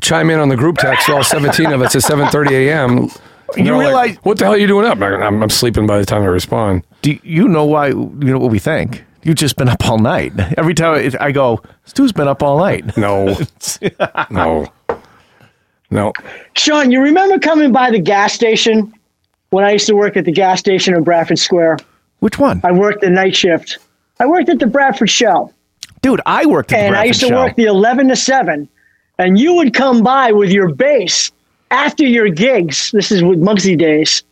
[SPEAKER 4] chime in on the group text. So all 17 of us at 7:30 a.m. And
[SPEAKER 3] You
[SPEAKER 4] they're like,
[SPEAKER 3] realize-
[SPEAKER 4] what the hell are you doing up? I'm, I'm- I'm sleeping by the time I respond.
[SPEAKER 3] do you know why you know what we think you've just been up all night every time it- i go stu's been up all night
[SPEAKER 4] No, no, no.
[SPEAKER 1] Sean, you remember coming by the gas station when I used to work at the gas station in Bradford Square?
[SPEAKER 3] which one
[SPEAKER 1] I worked the night shift. I worked at the Bradford Shell.
[SPEAKER 3] dude i worked at the
[SPEAKER 1] and I
[SPEAKER 3] Bradford
[SPEAKER 1] used to
[SPEAKER 3] Show.
[SPEAKER 1] work the 11 to 7 and you would come by with your bass after your gigs this is with Muggsy days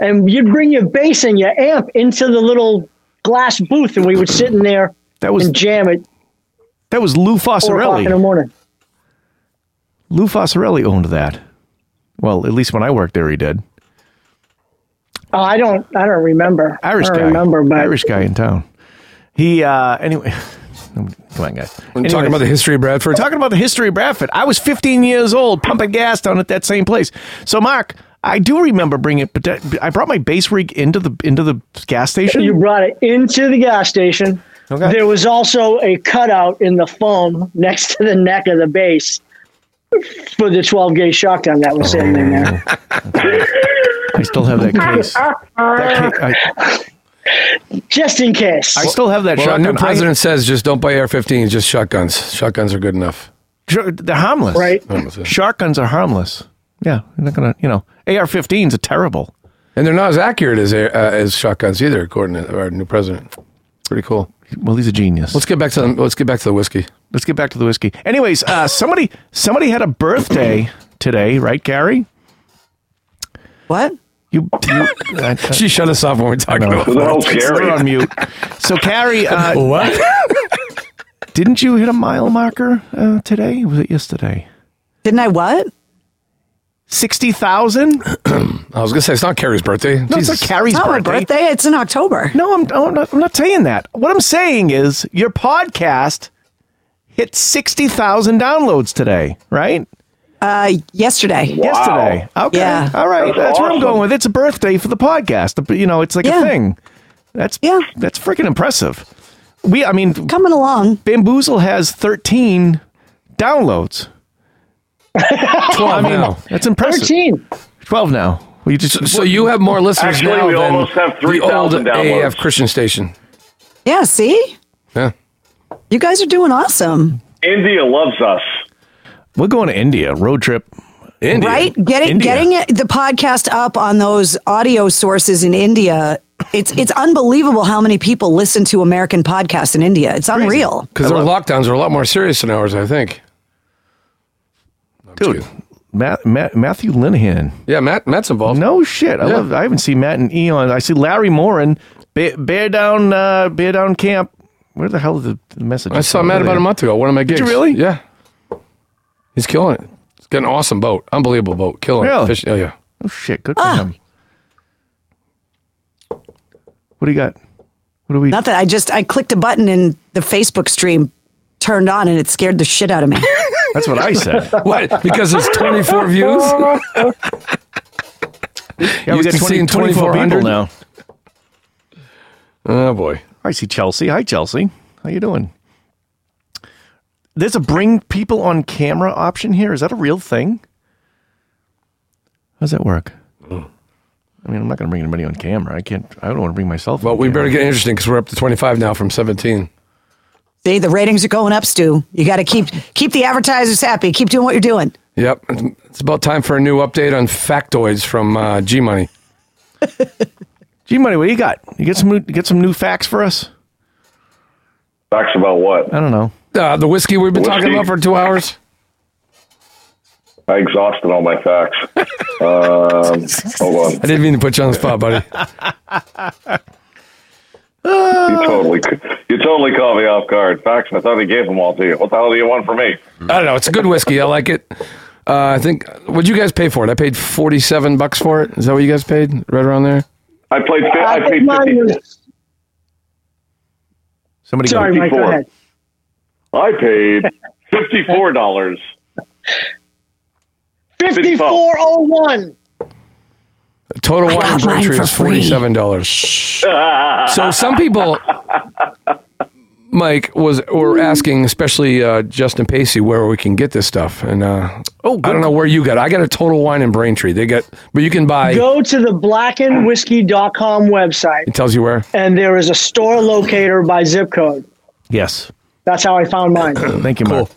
[SPEAKER 1] and you'd bring your bass and your amp into the little glass booth and we would sit in there
[SPEAKER 3] that was
[SPEAKER 1] and jam at
[SPEAKER 3] that was lou
[SPEAKER 1] 4 o'clock in the
[SPEAKER 3] fossarelli
[SPEAKER 1] morning
[SPEAKER 3] lou fossarelli owned that well at least when i worked there he did
[SPEAKER 1] oh, I don't I don't remember
[SPEAKER 3] irish
[SPEAKER 1] I don't
[SPEAKER 3] guy
[SPEAKER 1] remember but
[SPEAKER 3] irish guy in town he uh anyway come on guys
[SPEAKER 4] We're talking about the history of Bradford.
[SPEAKER 3] talking about the history of Bradford. I was 15 years old, pumping gas down at that same place. So, Mark, I do remember bringing. But that- I brought my base rig into the into the gas station.
[SPEAKER 1] you brought it into the gas station
[SPEAKER 3] Okay.
[SPEAKER 1] there was also a cutout in the foam next to the neck of the bass for the 12 gauge shotgun that was sitting in there
[SPEAKER 3] Oh. I still have that case. That ca- I,
[SPEAKER 1] just in case
[SPEAKER 3] I still have that
[SPEAKER 4] Well, our
[SPEAKER 3] shotgun.
[SPEAKER 4] new president says just don't buy AR-15s, just shotguns. Shotguns are good enough.
[SPEAKER 3] I- sure, they're harmless.
[SPEAKER 1] Right.
[SPEAKER 3] Shotguns are harmless. Yeah, they're not gonna. You know, AR-15s are terrible.
[SPEAKER 4] And they're not as accurate as uh, as shotguns either, according to our new president. Pretty cool.
[SPEAKER 3] Well, he's a genius.
[SPEAKER 4] Let's get back to the, let's get back to the whiskey.
[SPEAKER 3] Let's get back to the whiskey. Anyways, uh, somebody somebody had a birthday today, right, Gary?
[SPEAKER 7] What?
[SPEAKER 3] You, you I- I-
[SPEAKER 4] She shut us off when we are talking
[SPEAKER 3] No.
[SPEAKER 4] about.
[SPEAKER 5] Who the hell's
[SPEAKER 3] We're
[SPEAKER 5] Gary?
[SPEAKER 3] on mute. So, Carrie, uh,
[SPEAKER 4] What?
[SPEAKER 3] didn't you hit a mile marker uh, today? Was it yesterday?
[SPEAKER 7] Didn't I what?
[SPEAKER 3] Sixty thousand?
[SPEAKER 4] I was gonna say it's not Carrie's birthday.
[SPEAKER 3] No, it's not
[SPEAKER 4] Jesus.
[SPEAKER 3] Carrie's
[SPEAKER 7] It's not my
[SPEAKER 3] birthday.
[SPEAKER 7] birthday. It's in October.
[SPEAKER 3] No, I'm, I'm not. I'm not saying that. What I'm saying is your podcast hit sixty thousand downloads today, right?
[SPEAKER 7] Uh, yesterday.
[SPEAKER 3] Yesterday. Okay.
[SPEAKER 7] Yeah.
[SPEAKER 3] All right. That's, where I'm
[SPEAKER 5] awesome.
[SPEAKER 3] going with. it. It's a birthday for the podcast. You know, it's like
[SPEAKER 7] Yeah.
[SPEAKER 3] a thing. That's
[SPEAKER 7] Yeah.
[SPEAKER 3] That's freaking impressive. We, I mean,
[SPEAKER 7] Coming along.
[SPEAKER 3] Bamboozle has thirteen downloads.
[SPEAKER 4] Twelve now.
[SPEAKER 3] That's impressive.
[SPEAKER 1] 13
[SPEAKER 3] 12 now. Well, you just
[SPEAKER 4] So you have more listeners
[SPEAKER 5] Actually,
[SPEAKER 4] now
[SPEAKER 5] we
[SPEAKER 4] than
[SPEAKER 5] almost have
[SPEAKER 4] the old
[SPEAKER 5] 3,000 downloads.
[SPEAKER 4] AAF Christian station.
[SPEAKER 7] Yeah, see?
[SPEAKER 4] Yeah.
[SPEAKER 7] You guys are doing awesome,
[SPEAKER 5] India loves us.
[SPEAKER 3] We're going to India road trip.
[SPEAKER 4] India.
[SPEAKER 7] right? Getting
[SPEAKER 3] India.
[SPEAKER 7] getting it, the podcast up on those audio sources in India. It's it's unbelievable how many people listen to American podcasts in India. It's unreal.
[SPEAKER 4] Because their lockdowns are a lot more serious than ours, I think.
[SPEAKER 3] Dude, Matt, Matt, Matthew Linehan.
[SPEAKER 4] Yeah, Matt Matt's involved.
[SPEAKER 3] No shit. I
[SPEAKER 4] Yeah.
[SPEAKER 3] love. I haven't seen Matt and Eon. I see Larry Morin. Bear, bear down. Uh, bear down camp. Where the hell is the, the message?
[SPEAKER 4] I saw Matt about a month ago. at One of my gigs.
[SPEAKER 3] you really?
[SPEAKER 4] Yeah. He's killing it. He's got an awesome boat. Unbelievable boat. Killing
[SPEAKER 3] Really?
[SPEAKER 4] it. Fish, oh, yeah.
[SPEAKER 3] Oh shit. Good for him. What do you got? What do we?
[SPEAKER 7] Not that I just I clicked a button and the Facebook stream turned on and it scared the shit out of me.
[SPEAKER 3] That's what I said.
[SPEAKER 4] What? Because it's 24 views?
[SPEAKER 3] Yeah, we
[SPEAKER 4] Used to
[SPEAKER 3] got
[SPEAKER 4] seeing
[SPEAKER 3] 24 people
[SPEAKER 4] 2,400.
[SPEAKER 3] now.
[SPEAKER 4] Oh, boy.
[SPEAKER 3] I see Chelsea. Hi, Chelsea. How you doing? There's a bring people on camera option here. Is that a real thing? How does that work?
[SPEAKER 4] Mm.
[SPEAKER 3] I mean, I'm not going to bring anybody on camera. I can't. I don't want to bring myself.
[SPEAKER 4] Well,
[SPEAKER 3] on
[SPEAKER 4] we
[SPEAKER 3] camera.
[SPEAKER 4] better get interesting because we're up to 25 now from 17.
[SPEAKER 7] See, the ratings are going up, Stu. You got to keep keep the advertisers happy. Keep doing what you're doing.
[SPEAKER 4] Yep. It's- It's about time for a new update on factoids from uh, G Money.
[SPEAKER 3] G Money, what do you got? You get some new, get some new facts for us?
[SPEAKER 5] Facts about what?
[SPEAKER 3] I don't know.
[SPEAKER 4] Uh, the whiskey we've been talking
[SPEAKER 5] Whiskey.
[SPEAKER 4] about for two hours.
[SPEAKER 5] I exhausted all my facts. um, hold on.
[SPEAKER 4] I didn't mean to put you on the spot, buddy.
[SPEAKER 5] You totally, you totally caught me off guard. Facts. I thought I gave them all to you. What the hell do you want from me?
[SPEAKER 4] I don't know. It's a good whiskey. I like it. Uh, I think. What'd you guys pay for it? I paid forty-seven bucks for it. Is that what you guys paid? Right around there.
[SPEAKER 5] I played. fi- I
[SPEAKER 1] I
[SPEAKER 5] paid
[SPEAKER 1] think mine
[SPEAKER 5] fifty.
[SPEAKER 1] was,
[SPEAKER 3] Somebody
[SPEAKER 1] sorry,
[SPEAKER 3] go.
[SPEAKER 1] Mike, go
[SPEAKER 5] 54.
[SPEAKER 1] ahead.
[SPEAKER 5] I paid fifty-four dollars.
[SPEAKER 1] 5401.
[SPEAKER 4] The total wine and
[SPEAKER 7] mine
[SPEAKER 4] grocery
[SPEAKER 7] for
[SPEAKER 4] was forty-seven dollars. so some people, Mike was were asking, especially uh, Justin Pacey, where we can get this stuff. And uh, oh, I don't know where you got. it. I got a total wine and Braintree. They got, but you can buy.
[SPEAKER 1] Go to the blackenwhiskey.com website,
[SPEAKER 4] It tells you where.
[SPEAKER 1] and there is a store locator by zip code.
[SPEAKER 3] Yes.
[SPEAKER 1] That's how I found mine.
[SPEAKER 3] Thank you, Mark.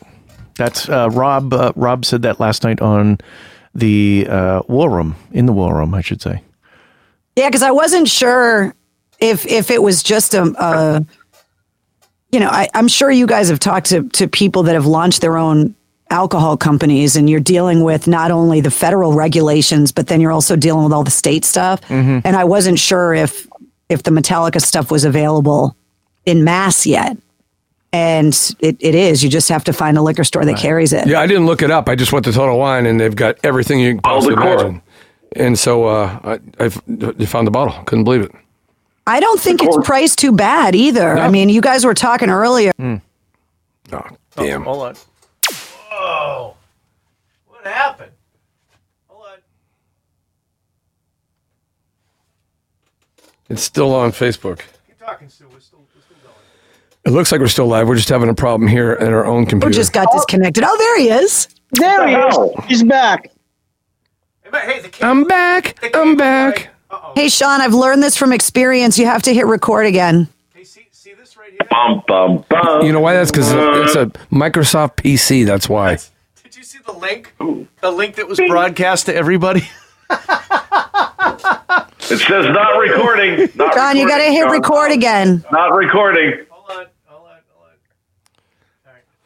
[SPEAKER 3] That's uh, Rob. Uh, Rob said that last night on the uh, War Room in the War Room, I should say.
[SPEAKER 7] Yeah, because I wasn't sure if if it was just a, a you know, I, I'm sure you guys have talked to to people that have launched their own alcohol companies, and you're dealing with not only the federal regulations, but then you're also dealing with all the state stuff. And I wasn't sure if if the Metallica stuff was available in mass yet. And it, it is. You just have to find a liquor store that carries it.
[SPEAKER 4] Yeah, I didn't look it up. I just went to Total Wine, and they've got everything you can
[SPEAKER 5] All
[SPEAKER 4] possibly
[SPEAKER 5] the core.
[SPEAKER 4] imagine. And so uh, I, I f- I found the bottle. Couldn't believe it.
[SPEAKER 7] I don't think it's priced too bad either. I mean, you guys were talking earlier.
[SPEAKER 4] Oh, damn.
[SPEAKER 3] Hold on. Whoa. What happened? Hold on.
[SPEAKER 4] It's still on Facebook.
[SPEAKER 3] Keep talking, Sue. We're still, we're still going.
[SPEAKER 4] It looks like we're still live. We're just having a problem here at our own
[SPEAKER 7] We
[SPEAKER 4] computer.
[SPEAKER 7] just got disconnected. Oh, there he is.
[SPEAKER 1] There he is. He's back.
[SPEAKER 4] I'm back. I'm back.
[SPEAKER 7] Hey, Sean, I've learned this from experience. You have to hit record again.
[SPEAKER 5] Bum bum bum.
[SPEAKER 4] You know why? That's because it's a Microsoft PC. That's why.
[SPEAKER 3] Did you see the link? The link that was broadcast to everybody.
[SPEAKER 5] it says not recording. Not
[SPEAKER 7] Sean, you got to
[SPEAKER 5] recording,
[SPEAKER 7] hit
[SPEAKER 5] John.
[SPEAKER 7] record again.
[SPEAKER 5] Not recording.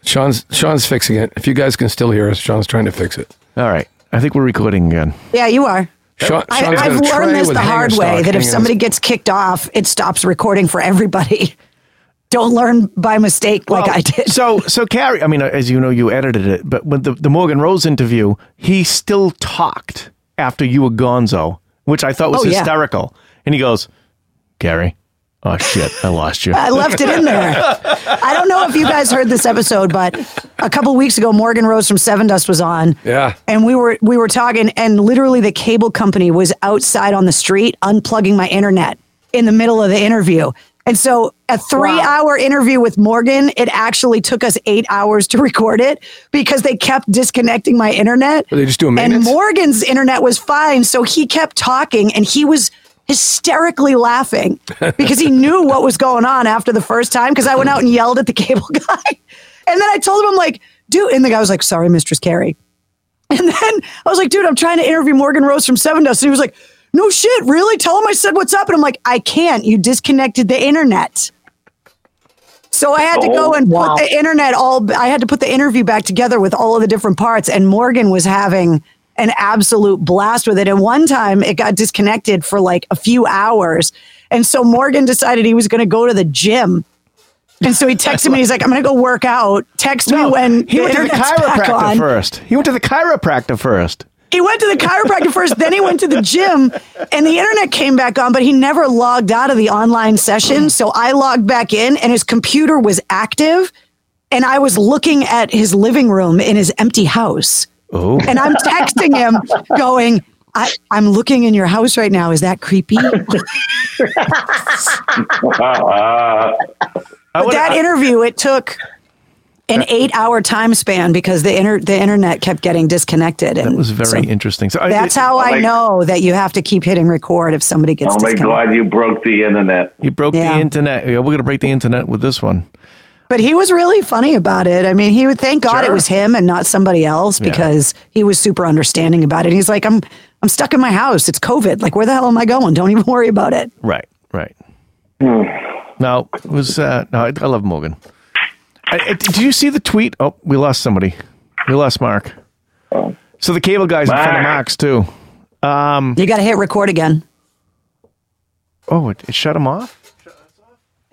[SPEAKER 4] Sean's Sean's fixing it. If you guys can still hear us, Sean's trying to fix it.
[SPEAKER 3] All right. I think we're recording again.
[SPEAKER 7] Yeah, you are.
[SPEAKER 4] Sean,
[SPEAKER 7] I,
[SPEAKER 4] Sean's got
[SPEAKER 7] I've
[SPEAKER 4] a tray
[SPEAKER 7] learned this
[SPEAKER 4] with
[SPEAKER 7] the hard
[SPEAKER 4] hanger
[SPEAKER 7] way
[SPEAKER 4] stock
[SPEAKER 7] that if
[SPEAKER 4] hanging on
[SPEAKER 7] somebody gets kicked off, it stops recording for everybody. Don't learn by mistake like I did.
[SPEAKER 3] So, so Carrie, I mean, uh, as you know, you edited it, but with the, the Morgan Rose interview, he still talked after you were gonzo, which I thought was
[SPEAKER 7] Oh, yeah.
[SPEAKER 3] hysterical. And he goes, Gary, oh shit, I lost you.
[SPEAKER 7] I left it in there. I don't know if you guys heard this episode, but a couple weeks ago, Morgan Rose from Seven Dust was on.
[SPEAKER 4] Yeah.
[SPEAKER 7] And we were we were talking, and literally the cable company was outside on the street unplugging my internet in the middle of the interview. And so a three hour interview with Morgan, it actually took us eight hours to record it because they kept disconnecting my internet.
[SPEAKER 4] Were they just doing
[SPEAKER 7] And
[SPEAKER 4] maintenance?
[SPEAKER 7] Morgan's internet was fine. So he kept talking and he was hysterically laughing because he knew what was going on after the first time because I went out and yelled at the cable guy. And then I told him, I'm like, dude. And the guy was like, sorry, Mistress Carey. And then I was like, dude, I'm trying to interview Morgan Rose from Seven Dust. And he was like, no shit, really? Tell him I said what's up. And I'm like, I can't. You disconnected the internet. So I had to go
[SPEAKER 5] Oh,
[SPEAKER 7] and
[SPEAKER 1] wow.
[SPEAKER 7] put the internet all, I had to put the interview back together with all of the different parts. And Morgan was having an absolute blast with it. And one time it got disconnected for like a few hours. And so Morgan decided he was going to go to the gym. And so he texted me. He's like, I'm going to go work out. Text me when
[SPEAKER 3] he
[SPEAKER 7] the
[SPEAKER 3] went to the
[SPEAKER 7] internet's back
[SPEAKER 3] chiropractor
[SPEAKER 7] on."
[SPEAKER 3] first. He went to the chiropractor first.
[SPEAKER 7] he went to the chiropractor first, then he went to the gym, and the internet came back on, but he never logged out of the online session. So I logged back in, and his computer was active, and I was looking at his living room in his empty house.
[SPEAKER 3] Oh,
[SPEAKER 7] And I'm texting him, going, I, I'm looking in your house right now. Is that creepy?
[SPEAKER 3] I
[SPEAKER 7] But
[SPEAKER 3] would-
[SPEAKER 7] that
[SPEAKER 3] I-
[SPEAKER 7] interview, it took an eight hour time span because the inter- the internet kept getting disconnected. And
[SPEAKER 3] that was very
[SPEAKER 7] so
[SPEAKER 3] interesting. So uh, I-
[SPEAKER 7] that's
[SPEAKER 3] it-
[SPEAKER 7] how I
[SPEAKER 5] my-
[SPEAKER 7] know that you have to keep hitting record if somebody gets
[SPEAKER 5] Oh my
[SPEAKER 7] disconnected.
[SPEAKER 5] God, you broke the internet.
[SPEAKER 3] you broke
[SPEAKER 7] Yeah.
[SPEAKER 3] the internet. Yeah, we're gonna break the internet with this one.
[SPEAKER 7] But he was really funny about it. I mean, he would thank God it was him and not somebody else because he was super understanding about it. He's like, I'm I'm stuck in my house. It's COVID. Like, where the hell am I going? Don't even worry about it.
[SPEAKER 3] Right, right. no, Hmm. it was uh, no. I, I love Morgan. I, I, did you see the tweet? Oh, we lost somebody. We lost Mark. So the cable guys in front of
[SPEAKER 5] Mark.
[SPEAKER 3] Max too.
[SPEAKER 4] Hmm.
[SPEAKER 7] You got to hit record again.
[SPEAKER 3] Oh, it, it shut him off.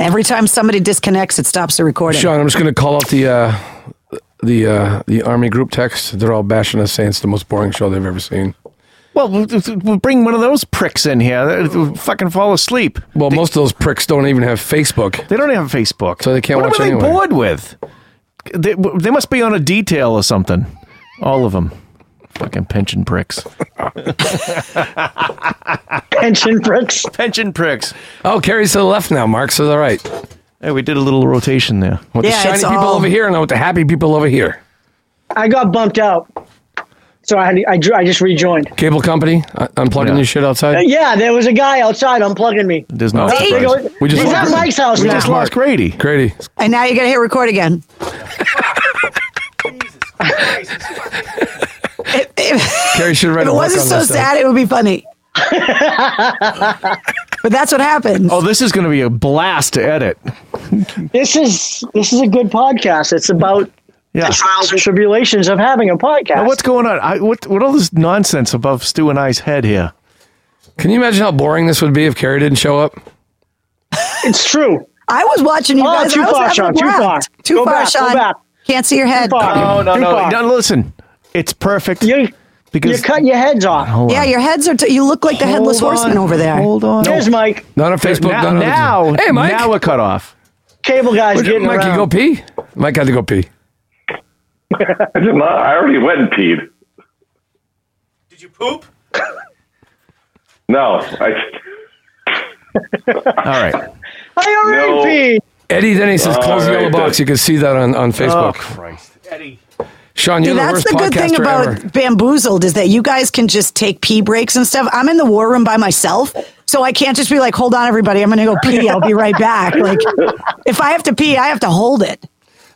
[SPEAKER 7] Every time somebody disconnects, it stops the recording.
[SPEAKER 4] Sean, I'm just going to call out the uh, the uh, the Army group text. They're all bashing us, saying it's the most boring show they've ever seen.
[SPEAKER 3] Well, we'll, we'll bring one of those pricks in here. They'll- They'll fucking fall asleep.
[SPEAKER 4] Well, most of those pricks don't even have Facebook.
[SPEAKER 3] They don't have Facebook,
[SPEAKER 4] So they can't
[SPEAKER 3] what
[SPEAKER 4] watch
[SPEAKER 3] are they
[SPEAKER 4] anyway.
[SPEAKER 3] bored with? They, they must be on a detail or something. All of them, fucking pension pricks.
[SPEAKER 1] pension bricks.
[SPEAKER 3] Pension pricks.
[SPEAKER 4] Oh, Carrie's to the left now. Mark's to the right.
[SPEAKER 3] Hey, we did a little rotation there.
[SPEAKER 4] With
[SPEAKER 7] Yeah,
[SPEAKER 4] the shiny
[SPEAKER 7] it's
[SPEAKER 4] people
[SPEAKER 7] all-
[SPEAKER 4] over here and with the happy people over here.
[SPEAKER 1] I got bumped out, so I had to, I, dr- I just rejoined.
[SPEAKER 4] Cable company, uh, unplugging
[SPEAKER 3] Yeah.
[SPEAKER 4] your shit outside.
[SPEAKER 1] Yeah, there was a guy outside unplugging me.
[SPEAKER 3] There's no.
[SPEAKER 4] Oh,
[SPEAKER 3] surprise.
[SPEAKER 1] They go-
[SPEAKER 4] We just
[SPEAKER 1] he's
[SPEAKER 4] lost-
[SPEAKER 1] at Mike's house
[SPEAKER 3] We
[SPEAKER 1] now.
[SPEAKER 3] just lost Grady.
[SPEAKER 4] Grady,
[SPEAKER 7] And now you got to hit record again. If- if-
[SPEAKER 4] Carrie should have read
[SPEAKER 7] if
[SPEAKER 4] a
[SPEAKER 7] it
[SPEAKER 4] book
[SPEAKER 7] wasn't
[SPEAKER 4] on
[SPEAKER 7] so
[SPEAKER 4] this stuff.
[SPEAKER 7] sad, it would be funny. but that's what happens.
[SPEAKER 3] Oh, this is going to be a blast to edit.
[SPEAKER 1] This is this is a good podcast. It's about
[SPEAKER 3] Yeah.
[SPEAKER 1] the trials and tribulations of having a podcast.
[SPEAKER 3] Now, what's going on? I, what what all this nonsense above Stu and I's head here?
[SPEAKER 4] Can you imagine how boring this would be if Carrie didn't show up?
[SPEAKER 1] it's true.
[SPEAKER 7] I was watching you
[SPEAKER 1] Oh,
[SPEAKER 7] guys.
[SPEAKER 1] too
[SPEAKER 7] I was
[SPEAKER 1] far,
[SPEAKER 7] having
[SPEAKER 1] Sean,
[SPEAKER 7] a
[SPEAKER 1] too
[SPEAKER 7] blast.
[SPEAKER 1] far.
[SPEAKER 7] Too
[SPEAKER 1] Go
[SPEAKER 7] far,
[SPEAKER 1] back, go
[SPEAKER 7] Sean.
[SPEAKER 1] back.
[SPEAKER 7] Can't see your head.
[SPEAKER 1] Far. Too far.
[SPEAKER 3] Now listen, it's perfect
[SPEAKER 1] You you
[SPEAKER 3] because
[SPEAKER 1] cut your heads off.
[SPEAKER 7] Yeah, your heads are. T- you look like the headless
[SPEAKER 3] Hold on,
[SPEAKER 7] horseman over there.
[SPEAKER 3] Hold on.
[SPEAKER 1] There's Mike.
[SPEAKER 4] Not on Facebook.
[SPEAKER 3] now,
[SPEAKER 4] not on the-
[SPEAKER 3] now,
[SPEAKER 4] hey, Mike.
[SPEAKER 3] now we're cut off.
[SPEAKER 1] Cable guys getting
[SPEAKER 4] Mike, you
[SPEAKER 1] around.
[SPEAKER 4] go pee. Mike had to go pee.
[SPEAKER 5] I did not- I already went and peed.
[SPEAKER 8] Did you poop?
[SPEAKER 5] No, I.
[SPEAKER 3] All right.
[SPEAKER 1] I already
[SPEAKER 5] No.
[SPEAKER 1] peed.
[SPEAKER 4] Eddie Denny says,
[SPEAKER 5] All
[SPEAKER 4] "Close the yellow
[SPEAKER 5] right,
[SPEAKER 4] box."
[SPEAKER 5] then.
[SPEAKER 4] You can see that on, on
[SPEAKER 3] Oh
[SPEAKER 4] Facebook.
[SPEAKER 3] Christ.
[SPEAKER 4] Sean,
[SPEAKER 7] See,
[SPEAKER 4] you're the
[SPEAKER 7] that's
[SPEAKER 4] worst
[SPEAKER 7] the good thing
[SPEAKER 4] podcaster
[SPEAKER 7] about
[SPEAKER 4] ever.
[SPEAKER 7] bamboozled is that you guys can just take pee breaks and stuff. I'm in the war room by myself, so I can't just be like, "Hold on, everybody, I'm going to go pee. I'll be right back." Like, if I have to pee, I have to hold it.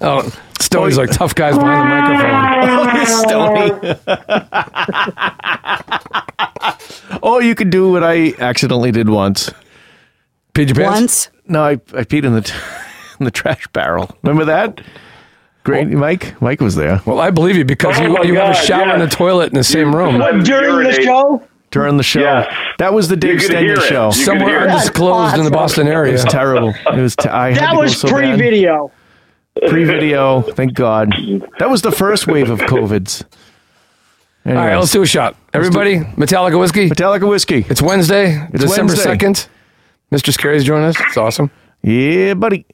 [SPEAKER 4] Oh, Stoney's like tough guys behind the microphone.
[SPEAKER 3] Stony. oh, you could do what I accidentally did once.
[SPEAKER 4] Peed your pants?
[SPEAKER 7] Once,
[SPEAKER 3] No, I, I peed in the t- in the trash barrel. Remember that? Great, Mike. Mike was there
[SPEAKER 4] Well, I believe you because
[SPEAKER 5] Oh
[SPEAKER 4] you,
[SPEAKER 5] my
[SPEAKER 4] you have a
[SPEAKER 5] God,
[SPEAKER 4] shower and a
[SPEAKER 5] yes.
[SPEAKER 4] toilet in the same room.
[SPEAKER 5] What?
[SPEAKER 1] during the
[SPEAKER 5] Urinate.
[SPEAKER 1] show.
[SPEAKER 3] during the show.
[SPEAKER 5] Yes.
[SPEAKER 3] That was the Dave
[SPEAKER 5] could hear
[SPEAKER 3] Stenya
[SPEAKER 5] it.
[SPEAKER 3] show.
[SPEAKER 5] You could
[SPEAKER 4] Somewhere
[SPEAKER 5] hear it.
[SPEAKER 4] undisclosed in the Boston
[SPEAKER 3] It
[SPEAKER 4] area.
[SPEAKER 3] was terrible. It was. T- I had to
[SPEAKER 1] That
[SPEAKER 3] go
[SPEAKER 1] was
[SPEAKER 3] so bad.
[SPEAKER 1] pre-video.
[SPEAKER 3] Pre-video. Thank God. That was the first wave of COVIDs. Anyways,
[SPEAKER 4] All right, let's do a shot. Everybody, Metallica Whiskey.
[SPEAKER 3] Metallica whiskey.
[SPEAKER 4] It's Wednesday, December
[SPEAKER 3] Wednesday.
[SPEAKER 4] 2nd. Mr. Scary's joining us. It's awesome.
[SPEAKER 3] Yeah, buddy.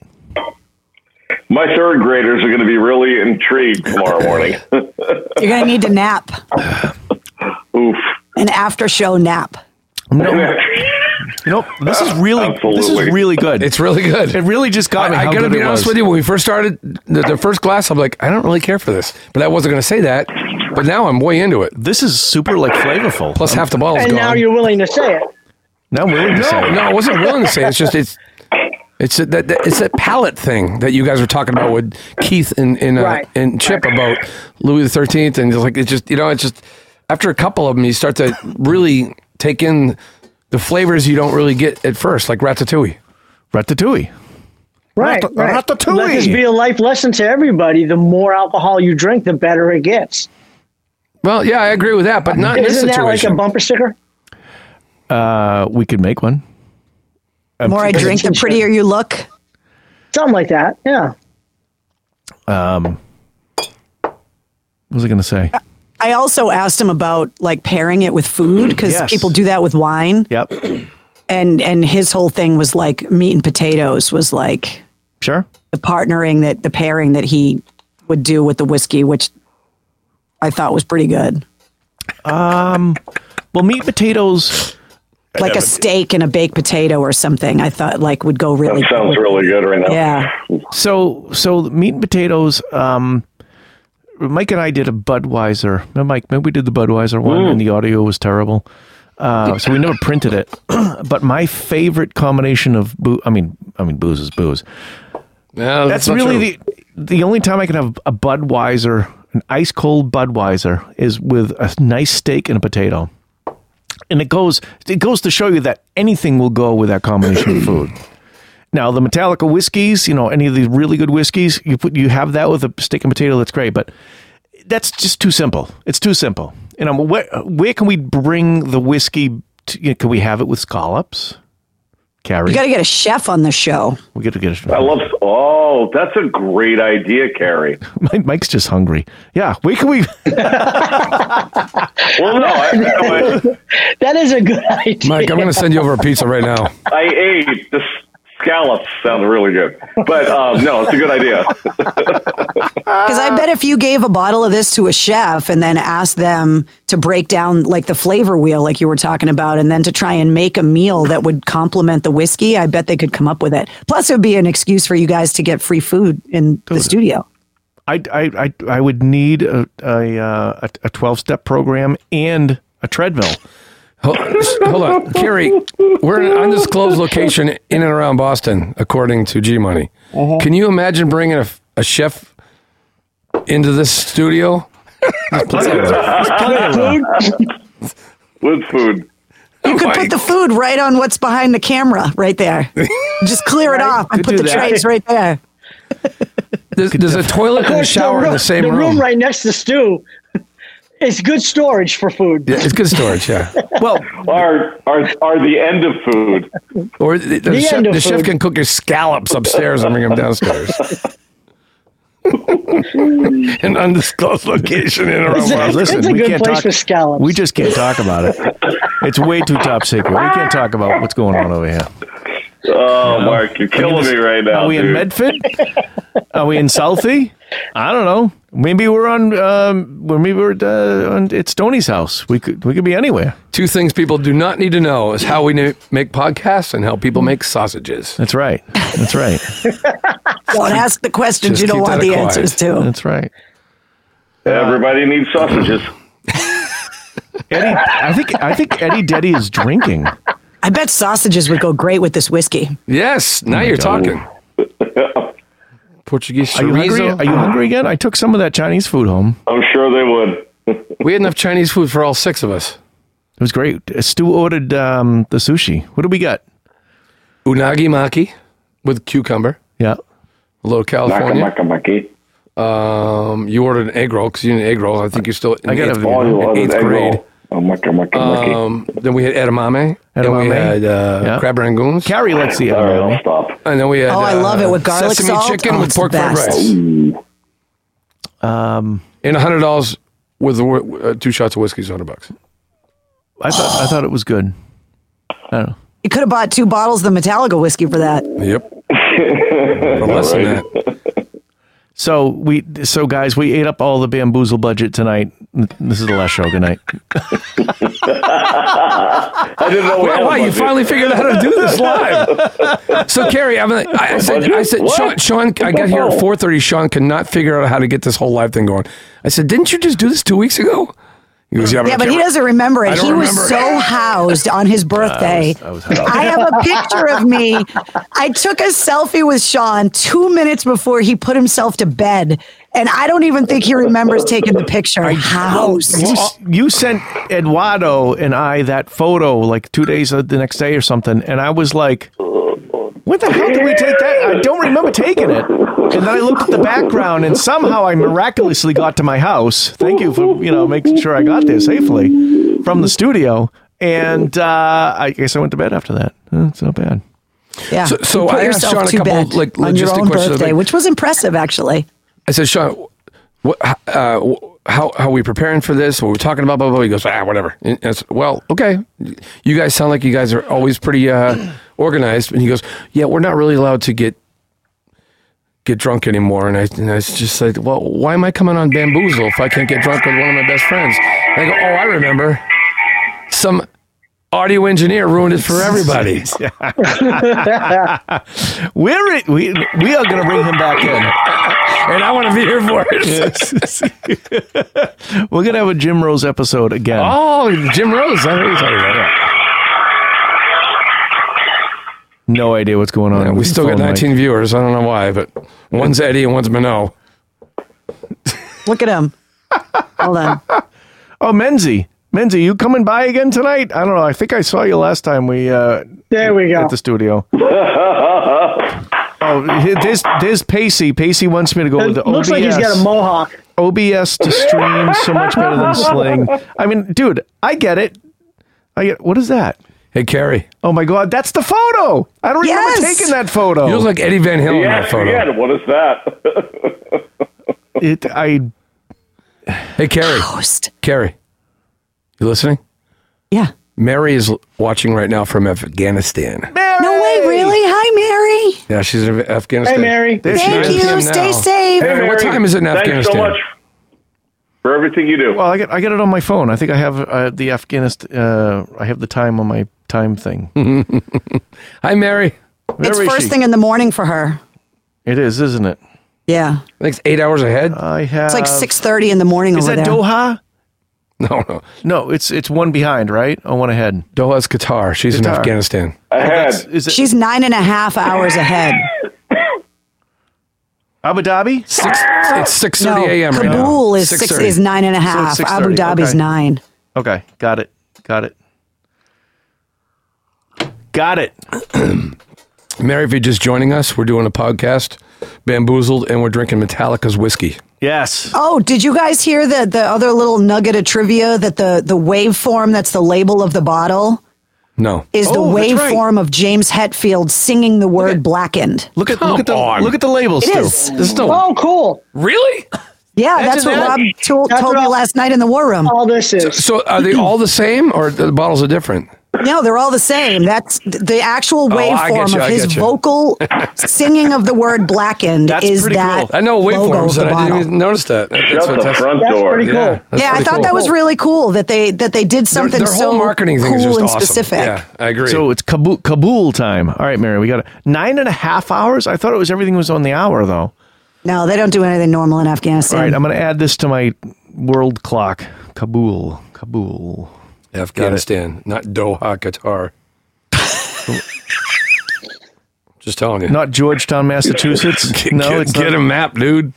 [SPEAKER 5] My third graders are going to be really intrigued tomorrow morning.
[SPEAKER 7] you're going to need to nap,
[SPEAKER 5] Oof.
[SPEAKER 7] an after-show nap.
[SPEAKER 3] No, nope. This is really. This is
[SPEAKER 5] Absolutely.
[SPEAKER 3] really good.
[SPEAKER 4] It's really good.
[SPEAKER 3] It really just got me.
[SPEAKER 4] I, I
[SPEAKER 3] how
[SPEAKER 4] gotta
[SPEAKER 3] good
[SPEAKER 4] be
[SPEAKER 3] it
[SPEAKER 4] honest
[SPEAKER 3] was.
[SPEAKER 4] with you. When we first started the, the first glass, I'm like, I don't really care for this, but I wasn't gonna say that. But now I'm way into it.
[SPEAKER 3] This is super like flavorful.
[SPEAKER 4] Plus half the bottle's
[SPEAKER 1] And
[SPEAKER 4] gone.
[SPEAKER 1] now you're willing to say it.
[SPEAKER 3] No, I'm willing to say
[SPEAKER 4] No,
[SPEAKER 3] it.
[SPEAKER 4] no, I wasn't willing to say. it. It's just it's it's that, that it's that palette thing that you guys were talking about with Keith and and, uh,
[SPEAKER 1] Right.
[SPEAKER 4] and Chip about Louis the Thirteenth, and it's like it's just you know it's just after a couple of them you start to really take in the flavors you don't really get at first, like ratatouille.
[SPEAKER 3] Ratatouille.
[SPEAKER 1] Right,
[SPEAKER 3] Rat-
[SPEAKER 1] right.
[SPEAKER 3] ratatouille.
[SPEAKER 1] Let
[SPEAKER 4] E.
[SPEAKER 1] this be a life lesson to everybody. The more alcohol you drink, the better it gets.
[SPEAKER 4] Well, yeah, I agree with that, but not in this
[SPEAKER 1] Isn't that like a
[SPEAKER 4] situation.
[SPEAKER 1] bumper sticker?
[SPEAKER 3] Uh, we could make one.
[SPEAKER 7] The more I drink, the prettier you look.
[SPEAKER 1] Something like that. Yeah.
[SPEAKER 3] What was I going to say?
[SPEAKER 7] I also asked him about like pairing it with food because
[SPEAKER 3] Yes.
[SPEAKER 7] people do that with wine,
[SPEAKER 3] Yep.
[SPEAKER 7] and and his whole thing was like meat and potatoes was like
[SPEAKER 3] Sure.
[SPEAKER 7] the partnering that the pairing that he would do with the whiskey, which I thought was pretty good,
[SPEAKER 3] Well, meat potatoes.
[SPEAKER 7] like a steak and a baked potato or something. I thought like would go really.
[SPEAKER 5] That sounds
[SPEAKER 7] good.
[SPEAKER 5] really good right now.
[SPEAKER 7] Yeah.
[SPEAKER 3] So so meat and potatoes. Um, Mike and I did a Budweiser. Remember, Mike, maybe we did the Budweiser one, and the audio was terrible. Uh, so we never printed it. but my favorite combination of boo. I mean, I mean, booze is booze.
[SPEAKER 4] No,
[SPEAKER 3] That's
[SPEAKER 4] not
[SPEAKER 3] really
[SPEAKER 4] true.
[SPEAKER 3] the the only time I can have a Budweiser, an ice cold Budweiser, is with a nice steak and a potato. And it goes it goes to show you that anything will go with that combination of food. Now the Metallica whiskeys, you know, any of these really good whiskeys, you put you have that with a steak and potato. That's great, but that's just too simple. It's too simple. And I'm where, where can we bring the whiskey? To, you know, can we have it with scallops? Carrie,
[SPEAKER 7] You got to get a chef on the show.
[SPEAKER 3] we got to get it.
[SPEAKER 5] I love. Oh, that's a great idea, Carrie.
[SPEAKER 3] Mike- Mike's just hungry. Yeah, where can we?
[SPEAKER 5] Well, no, I, no,
[SPEAKER 1] That is a good idea.
[SPEAKER 4] Mike, I'm going to send you over a pizza right now.
[SPEAKER 5] I, I ate the scallops. Sounds really good, but um, no, it's a good idea.
[SPEAKER 7] Because I bet if you gave a bottle of this to a chef and then asked them to break down like the flavor wheel, like you were talking about, and then to try and make a meal that would complement the whiskey, I bet they could come up with it. Plus, it would be an excuse for you guys to get free food in the studio.
[SPEAKER 3] I, I, I, I would need a a, uh, a- a twelve step program and a treadmill.
[SPEAKER 4] Hold, hold on, Carrie. We're in an undisclosed location in and around Boston, according to G Money.
[SPEAKER 1] Uh-huh.
[SPEAKER 4] Can you imagine bringing a, a chef into this studio?
[SPEAKER 5] With food,
[SPEAKER 7] You could put the food right on what's behind the camera right there. Just clear it off and
[SPEAKER 3] Could
[SPEAKER 7] put
[SPEAKER 3] do
[SPEAKER 7] the
[SPEAKER 3] that.
[SPEAKER 7] trays right there.
[SPEAKER 4] There's, there's a toilet and a shower in the same
[SPEAKER 1] the room
[SPEAKER 4] room.
[SPEAKER 1] right next to Stu is good storage for food.
[SPEAKER 4] Yeah, it's good storage, yeah.
[SPEAKER 3] Well,
[SPEAKER 5] are are are the end of food.
[SPEAKER 4] Or the, the
[SPEAKER 1] The
[SPEAKER 4] chef,
[SPEAKER 1] end of
[SPEAKER 4] the chef
[SPEAKER 1] food.
[SPEAKER 4] can cook his scallops upstairs and bring them downstairs. An undisclosed location in and around
[SPEAKER 1] Is it-
[SPEAKER 4] Boston.
[SPEAKER 3] listen,
[SPEAKER 1] It's a
[SPEAKER 3] we
[SPEAKER 1] good
[SPEAKER 3] can't
[SPEAKER 1] place
[SPEAKER 3] talk.
[SPEAKER 1] for scallops.
[SPEAKER 3] We just can't talk about it. It's way too top secret. We can't talk about what's going on over here.
[SPEAKER 5] Oh, Mark, you're killing me right now.
[SPEAKER 3] Are we in
[SPEAKER 5] dude.
[SPEAKER 3] Medford? Are we in Southie? I don't know. Maybe we're on. Um, well, maybe we're at, uh, on, at Stoney's house. We could we could be anywhere.
[SPEAKER 4] Two things people do not need to know is how we na- make podcasts and how people make sausages.
[SPEAKER 3] That's right. That's right.
[SPEAKER 7] Don't ask the questions
[SPEAKER 4] Just
[SPEAKER 7] you don't
[SPEAKER 4] keep
[SPEAKER 7] want
[SPEAKER 4] that
[SPEAKER 7] the
[SPEAKER 4] quiet.
[SPEAKER 7] answers to.
[SPEAKER 3] That's right.
[SPEAKER 5] Everybody needs sausages.
[SPEAKER 3] Eddie, I think I think Eddie Deddy is drinking.
[SPEAKER 7] I bet sausages would go great with this whiskey.
[SPEAKER 4] Yes,
[SPEAKER 3] Oh
[SPEAKER 4] now you're talking. Portuguese
[SPEAKER 3] Are you hungry?
[SPEAKER 4] chorizo.
[SPEAKER 3] Are you hungry again? I took some of that Chinese food home.
[SPEAKER 5] I'm sure they would.
[SPEAKER 4] we had enough Chinese food for all six of us.
[SPEAKER 3] It was great. Uh, Stu ordered um, the sushi. What do we got?
[SPEAKER 4] Unagi maki with cucumber,
[SPEAKER 3] Yeah.
[SPEAKER 4] a little
[SPEAKER 5] Maka,
[SPEAKER 4] California.
[SPEAKER 5] maka, maki.
[SPEAKER 4] Um, you ordered an egg roll because you need an egg roll. I think you're still in
[SPEAKER 3] I got
[SPEAKER 4] eighth,
[SPEAKER 3] a-
[SPEAKER 5] Oh, you
[SPEAKER 4] in
[SPEAKER 5] love an
[SPEAKER 4] eighth
[SPEAKER 5] egg
[SPEAKER 4] grade.
[SPEAKER 5] roll. Oh, maka, maka, maki.
[SPEAKER 4] Um, then we had edamame. Then we
[SPEAKER 3] Edamame.
[SPEAKER 4] had uh,
[SPEAKER 3] Yeah.
[SPEAKER 4] crab rangoons.
[SPEAKER 3] Carrie likes the
[SPEAKER 5] All right,
[SPEAKER 3] edamame.
[SPEAKER 5] I'll stop.
[SPEAKER 4] and then we had
[SPEAKER 7] Oh, I
[SPEAKER 4] uh,
[SPEAKER 7] love it with garlic
[SPEAKER 4] sesame
[SPEAKER 7] salt.
[SPEAKER 4] chicken
[SPEAKER 7] Oh,
[SPEAKER 4] with
[SPEAKER 7] it's the
[SPEAKER 4] pork fried
[SPEAKER 7] best.
[SPEAKER 4] rice.
[SPEAKER 3] Um,
[SPEAKER 4] and hundred dollars with the, wh- uh, two shots of whiskey is hundred bucks.
[SPEAKER 3] I thought I thought it was good. I don't know.
[SPEAKER 7] You could have bought two bottles of the Metallica whiskey for that.
[SPEAKER 4] Yep. uh, Or less than
[SPEAKER 5] Right.
[SPEAKER 4] that.
[SPEAKER 3] So we so guys, we ate up all the bamboozle budget tonight. This is the last show. Good night.
[SPEAKER 5] I didn't know we had
[SPEAKER 4] Wow,
[SPEAKER 5] a
[SPEAKER 4] wow, you
[SPEAKER 5] budget.
[SPEAKER 4] finally figured out how to do this live. So, Carrie, I'm, I, I said, I said,
[SPEAKER 5] What?
[SPEAKER 4] Sean, Sean, I got here at
[SPEAKER 5] Oh.
[SPEAKER 4] 4:30. Sean could not figure out how to get this whole live thing going. I said, didn't you just do this two weeks ago? He goes, yeah, but, I
[SPEAKER 7] Yeah, but he
[SPEAKER 4] can't-
[SPEAKER 7] doesn't remember
[SPEAKER 4] I
[SPEAKER 7] it.
[SPEAKER 4] don't
[SPEAKER 7] He was
[SPEAKER 4] remember.
[SPEAKER 7] so housed on his birthday. I, have a picture of me. I took a selfie with Sean two minutes before he put himself to bed, and I don't even think he remembers taking the picture. Housed.
[SPEAKER 4] uh,
[SPEAKER 3] You, you sent Eduardo and I that photo like two days uh, the next day or something, and I was like, "What the hell did we take that? I don't remember taking it." And then I looked at the background, and somehow I miraculously got to my house. Thank you for you know making sure I got there safely from the studio. And uh, I guess I went to bed after that. Uh, It's not bad.
[SPEAKER 7] Yeah.
[SPEAKER 4] So- so
[SPEAKER 7] You put
[SPEAKER 4] I asked
[SPEAKER 7] yourself
[SPEAKER 4] Sean a
[SPEAKER 7] to
[SPEAKER 4] couple,
[SPEAKER 7] bed
[SPEAKER 4] like,
[SPEAKER 7] on your
[SPEAKER 4] logistic
[SPEAKER 7] own
[SPEAKER 4] questions,
[SPEAKER 7] birthday,
[SPEAKER 4] like-
[SPEAKER 7] which was impressive actually.
[SPEAKER 4] I said, Sean, what, uh, wh- how, how are we preparing for this? What we're talking about, blah, blah, blah. He goes, ah, whatever. And I said, well, okay. You guys sound like you guys are always pretty uh, organized. And he goes, yeah, we're not really allowed to get get drunk anymore. And I, and I was just like, well, why am I coming on Bamboozle if I can't get drunk with one of my best friends? And I go, oh, I remember. Some audio engineer ruined it for everybody.
[SPEAKER 3] We're we we are going to bring him back in.
[SPEAKER 4] and I want to be here for it.
[SPEAKER 3] We're going to have a Jim Rose episode again.
[SPEAKER 4] Oh, Jim Rose. I know you're talking about that.
[SPEAKER 3] No idea what's going on.
[SPEAKER 4] Yeah, we
[SPEAKER 3] with the
[SPEAKER 4] still got
[SPEAKER 3] phone mic.
[SPEAKER 4] 19 viewers. I don't know why, but one's Eddie and one's Minot.
[SPEAKER 7] Look at him. Hold on.
[SPEAKER 3] Oh, Menzi. Menzi, you coming by again tonight? I don't know. I think I saw you last time we uh,
[SPEAKER 1] There we go.
[SPEAKER 3] at the studio. oh, here- there's, there's Pacey. Pacey wants me to go with the
[SPEAKER 1] It looks
[SPEAKER 3] OBS.
[SPEAKER 1] like he's got a mohawk.
[SPEAKER 3] OBS to stream so much better than Sling. I mean, dude, I get it. I get, what is that?
[SPEAKER 4] Hey, Carrie.
[SPEAKER 3] Oh my God, that's the photo. I don't
[SPEAKER 7] Yes!
[SPEAKER 3] remember taking that photo.
[SPEAKER 7] Oh.
[SPEAKER 4] You look like Eddie Van Halen in
[SPEAKER 5] Yeah,
[SPEAKER 4] that photo.
[SPEAKER 5] yeah, what is that?
[SPEAKER 3] it, I
[SPEAKER 4] Hey, Carrie.
[SPEAKER 7] Host.
[SPEAKER 4] Carrie. You listening?
[SPEAKER 7] Yeah.
[SPEAKER 4] Mary is l- watching right now from Afghanistan.
[SPEAKER 7] No way, really? Hi, Mary.
[SPEAKER 4] Yeah, she's in Afghanistan.
[SPEAKER 1] Hey, Mary.
[SPEAKER 3] there she
[SPEAKER 7] Thank
[SPEAKER 3] is.
[SPEAKER 4] Nice to
[SPEAKER 7] you.
[SPEAKER 4] him now.
[SPEAKER 7] Stay safe.
[SPEAKER 4] Hey, what time is it in
[SPEAKER 5] Thanks
[SPEAKER 4] Afghanistan?
[SPEAKER 5] so much for everything you do.
[SPEAKER 3] Well, I get I get it on my phone. I think I have uh, the Afghanistan. Uh, I have the time on my time thing.
[SPEAKER 4] Hmm. Hi, Mary.
[SPEAKER 7] It's
[SPEAKER 3] Where is
[SPEAKER 7] first
[SPEAKER 3] she?
[SPEAKER 7] thing in the morning for her.
[SPEAKER 3] It is, isn't it?
[SPEAKER 7] Yeah.
[SPEAKER 4] I think it's eight hours ahead.
[SPEAKER 3] I have.
[SPEAKER 7] It's like 6:30 in the morning
[SPEAKER 3] Is
[SPEAKER 7] over
[SPEAKER 3] that
[SPEAKER 7] there.
[SPEAKER 3] Doha?
[SPEAKER 4] no, no.
[SPEAKER 3] No, it's it's one behind, right? Or one ahead.
[SPEAKER 4] Doha's Qatar. She's in
[SPEAKER 3] Qatar.
[SPEAKER 4] Afghanistan.
[SPEAKER 5] Ahead.
[SPEAKER 3] That's- Is it
[SPEAKER 7] She's nine and a half hours ahead.
[SPEAKER 3] Abu Dhabi?
[SPEAKER 4] Six, it's six
[SPEAKER 7] No,
[SPEAKER 4] thirty a.m. right now.
[SPEAKER 7] Kabul is six,
[SPEAKER 4] 6:30.
[SPEAKER 7] is nine and a half.
[SPEAKER 3] it's
[SPEAKER 7] Abu
[SPEAKER 3] 6:30,
[SPEAKER 7] Dhabi's
[SPEAKER 3] okay.
[SPEAKER 7] nine.
[SPEAKER 3] Okay, got it, got it, got it.
[SPEAKER 4] Mary, if you're just joining us, we're doing a podcast, Bamboozled, and we're drinking Metallica's whiskey.
[SPEAKER 3] Yes.
[SPEAKER 7] Oh, did you guys hear the the other little nugget of trivia that the the waveform that's the label of the bottle
[SPEAKER 4] No.
[SPEAKER 7] is the
[SPEAKER 3] Oh, that's right.
[SPEAKER 7] waveform of James Hetfield singing the word blackened.
[SPEAKER 3] Look at
[SPEAKER 4] Come
[SPEAKER 3] look at the
[SPEAKER 4] on.
[SPEAKER 3] look at the labels.
[SPEAKER 7] It
[SPEAKER 3] too.
[SPEAKER 7] is.
[SPEAKER 3] There's no.
[SPEAKER 1] Oh, cool.
[SPEAKER 4] Really?
[SPEAKER 7] Yeah, that's, what
[SPEAKER 3] that-
[SPEAKER 7] Rob told,
[SPEAKER 1] that's
[SPEAKER 7] told
[SPEAKER 1] what
[SPEAKER 7] me
[SPEAKER 1] I-
[SPEAKER 7] last night in the war room.
[SPEAKER 1] All Oh, this is.
[SPEAKER 4] So are they all the same or the bottles are different?
[SPEAKER 7] No, they're all the same. That's the actual
[SPEAKER 4] I get
[SPEAKER 7] waveform
[SPEAKER 4] you, I
[SPEAKER 7] of his
[SPEAKER 4] get you.
[SPEAKER 7] vocal singing of the word blackened
[SPEAKER 3] That's
[SPEAKER 7] is
[SPEAKER 3] pretty
[SPEAKER 7] that
[SPEAKER 3] cool.
[SPEAKER 4] I know
[SPEAKER 7] logo of
[SPEAKER 4] waveforms
[SPEAKER 7] the
[SPEAKER 4] and I
[SPEAKER 7] bottle.
[SPEAKER 4] didn't even notice that. That- That's
[SPEAKER 5] Shut the
[SPEAKER 4] fantastic.
[SPEAKER 5] front
[SPEAKER 1] That's
[SPEAKER 5] door.
[SPEAKER 1] pretty cool.
[SPEAKER 4] Yeah, that's
[SPEAKER 7] yeah, I
[SPEAKER 4] pretty
[SPEAKER 7] thought
[SPEAKER 4] cool.
[SPEAKER 7] that was really cool that they that they did
[SPEAKER 4] Their-
[SPEAKER 7] something
[SPEAKER 4] their
[SPEAKER 7] so
[SPEAKER 4] whole marketing
[SPEAKER 7] cool
[SPEAKER 4] thing is just
[SPEAKER 7] and
[SPEAKER 4] awesome.
[SPEAKER 7] specific.
[SPEAKER 4] Yeah, I agree.
[SPEAKER 3] So it's Kabul, Kabul time. All right, Mary, we got it. Nine and a half hours. I thought it was everything was on the hour though.
[SPEAKER 7] No, they don't do anything normal in Afghanistan.
[SPEAKER 3] All right, I'm going to add this to my world clock. Kabul, Kabul.
[SPEAKER 4] Afghanistan, not Doha, Qatar. just telling you.
[SPEAKER 3] Not Georgetown, Massachusetts. no,
[SPEAKER 4] get,
[SPEAKER 3] it's
[SPEAKER 4] get
[SPEAKER 3] not.
[SPEAKER 4] a map, dude.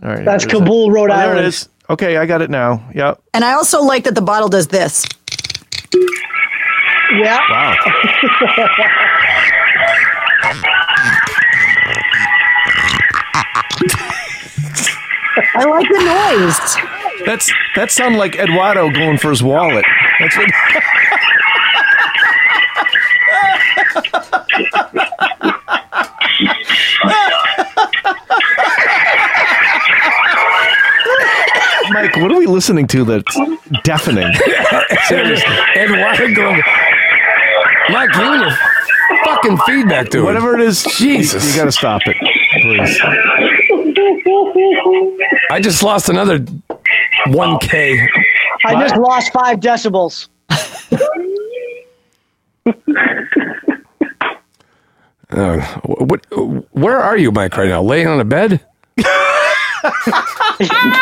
[SPEAKER 3] All right,
[SPEAKER 1] That's
[SPEAKER 3] there's it.
[SPEAKER 1] Kabul, Rhode
[SPEAKER 3] Oh, there
[SPEAKER 1] Island.
[SPEAKER 3] it is. Okay, I got it now. Yep.
[SPEAKER 7] And I also like that the bottle does this.
[SPEAKER 1] Yeah.
[SPEAKER 3] Wow.
[SPEAKER 7] I like the noise.
[SPEAKER 3] That's that sounded like Eduardo going for his wallet. That's what. Mike, what are we listening to that's deafening? Seriously.
[SPEAKER 4] And why go? Mike, you and your fucking feedback, dude.
[SPEAKER 3] Whatever it is,
[SPEAKER 4] Jesus.
[SPEAKER 3] you, you got to stop it, please.
[SPEAKER 4] I just lost another 1K.
[SPEAKER 1] I just lost five decibels.
[SPEAKER 4] Uh, what? Where are you, Mike? Right now, laying on a bed?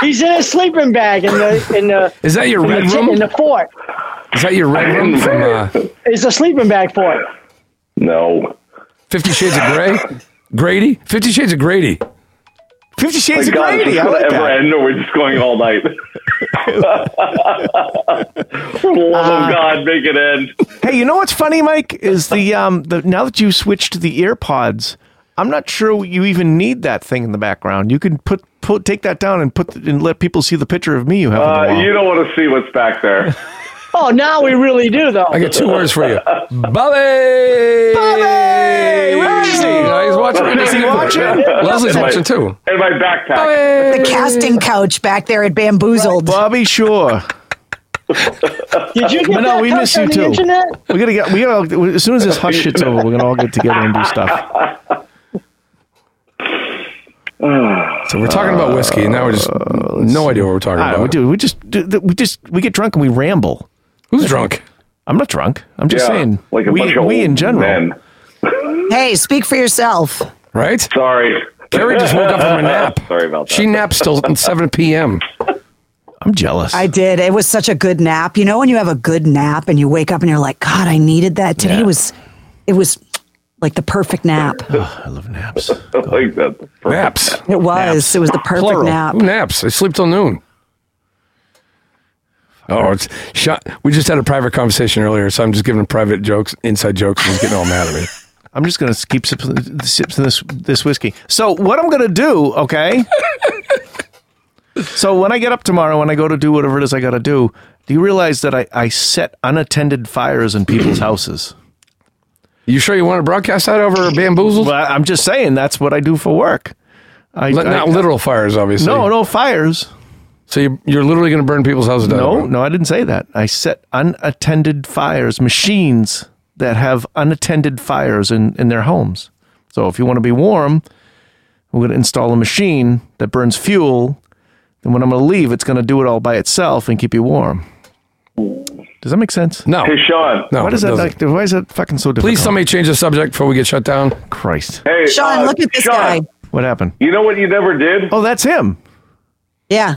[SPEAKER 1] He's in a sleeping bag in the in the
[SPEAKER 4] Is that your
[SPEAKER 1] in
[SPEAKER 4] red
[SPEAKER 1] the,
[SPEAKER 4] room?
[SPEAKER 1] in the fort.
[SPEAKER 4] Is that your red room from uh,
[SPEAKER 1] It's a sleeping bag fort.
[SPEAKER 5] No.
[SPEAKER 4] Fifty Shades of Grey? Grady? Fifty Shades of Grady.
[SPEAKER 3] Fifty Shades
[SPEAKER 5] My
[SPEAKER 3] of
[SPEAKER 5] God,
[SPEAKER 3] Grady.
[SPEAKER 5] this
[SPEAKER 3] I
[SPEAKER 5] could
[SPEAKER 3] like
[SPEAKER 5] ever
[SPEAKER 3] that.
[SPEAKER 5] end, or we're just going all night. For the love of God, make it end. Uh,
[SPEAKER 3] Hey, you know what's funny, Mike? Is the um the now that you switched to the ear pods, I'm not sure you even need that thing in the background. You can put put take that down and put and let people see the picture of me you have. on the
[SPEAKER 5] Uh,
[SPEAKER 3] wall.
[SPEAKER 5] you don't want to see what's back there.
[SPEAKER 1] Oh, now we really do though.
[SPEAKER 4] I got two words for you. Bobby! Bobby!
[SPEAKER 3] Where is he?
[SPEAKER 4] he's watching.
[SPEAKER 5] Is he
[SPEAKER 3] watching?
[SPEAKER 4] Leslie's
[SPEAKER 5] And my-
[SPEAKER 4] watching too.
[SPEAKER 5] And my backpack.
[SPEAKER 4] Bobby!
[SPEAKER 7] The casting couch back there at Bamboozled.
[SPEAKER 3] Bobby Shore.
[SPEAKER 1] Did you get
[SPEAKER 3] But no,
[SPEAKER 1] that
[SPEAKER 3] uh, we
[SPEAKER 1] touch
[SPEAKER 3] miss
[SPEAKER 1] on
[SPEAKER 3] you
[SPEAKER 1] the
[SPEAKER 3] too.
[SPEAKER 1] internet?
[SPEAKER 3] We gotta get. We gotta. As soon as this hush shit's over, we're gonna all get together and do stuff.
[SPEAKER 4] So we're talking about whiskey, and now we're just no idea what we're talking
[SPEAKER 3] All right,
[SPEAKER 4] about.
[SPEAKER 3] we do. We just. do- We just. We get drunk and we ramble.
[SPEAKER 4] Who's drunk?
[SPEAKER 3] I'm not drunk. I'm just saying.
[SPEAKER 5] like a
[SPEAKER 3] we,
[SPEAKER 5] bunch of
[SPEAKER 3] we in
[SPEAKER 5] old
[SPEAKER 3] general.
[SPEAKER 5] men.
[SPEAKER 7] Hey, speak for yourself.
[SPEAKER 4] Right?
[SPEAKER 5] Sorry.
[SPEAKER 4] Carrie just woke up from a nap.
[SPEAKER 5] Sorry about that.
[SPEAKER 4] She naps till 7 p.m.
[SPEAKER 3] I'm jealous.
[SPEAKER 7] I did. It was such a good nap. You know when you have a good nap and you wake up and you're like, God, I needed that. Today
[SPEAKER 3] Yeah.
[SPEAKER 7] was it was like the perfect nap.
[SPEAKER 3] I love naps.
[SPEAKER 5] like that.
[SPEAKER 4] Naps.
[SPEAKER 7] It was. It was the perfect
[SPEAKER 3] Plural.
[SPEAKER 7] nap.
[SPEAKER 4] Who naps? I sleep till noon. Oh, it's shot. We just had a private conversation earlier, so I'm just giving private jokes, inside jokes, and he's getting all mad at me.
[SPEAKER 3] I'm just gonna keep sipping, sipping this this whiskey. So what I'm gonna do, okay? so when I get up tomorrow, when I go to do whatever it is I gotta do, do you realize that I, I set unattended fires in people's houses?
[SPEAKER 4] You sure you want to broadcast that over bamboozled?
[SPEAKER 3] Well, I- I'm just saying that's what I do for work. I,
[SPEAKER 4] Not-
[SPEAKER 3] I-
[SPEAKER 4] Not literal fires, obviously.
[SPEAKER 3] no, no fires.
[SPEAKER 4] So you, you're literally going to burn people's houses down?
[SPEAKER 3] No, no, I didn't say that. I set unattended fires, machines that have unattended fires in, in their homes. So if you want to be warm, we're going to install a machine that burns fuel. And when I'm going to leave, it's going to do it all by itself and keep you warm. Does that make sense?
[SPEAKER 4] no,
[SPEAKER 5] Hey, Sean.
[SPEAKER 4] no.
[SPEAKER 3] Why does
[SPEAKER 4] it
[SPEAKER 3] that
[SPEAKER 4] doesn't.
[SPEAKER 3] like, why is that fucking so difficult?
[SPEAKER 4] Please, somebody change the subject before we get shut down.
[SPEAKER 3] Christ.
[SPEAKER 5] Hey,
[SPEAKER 7] Sean,
[SPEAKER 5] uh,
[SPEAKER 7] look at this
[SPEAKER 5] Sean,
[SPEAKER 7] guy.
[SPEAKER 3] What happened?
[SPEAKER 5] You know what you never did?
[SPEAKER 3] Oh, that's him.
[SPEAKER 7] Yeah.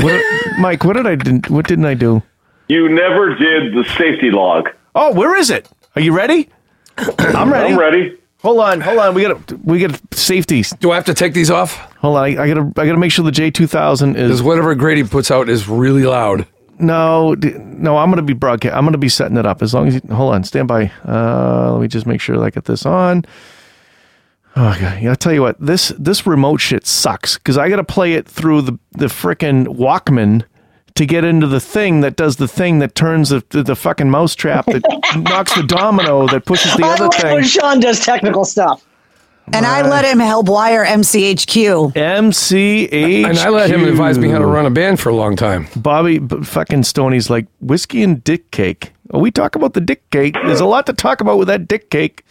[SPEAKER 3] What, Mike, what did I didn't what didn't I do?
[SPEAKER 5] You never did the safety log.
[SPEAKER 3] Oh, where is it? Are you ready? I'm ready.
[SPEAKER 5] I'm ready.
[SPEAKER 3] Hold on, hold on. We got we got safety.
[SPEAKER 4] Do I have to take these off?
[SPEAKER 3] Hold on, I, I gotta I gotta make sure the J two thousand
[SPEAKER 4] Because
[SPEAKER 3] is
[SPEAKER 4] whatever Grady puts out is really loud.
[SPEAKER 3] no d- no. I'm gonna be broadcast. I'm gonna be setting it up as long as you hold on. Stand by. Uh, let me just make sure that I get this on. Oh god, yeah, I'll tell you what. This this remote shit sucks because I gotta play it through the the frickin' Walkman to get into the thing that does the thing that turns the the, the fucking mousetrap that knocks the domino that pushes the
[SPEAKER 1] I
[SPEAKER 3] other
[SPEAKER 1] love when
[SPEAKER 3] thing.
[SPEAKER 1] Sean does technical stuff.
[SPEAKER 7] And I let him help wire MCHQ.
[SPEAKER 3] MCH.
[SPEAKER 4] And I let him advise me how to run a band for a long time.
[SPEAKER 3] Bobby b- fucking Stoney's like whiskey and dick cake. Oh, we talk about the dick cake. There's a lot to talk about with that dick cake.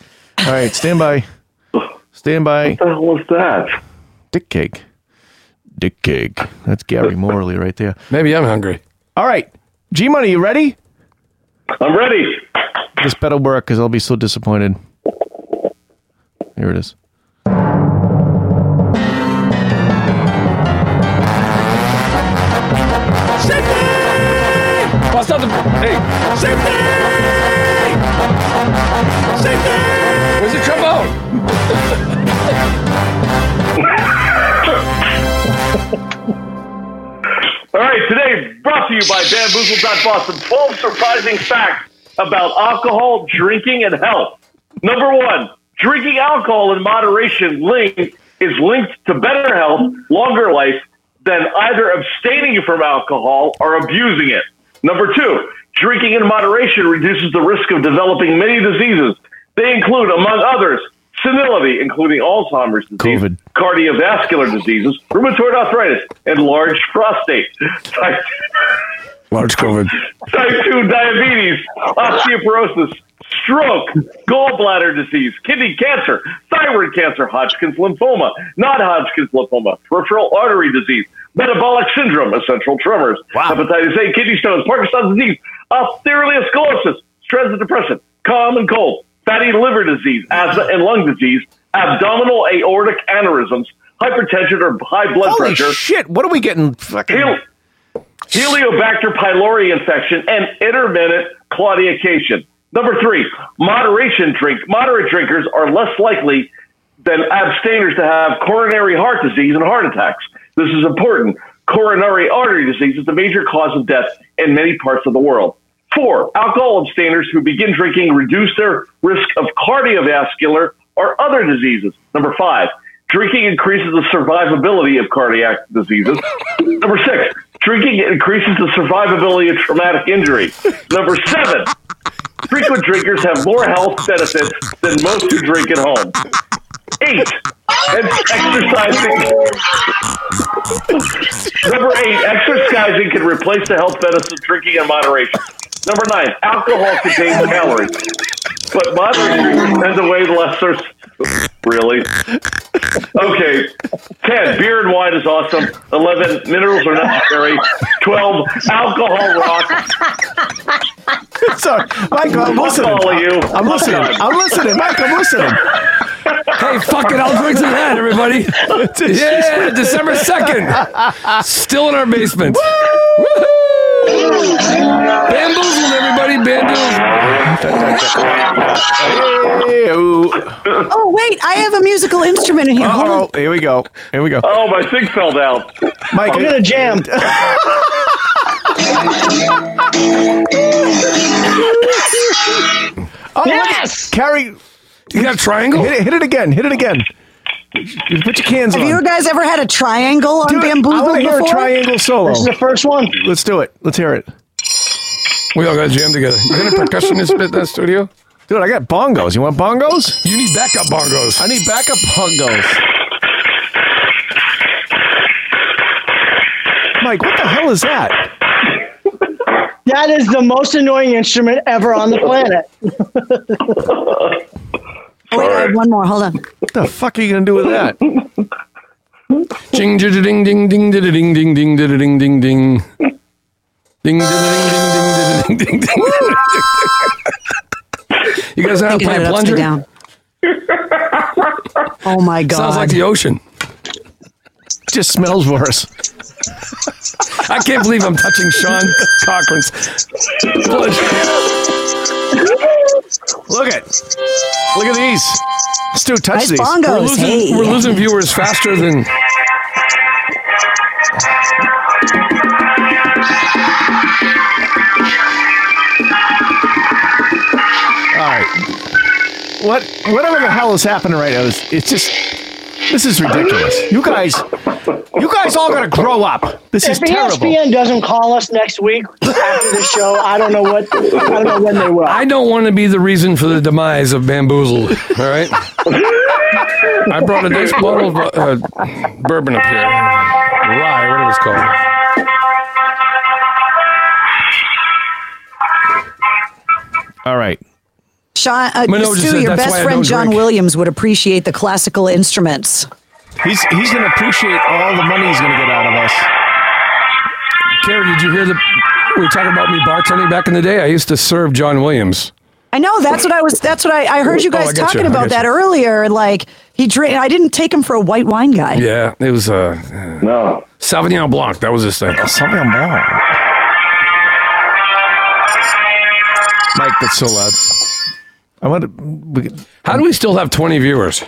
[SPEAKER 3] All right, stand by. Stand by.
[SPEAKER 5] What the hell was that?
[SPEAKER 3] Dick cake. Dick cake. That's Gary Morley right there.
[SPEAKER 4] Maybe I'm hungry.
[SPEAKER 3] All right. G Money, you ready?
[SPEAKER 5] I'm ready.
[SPEAKER 3] This better work because I'll be so disappointed. Here it is.
[SPEAKER 4] Bust out the. Hey! Safety! Safety! Where's the trombone?
[SPEAKER 5] All right, today brought to you by Bamboozle.Boston. 12 surprising facts about alcohol, drinking, and health. Number one, drinking alcohol in moderation link is linked to better health, longer life than either abstaining from alcohol or abusing it. Number two, drinking in moderation reduces the risk of developing many diseases. They include, among others, senility, including Alzheimer's disease,
[SPEAKER 3] COVID.
[SPEAKER 5] cardiovascular diseases, rheumatoid arthritis, and large prostate, type,
[SPEAKER 4] Large COVID.
[SPEAKER 5] type 2 diabetes, osteoporosis, stroke, gallbladder disease, kidney cancer, thyroid cancer, Hodgkin's lymphoma, non Hodgkin's lymphoma, peripheral artery disease, metabolic syndrome, essential tremors, hepatitis A, kidney stones, Parkinson's disease, atherosclerosis, sclerosis, stress and depression, common cold, fatty liver disease, asthma and lung disease, abdominal aortic aneurysms, hypertension, or high blood
[SPEAKER 3] Holy
[SPEAKER 5] pressure,
[SPEAKER 3] shit! What are we getting? Fucking
[SPEAKER 5] hel- Heliobacter pylori infection, and intermittent claudication. Number three, moderation drink. Moderate drinkers are less likely than abstainers to have coronary heart disease and heart attacks. This is important. Coronary artery disease is the major cause of death in many parts of the world. Four, alcohol abstainers who begin drinking reduce their risk of cardiovascular or other diseases. Number five, drinking increases the survivability of cardiac diseases. Number six, drinking increases the survivability of traumatic injury. Number seven, frequent drinkers have more health benefits than most who drink at home. Eight, and exercising. Number eight, exercising can replace the health benefits of drinking in moderation. Number nine, alcohol contains calories, but moderate drinkers tend to weigh less. Or... Really? Okay. Ten, beer and wine is awesome. Eleven, minerals are necessary. Twelve, alcohol rocks.
[SPEAKER 3] Sorry, Michael, I'm listening.
[SPEAKER 5] all of you.
[SPEAKER 3] I'm listening. I'm listening, Mike. I'm listening.
[SPEAKER 4] Hey, fuck it, I'll drink some that, everybody. yeah, December 2nd. Still in our basement. Woohoo! Bamboozled, everybody, bamboozled.
[SPEAKER 3] Hey, ooh.
[SPEAKER 7] Oh, wait, I have a musical instrument in here. Hold on.
[SPEAKER 3] oh, here we go. Here we go.
[SPEAKER 5] Oh, my thing fell down.
[SPEAKER 3] Mike,
[SPEAKER 1] I'm gonna jam.
[SPEAKER 3] oh,
[SPEAKER 1] Yes!
[SPEAKER 3] Carrie,
[SPEAKER 4] You got a triangle?
[SPEAKER 3] hit it, hit it again. Hit it again. You Put your cans
[SPEAKER 7] Have
[SPEAKER 3] on.
[SPEAKER 7] you guys ever had a triangle on
[SPEAKER 3] Do it. I
[SPEAKER 7] bamboo
[SPEAKER 3] want to hear a
[SPEAKER 7] before?
[SPEAKER 3] triangle solo.
[SPEAKER 1] This is the first one.
[SPEAKER 3] Let's do it. Let's hear it.
[SPEAKER 4] We all got to jam together. You got a percussionist at that studio?
[SPEAKER 3] Dude, I got bongos. You want bongos?
[SPEAKER 4] You need backup bongos.
[SPEAKER 3] I need backup bongos. Mike, what the hell is that?
[SPEAKER 1] That is the most annoying instrument ever on the planet.
[SPEAKER 7] Oh, wait, I have one more. Hold on.
[SPEAKER 3] What the fuck are you gonna do with that?
[SPEAKER 4] Jing, jing, ding, ding, ding, ding, ding, ding, ding, ding, ding, ding, ding. Ding, ding, ding, ding, ding, ding, ding, ding. You guys know how to play
[SPEAKER 7] Thinking of it
[SPEAKER 4] a
[SPEAKER 7] upside
[SPEAKER 4] plunger?
[SPEAKER 7] down. oh my god!
[SPEAKER 4] Sounds like the ocean.
[SPEAKER 3] Just smells worse.
[SPEAKER 4] I can't believe I'm touching Sean Cochran's blood.
[SPEAKER 3] Look at, look at these. Stu, touch
[SPEAKER 7] nice
[SPEAKER 3] these.
[SPEAKER 4] We're
[SPEAKER 7] bongos.
[SPEAKER 4] losing,
[SPEAKER 7] Hey,
[SPEAKER 4] we're losing viewers faster than.
[SPEAKER 3] All right. What, whatever the hell is happening right now is, it's just, this is ridiculous. You guys, you guys all gotta grow up. This is
[SPEAKER 1] If E
[SPEAKER 3] terrible.
[SPEAKER 1] ESPN doesn't call us next week after the show, I don't know what I don't know when they will.
[SPEAKER 4] I don't want to be the reason for the demise of Bamboozled. All right. I brought a nice bottle of uh, bourbon up here, rye, whatever it's called.
[SPEAKER 3] All right.
[SPEAKER 7] Sean, uh,
[SPEAKER 4] Manoa just
[SPEAKER 7] Stu,
[SPEAKER 4] said
[SPEAKER 7] your
[SPEAKER 4] that's
[SPEAKER 7] best
[SPEAKER 4] why I
[SPEAKER 7] friend
[SPEAKER 4] don't
[SPEAKER 7] John
[SPEAKER 4] drink.
[SPEAKER 7] Williams would appreciate the classical instruments.
[SPEAKER 3] He's, he's gonna appreciate all the money he's gonna get out of us.
[SPEAKER 4] Carrie, did you hear the? We were talking about me bartending back in the day. I used to serve John Williams.
[SPEAKER 7] I know that's what I was. That's what I, I heard you
[SPEAKER 4] Oh, I
[SPEAKER 7] guys
[SPEAKER 4] get you.
[SPEAKER 7] talking
[SPEAKER 4] I
[SPEAKER 7] about
[SPEAKER 4] get
[SPEAKER 7] that
[SPEAKER 4] you.
[SPEAKER 7] earlier. Like he drink. I didn't take him for a white wine guy.
[SPEAKER 4] Yeah, it was uh,
[SPEAKER 9] No.
[SPEAKER 4] Sauvignon Blanc. That was his thing.
[SPEAKER 3] Something I'm wrong. Mike, that's so loud. I want to. We, could-
[SPEAKER 4] How do we still have 20 viewers?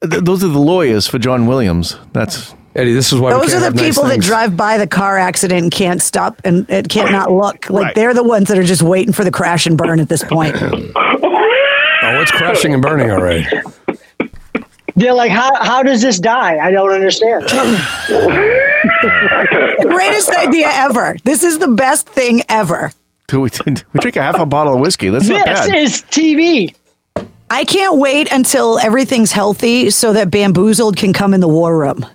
[SPEAKER 3] th- those are the lawyers for John Williams. That's
[SPEAKER 4] Eddie, this is why we
[SPEAKER 7] Those are
[SPEAKER 4] can't
[SPEAKER 7] the
[SPEAKER 4] have nice
[SPEAKER 7] people that
[SPEAKER 4] things.
[SPEAKER 7] drive by the car accident and can't stop and it can't not look. Like
[SPEAKER 3] Right.
[SPEAKER 7] they're the ones that are just waiting for the crash and burn at this point.
[SPEAKER 4] Oh, it's crashing and burning already.
[SPEAKER 1] They're like, how, how does this die? I don't understand.
[SPEAKER 7] Greatest idea ever. This is the best thing ever.
[SPEAKER 3] do we, we drink a half a bottle of whiskey. That's not
[SPEAKER 1] this
[SPEAKER 3] bad.
[SPEAKER 1] is TV.
[SPEAKER 7] I can't wait until everything's healthy so that Bamboozled can come in the war room.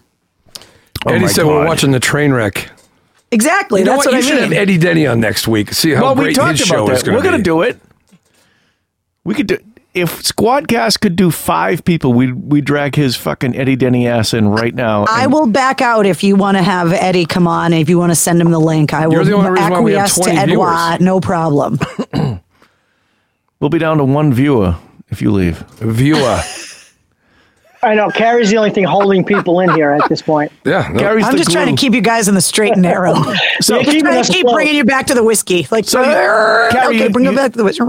[SPEAKER 4] Eddie
[SPEAKER 3] Oh my
[SPEAKER 4] said
[SPEAKER 3] God.
[SPEAKER 4] we're watching the train wreck.
[SPEAKER 7] Exactly.
[SPEAKER 4] You know
[SPEAKER 7] That's
[SPEAKER 4] what?
[SPEAKER 7] what,
[SPEAKER 4] you should
[SPEAKER 7] I mean.
[SPEAKER 4] have Eddie Denny on next week. See how
[SPEAKER 3] well,
[SPEAKER 4] great
[SPEAKER 3] we talked
[SPEAKER 4] his
[SPEAKER 3] about
[SPEAKER 4] show is
[SPEAKER 3] that.
[SPEAKER 4] going
[SPEAKER 3] We're
[SPEAKER 4] to
[SPEAKER 3] gonna
[SPEAKER 4] be.
[SPEAKER 3] do it. We could do. If Squadcast could do five people, we we drag his fucking Eddie Denny ass in right now.
[SPEAKER 7] I
[SPEAKER 3] and
[SPEAKER 7] will back out if you want to have Eddie come on. If you want to send him the link, I will
[SPEAKER 4] You're the only reason why we have
[SPEAKER 7] acquiesce to
[SPEAKER 4] 20 viewers.
[SPEAKER 7] Edouard. No problem.
[SPEAKER 3] We'll be down to one viewer if you leave.
[SPEAKER 4] Viewer.
[SPEAKER 1] I know Carrie's the only thing holding people in here at this point.
[SPEAKER 4] Yeah, no.
[SPEAKER 3] Gary's
[SPEAKER 7] I'm
[SPEAKER 3] the
[SPEAKER 7] just trying
[SPEAKER 3] glue.
[SPEAKER 7] to keep you guys in the straight and narrow.
[SPEAKER 3] So-
[SPEAKER 7] I'm just trying to keep bringing you back to the whiskey. Like,
[SPEAKER 3] So you- Carrie,
[SPEAKER 7] okay,
[SPEAKER 3] you-
[SPEAKER 7] bring
[SPEAKER 3] you-
[SPEAKER 7] it back to the whiskey.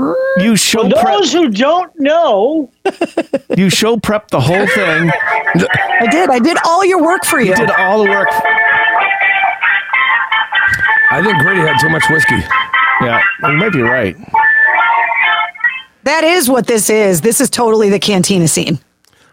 [SPEAKER 3] You show prep,
[SPEAKER 1] Those who don't know,
[SPEAKER 3] you show prep the whole thing.
[SPEAKER 7] I did. I did all your work for you.
[SPEAKER 3] Did all the work.
[SPEAKER 4] I think Gritty had too much whiskey.
[SPEAKER 3] Yeah, you might be right.
[SPEAKER 7] That is what this is. This is totally the cantina scene.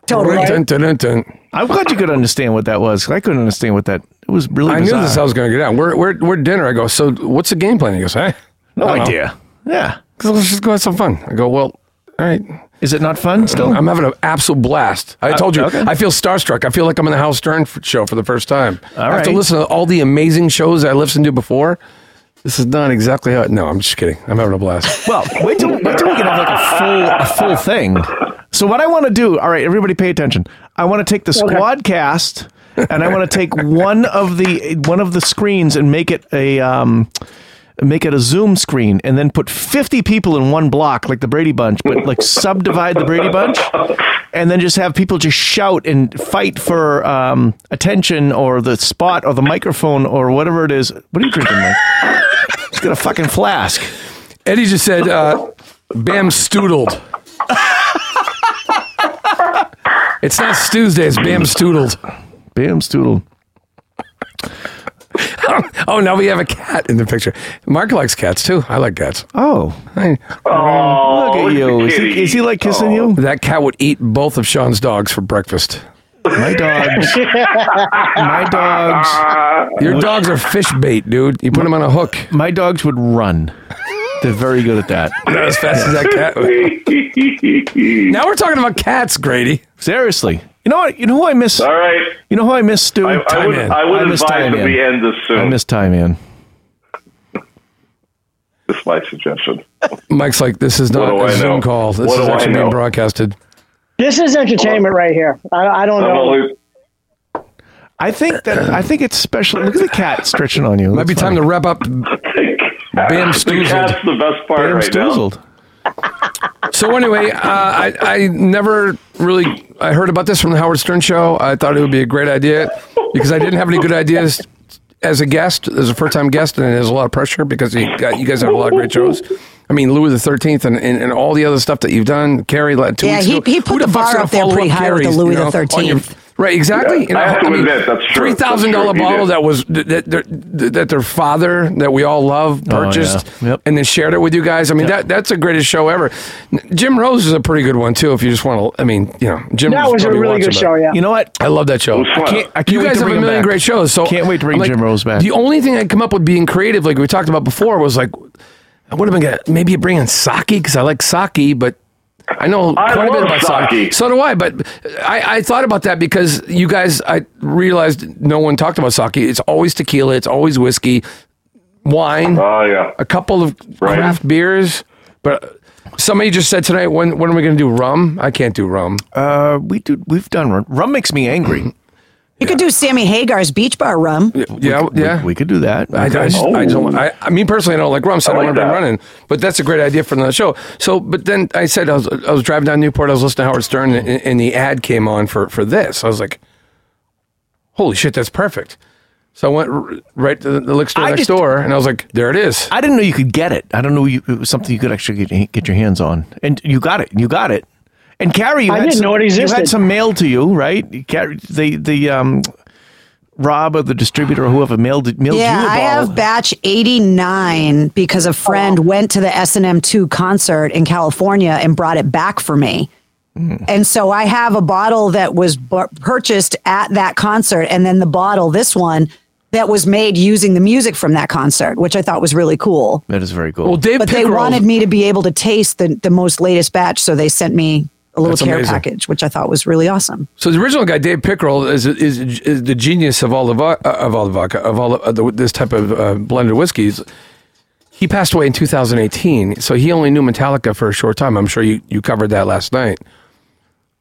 [SPEAKER 7] Totally.
[SPEAKER 4] Dun, dun, dun, dun.
[SPEAKER 3] I'm glad you could understand what that was. 'cause I couldn't understand what that. It was really.
[SPEAKER 4] I knew
[SPEAKER 3] bizarre.
[SPEAKER 4] this is how I was going to get out. We're, we're, we're dinner. I go, so what's the game plan? He goes, hey.
[SPEAKER 3] No
[SPEAKER 4] I don't know.
[SPEAKER 3] idea. Yeah.
[SPEAKER 4] So let's just go have some fun. I go, well, all right.
[SPEAKER 3] Is it not fun still?
[SPEAKER 4] I'm having an absolute blast. I told you,
[SPEAKER 3] okay.
[SPEAKER 4] I feel starstruck. I feel like I'm in the Howard Stern f- show for the first time.
[SPEAKER 3] All
[SPEAKER 4] After
[SPEAKER 3] right.
[SPEAKER 4] listening to all the amazing shows I listened to before, this is not exactly how. No, I'm just kidding. I'm having a blast.
[SPEAKER 3] Well, wait till wait till we can have like a full a full thing. So what I want to do, all right, everybody pay attention. I want to take the squad cast and I want to take one of the one of the screens and make it a um make it a zoom screen and then put 50 people in one block like the Brady Bunch, but like subdivide the Brady Bunch and then just have people just shout and fight for um attention or the spot or the microphone or whatever it is. What are you drinking, Mike? It's got a fucking flask.
[SPEAKER 4] Eddie just said, uh, "Bam stoodled." it's not Stew's Day. It's Bam stoodled.
[SPEAKER 3] Bam stoodle.
[SPEAKER 4] Oh, now we have a cat in the picture. Mark likes cats too. I like cats.
[SPEAKER 3] Oh,
[SPEAKER 4] I-
[SPEAKER 2] Oh,
[SPEAKER 3] Look at
[SPEAKER 2] it's a
[SPEAKER 3] you. Is
[SPEAKER 2] kitty.
[SPEAKER 3] he, is he like kissing you?
[SPEAKER 4] that cat would eat both of Sean's dogs for breakfast.
[SPEAKER 2] Oh.
[SPEAKER 3] My dogs. my dogs.
[SPEAKER 4] Your dogs are fish bait, dude. You put them on a hook.
[SPEAKER 3] My dogs would run. They're very good at that.
[SPEAKER 4] Not as fast as that cat. would. Now we're talking about cats, Grady.
[SPEAKER 3] Seriously. You know what? You know who I miss?
[SPEAKER 2] All right.
[SPEAKER 3] You know who I miss, Stu?
[SPEAKER 2] I, I would,
[SPEAKER 4] in.
[SPEAKER 2] I would
[SPEAKER 3] I miss
[SPEAKER 2] advise
[SPEAKER 3] time
[SPEAKER 2] that
[SPEAKER 3] in.
[SPEAKER 2] we end this soon.
[SPEAKER 3] I miss time, man.
[SPEAKER 2] That's my suggestion.
[SPEAKER 4] Mike's like, this is not
[SPEAKER 2] What do
[SPEAKER 4] a
[SPEAKER 2] I
[SPEAKER 4] Zoom
[SPEAKER 2] know?
[SPEAKER 4] call. This
[SPEAKER 2] What
[SPEAKER 4] is
[SPEAKER 2] do I
[SPEAKER 4] actually being
[SPEAKER 2] know?
[SPEAKER 4] broadcasted.
[SPEAKER 1] this is entertainment right here. I, I don't
[SPEAKER 2] I'm
[SPEAKER 1] know.
[SPEAKER 2] gonna lose-
[SPEAKER 3] I think that I think it's special. Look at the cat stretching on you.
[SPEAKER 4] Might be time to wrap up.
[SPEAKER 2] Bam
[SPEAKER 4] stoozled.
[SPEAKER 2] That's the best part
[SPEAKER 3] I'm
[SPEAKER 2] right
[SPEAKER 3] stoozled.
[SPEAKER 4] So anyway, uh, I I never really I heard about this from the Howard Stern show. I thought it would be a great idea because I didn't have any good ideas as a guest, as a first time guest, and there's a lot of pressure because you got, you guys have a lot of great shows. I mean, Louis the Thirteenth and, and, and all the other stuff that you've done. Carrie, like, two
[SPEAKER 7] Yeah,
[SPEAKER 4] weeks
[SPEAKER 7] he-
[SPEAKER 4] ago.
[SPEAKER 7] he put
[SPEAKER 4] Who
[SPEAKER 7] the
[SPEAKER 4] fuck's
[SPEAKER 7] bar
[SPEAKER 4] gonna
[SPEAKER 7] up there
[SPEAKER 4] follow
[SPEAKER 7] pretty high with
[SPEAKER 4] Carrie's,
[SPEAKER 7] the Louis
[SPEAKER 4] you know,
[SPEAKER 7] the
[SPEAKER 4] on your-
[SPEAKER 7] 13th.
[SPEAKER 4] Right, exactly.
[SPEAKER 2] Yeah, I have to admit, that's true.
[SPEAKER 4] Three
[SPEAKER 2] That's
[SPEAKER 4] thousand dollar
[SPEAKER 2] true, he
[SPEAKER 4] bottle
[SPEAKER 2] did.
[SPEAKER 4] that was that, that, their- that their father that we all love
[SPEAKER 3] Oh, yeah.
[SPEAKER 4] purchased
[SPEAKER 3] Yep.
[SPEAKER 4] and then shared it with you guys. I mean, that that's the greatest show ever. N- Jim Rose is a pretty good one too. If you just want to, I mean, you know, Jim.
[SPEAKER 1] That was a
[SPEAKER 4] probably
[SPEAKER 1] really
[SPEAKER 4] watching
[SPEAKER 1] good
[SPEAKER 4] that.
[SPEAKER 1] show. Yeah.
[SPEAKER 3] You know what?
[SPEAKER 4] I love that show.
[SPEAKER 2] It was fun.
[SPEAKER 3] I can't. I can't
[SPEAKER 4] you
[SPEAKER 3] wait
[SPEAKER 4] guys
[SPEAKER 3] to
[SPEAKER 4] have a
[SPEAKER 3] bring him
[SPEAKER 4] million
[SPEAKER 3] back.
[SPEAKER 4] great shows. So
[SPEAKER 3] Can't wait to bring
[SPEAKER 4] I'm like,
[SPEAKER 3] Jim Rose back.
[SPEAKER 4] The only thing I come up with being creative, like we talked about before, was like I would have been gonna- maybe bring in sake because I like sake, but I know
[SPEAKER 2] I
[SPEAKER 4] quite a bit
[SPEAKER 2] love
[SPEAKER 4] about sake.
[SPEAKER 2] sake.
[SPEAKER 4] So do I. But I, I thought about that because you guys, I realized no one talked about sake. It's always tequila. It's always whiskey, wine,
[SPEAKER 2] now. Oh, yeah.
[SPEAKER 4] a couple of
[SPEAKER 2] Right.
[SPEAKER 4] craft beers, but. Somebody just said tonight, when when are we going to do rum? I can't do rum.
[SPEAKER 3] Uh, we do. We've done rum. Rum makes me angry.
[SPEAKER 7] You could do Sammy Hagar's Beach Bar Rum.
[SPEAKER 4] yeah,
[SPEAKER 3] We-
[SPEAKER 4] yeah.
[SPEAKER 3] We, could do that.
[SPEAKER 4] I, I, just, I don't. I, I mean, personally, I don't like rum, so I,
[SPEAKER 2] Oh. like
[SPEAKER 4] don't want to
[SPEAKER 2] that.
[SPEAKER 4] be running. But that's a great idea for another show. So, but then I said I was, I was driving down Newport. I was listening to Howard Stern, and, and the ad came on for for this. I was like, "Holy shit, that's perfect!" So I went r- right to the, the liquor store
[SPEAKER 3] I
[SPEAKER 4] next
[SPEAKER 3] just-
[SPEAKER 4] door, and I was like, "There it is."
[SPEAKER 3] I didn't know you could get it. I don't know you, it was something you could actually get, get your hands on, and you got it. You got it. And Carrie, you
[SPEAKER 1] I
[SPEAKER 3] had
[SPEAKER 1] didn't
[SPEAKER 3] some,
[SPEAKER 1] know it
[SPEAKER 3] You had
[SPEAKER 1] existed.
[SPEAKER 3] some mail to you, right? Carrie, the the um, Rob or the distributor or whoever mailed it- mailed
[SPEAKER 7] Yeah,
[SPEAKER 3] you a
[SPEAKER 7] I
[SPEAKER 3] ball.
[SPEAKER 7] have batch 89
[SPEAKER 3] Oh.
[SPEAKER 7] because a friend went to the S&M2 concert in California and brought it back for me.
[SPEAKER 3] Hmm.
[SPEAKER 7] And so I have a bottle that was bu- purchased at that concert and then the bottle this one that was made using the music from that concert, which I thought was really cool.
[SPEAKER 3] that is very cool.
[SPEAKER 4] Well, Dave
[SPEAKER 7] But they
[SPEAKER 4] Pickerel-
[SPEAKER 7] wanted me to be able to taste the the most latest batch, so they sent me a little
[SPEAKER 4] That's
[SPEAKER 7] care
[SPEAKER 4] amazing.
[SPEAKER 7] package, which I thought was really awesome.
[SPEAKER 4] So the original guy, Dave Pickerel, is is, is the genius of all the vo- uh, of all the vodka of all of the, this type of uh, blended whiskeys. He passed away in 2018, so he only knew Metallica for a short time. I'm sure you, you covered that last night.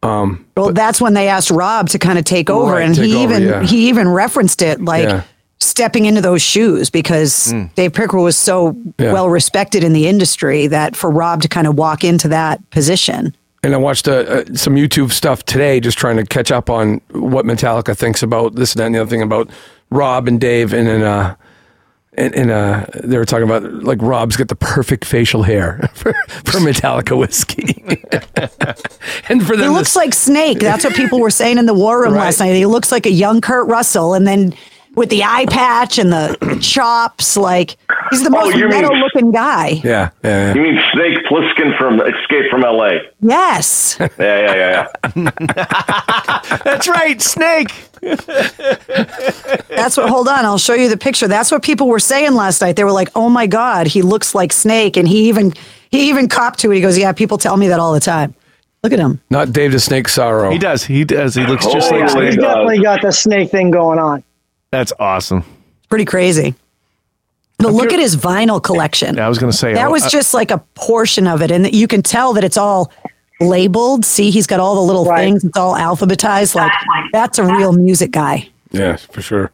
[SPEAKER 7] Well, that's when they asked Rob to kind of take over,
[SPEAKER 4] Right,
[SPEAKER 7] and
[SPEAKER 4] take
[SPEAKER 7] he
[SPEAKER 4] over,
[SPEAKER 7] even
[SPEAKER 4] yeah.
[SPEAKER 7] he even referenced it like
[SPEAKER 4] Yeah. Mm.
[SPEAKER 7] stepping into those shoes because Dave Pickerel was so
[SPEAKER 4] Yeah.
[SPEAKER 7] well respected in the industry that for Rob to kind of walk into that position.
[SPEAKER 4] and I watched uh, uh, some YouTube stuff today, just trying to catch up on what Metallica thinks about this, that, and the other thing about Rob and Dave, and then. Uh, and, and uh, they were talking about like Rob's got the perfect facial hair for, for Metallica whiskey, and for them
[SPEAKER 7] He
[SPEAKER 4] to
[SPEAKER 7] looks like Snake. That's what people were saying in the war room last night. He looks like a young Kurt Russell, and then with the eye patch and the chops, like he's the
[SPEAKER 5] Oh,
[SPEAKER 7] most
[SPEAKER 5] you mean-
[SPEAKER 7] metal-looking guy.
[SPEAKER 4] Yeah, yeah,
[SPEAKER 5] You
[SPEAKER 4] yeah.
[SPEAKER 5] mean Snake Plissken from Escape from L.A.?
[SPEAKER 7] Yes,
[SPEAKER 5] Yeah, yeah, yeah, yeah.
[SPEAKER 3] That's right, Snake.
[SPEAKER 7] that's what. Hold on, I'll show you the picture. That's what people were saying last night. They were like, "Oh my God, he looks like Snake," and he even he even copped to it. He goes, "Yeah, people tell me that all the time. Look at him.
[SPEAKER 4] Not Dave the Snake Sorrow.
[SPEAKER 3] He does. He does. He looks just
[SPEAKER 5] Oh,
[SPEAKER 3] like
[SPEAKER 5] yeah.
[SPEAKER 1] He's
[SPEAKER 3] Snake.
[SPEAKER 5] God.
[SPEAKER 1] definitely got the snake thing going on.
[SPEAKER 3] That's awesome.
[SPEAKER 7] Pretty crazy." But look at his vinyl collection.
[SPEAKER 3] Yeah, I was going to say uh,
[SPEAKER 7] That
[SPEAKER 3] I-
[SPEAKER 7] was
[SPEAKER 3] I-
[SPEAKER 7] just like a portion of it, and you can tell that it's all labeled. See, he's got all the little
[SPEAKER 1] Right.
[SPEAKER 7] things. It's all alphabetized. Like that's a real music guy.
[SPEAKER 4] Yeah, for sure.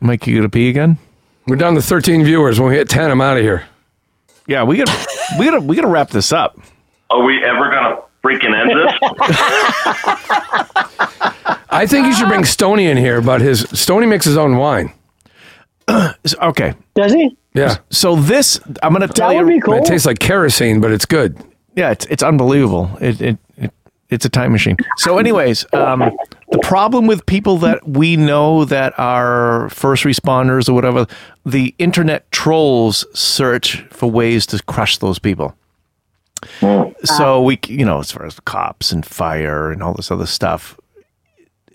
[SPEAKER 3] Mike, you gonna pee again?
[SPEAKER 4] We're down to 13 viewers. When we hit 10, I'm out of here.
[SPEAKER 3] Yeah, we gotta, we gotta, we gotta wrap this up.
[SPEAKER 5] Are we ever gonna freaking end this?
[SPEAKER 4] I think you should bring
[SPEAKER 3] Ah.
[SPEAKER 4] Stony in here about his. Stony makes his own wine.
[SPEAKER 3] S- Okay,
[SPEAKER 1] Does he?
[SPEAKER 4] Yeah.
[SPEAKER 3] so this I'm gonna tell
[SPEAKER 1] That
[SPEAKER 3] you.
[SPEAKER 1] would be cool.
[SPEAKER 4] It tastes like kerosene, but it's good.
[SPEAKER 3] Yeah, it's it's unbelievable. It it, it it's a time machine. So, anyways, um, the problem with people that we know that are first responders or whatever, the internet trolls search for ways to crush those people. So we, c- you know, as far as cops and fire and all this other stuff,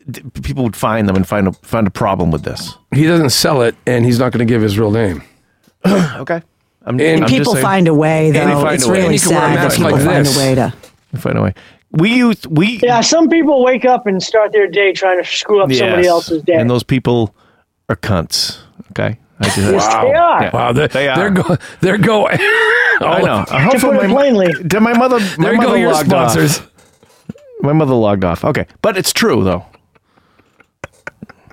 [SPEAKER 3] d- people would find them and find a find a problem with this.
[SPEAKER 4] He doesn't sell it, and he's not going to give his real name.
[SPEAKER 3] Okay, I'm,
[SPEAKER 4] And
[SPEAKER 3] I'm just
[SPEAKER 7] people
[SPEAKER 3] saying-
[SPEAKER 7] find a way,
[SPEAKER 3] they
[SPEAKER 7] though.
[SPEAKER 3] find
[SPEAKER 7] It's
[SPEAKER 3] a way.
[SPEAKER 7] really
[SPEAKER 4] And you can wear a
[SPEAKER 7] sad that
[SPEAKER 4] mask
[SPEAKER 7] people
[SPEAKER 4] like
[SPEAKER 7] find
[SPEAKER 4] this.
[SPEAKER 7] a way to.
[SPEAKER 3] find a way. We use we
[SPEAKER 1] Yeah, some people wake up and start their day trying to screw up somebody
[SPEAKER 3] Yes.
[SPEAKER 1] else's day.
[SPEAKER 3] And those people are cunts. Okay. I just,
[SPEAKER 1] they are.
[SPEAKER 3] Yeah.
[SPEAKER 4] Wow, they're,
[SPEAKER 3] They are.
[SPEAKER 4] They're, go- they're going.
[SPEAKER 3] I know. I
[SPEAKER 1] To put it plainly,
[SPEAKER 3] Did my mother? My
[SPEAKER 4] There
[SPEAKER 3] mother
[SPEAKER 4] go your
[SPEAKER 3] logged
[SPEAKER 4] sponsors.
[SPEAKER 3] Off. My mother logged off. Okay, but it's true though.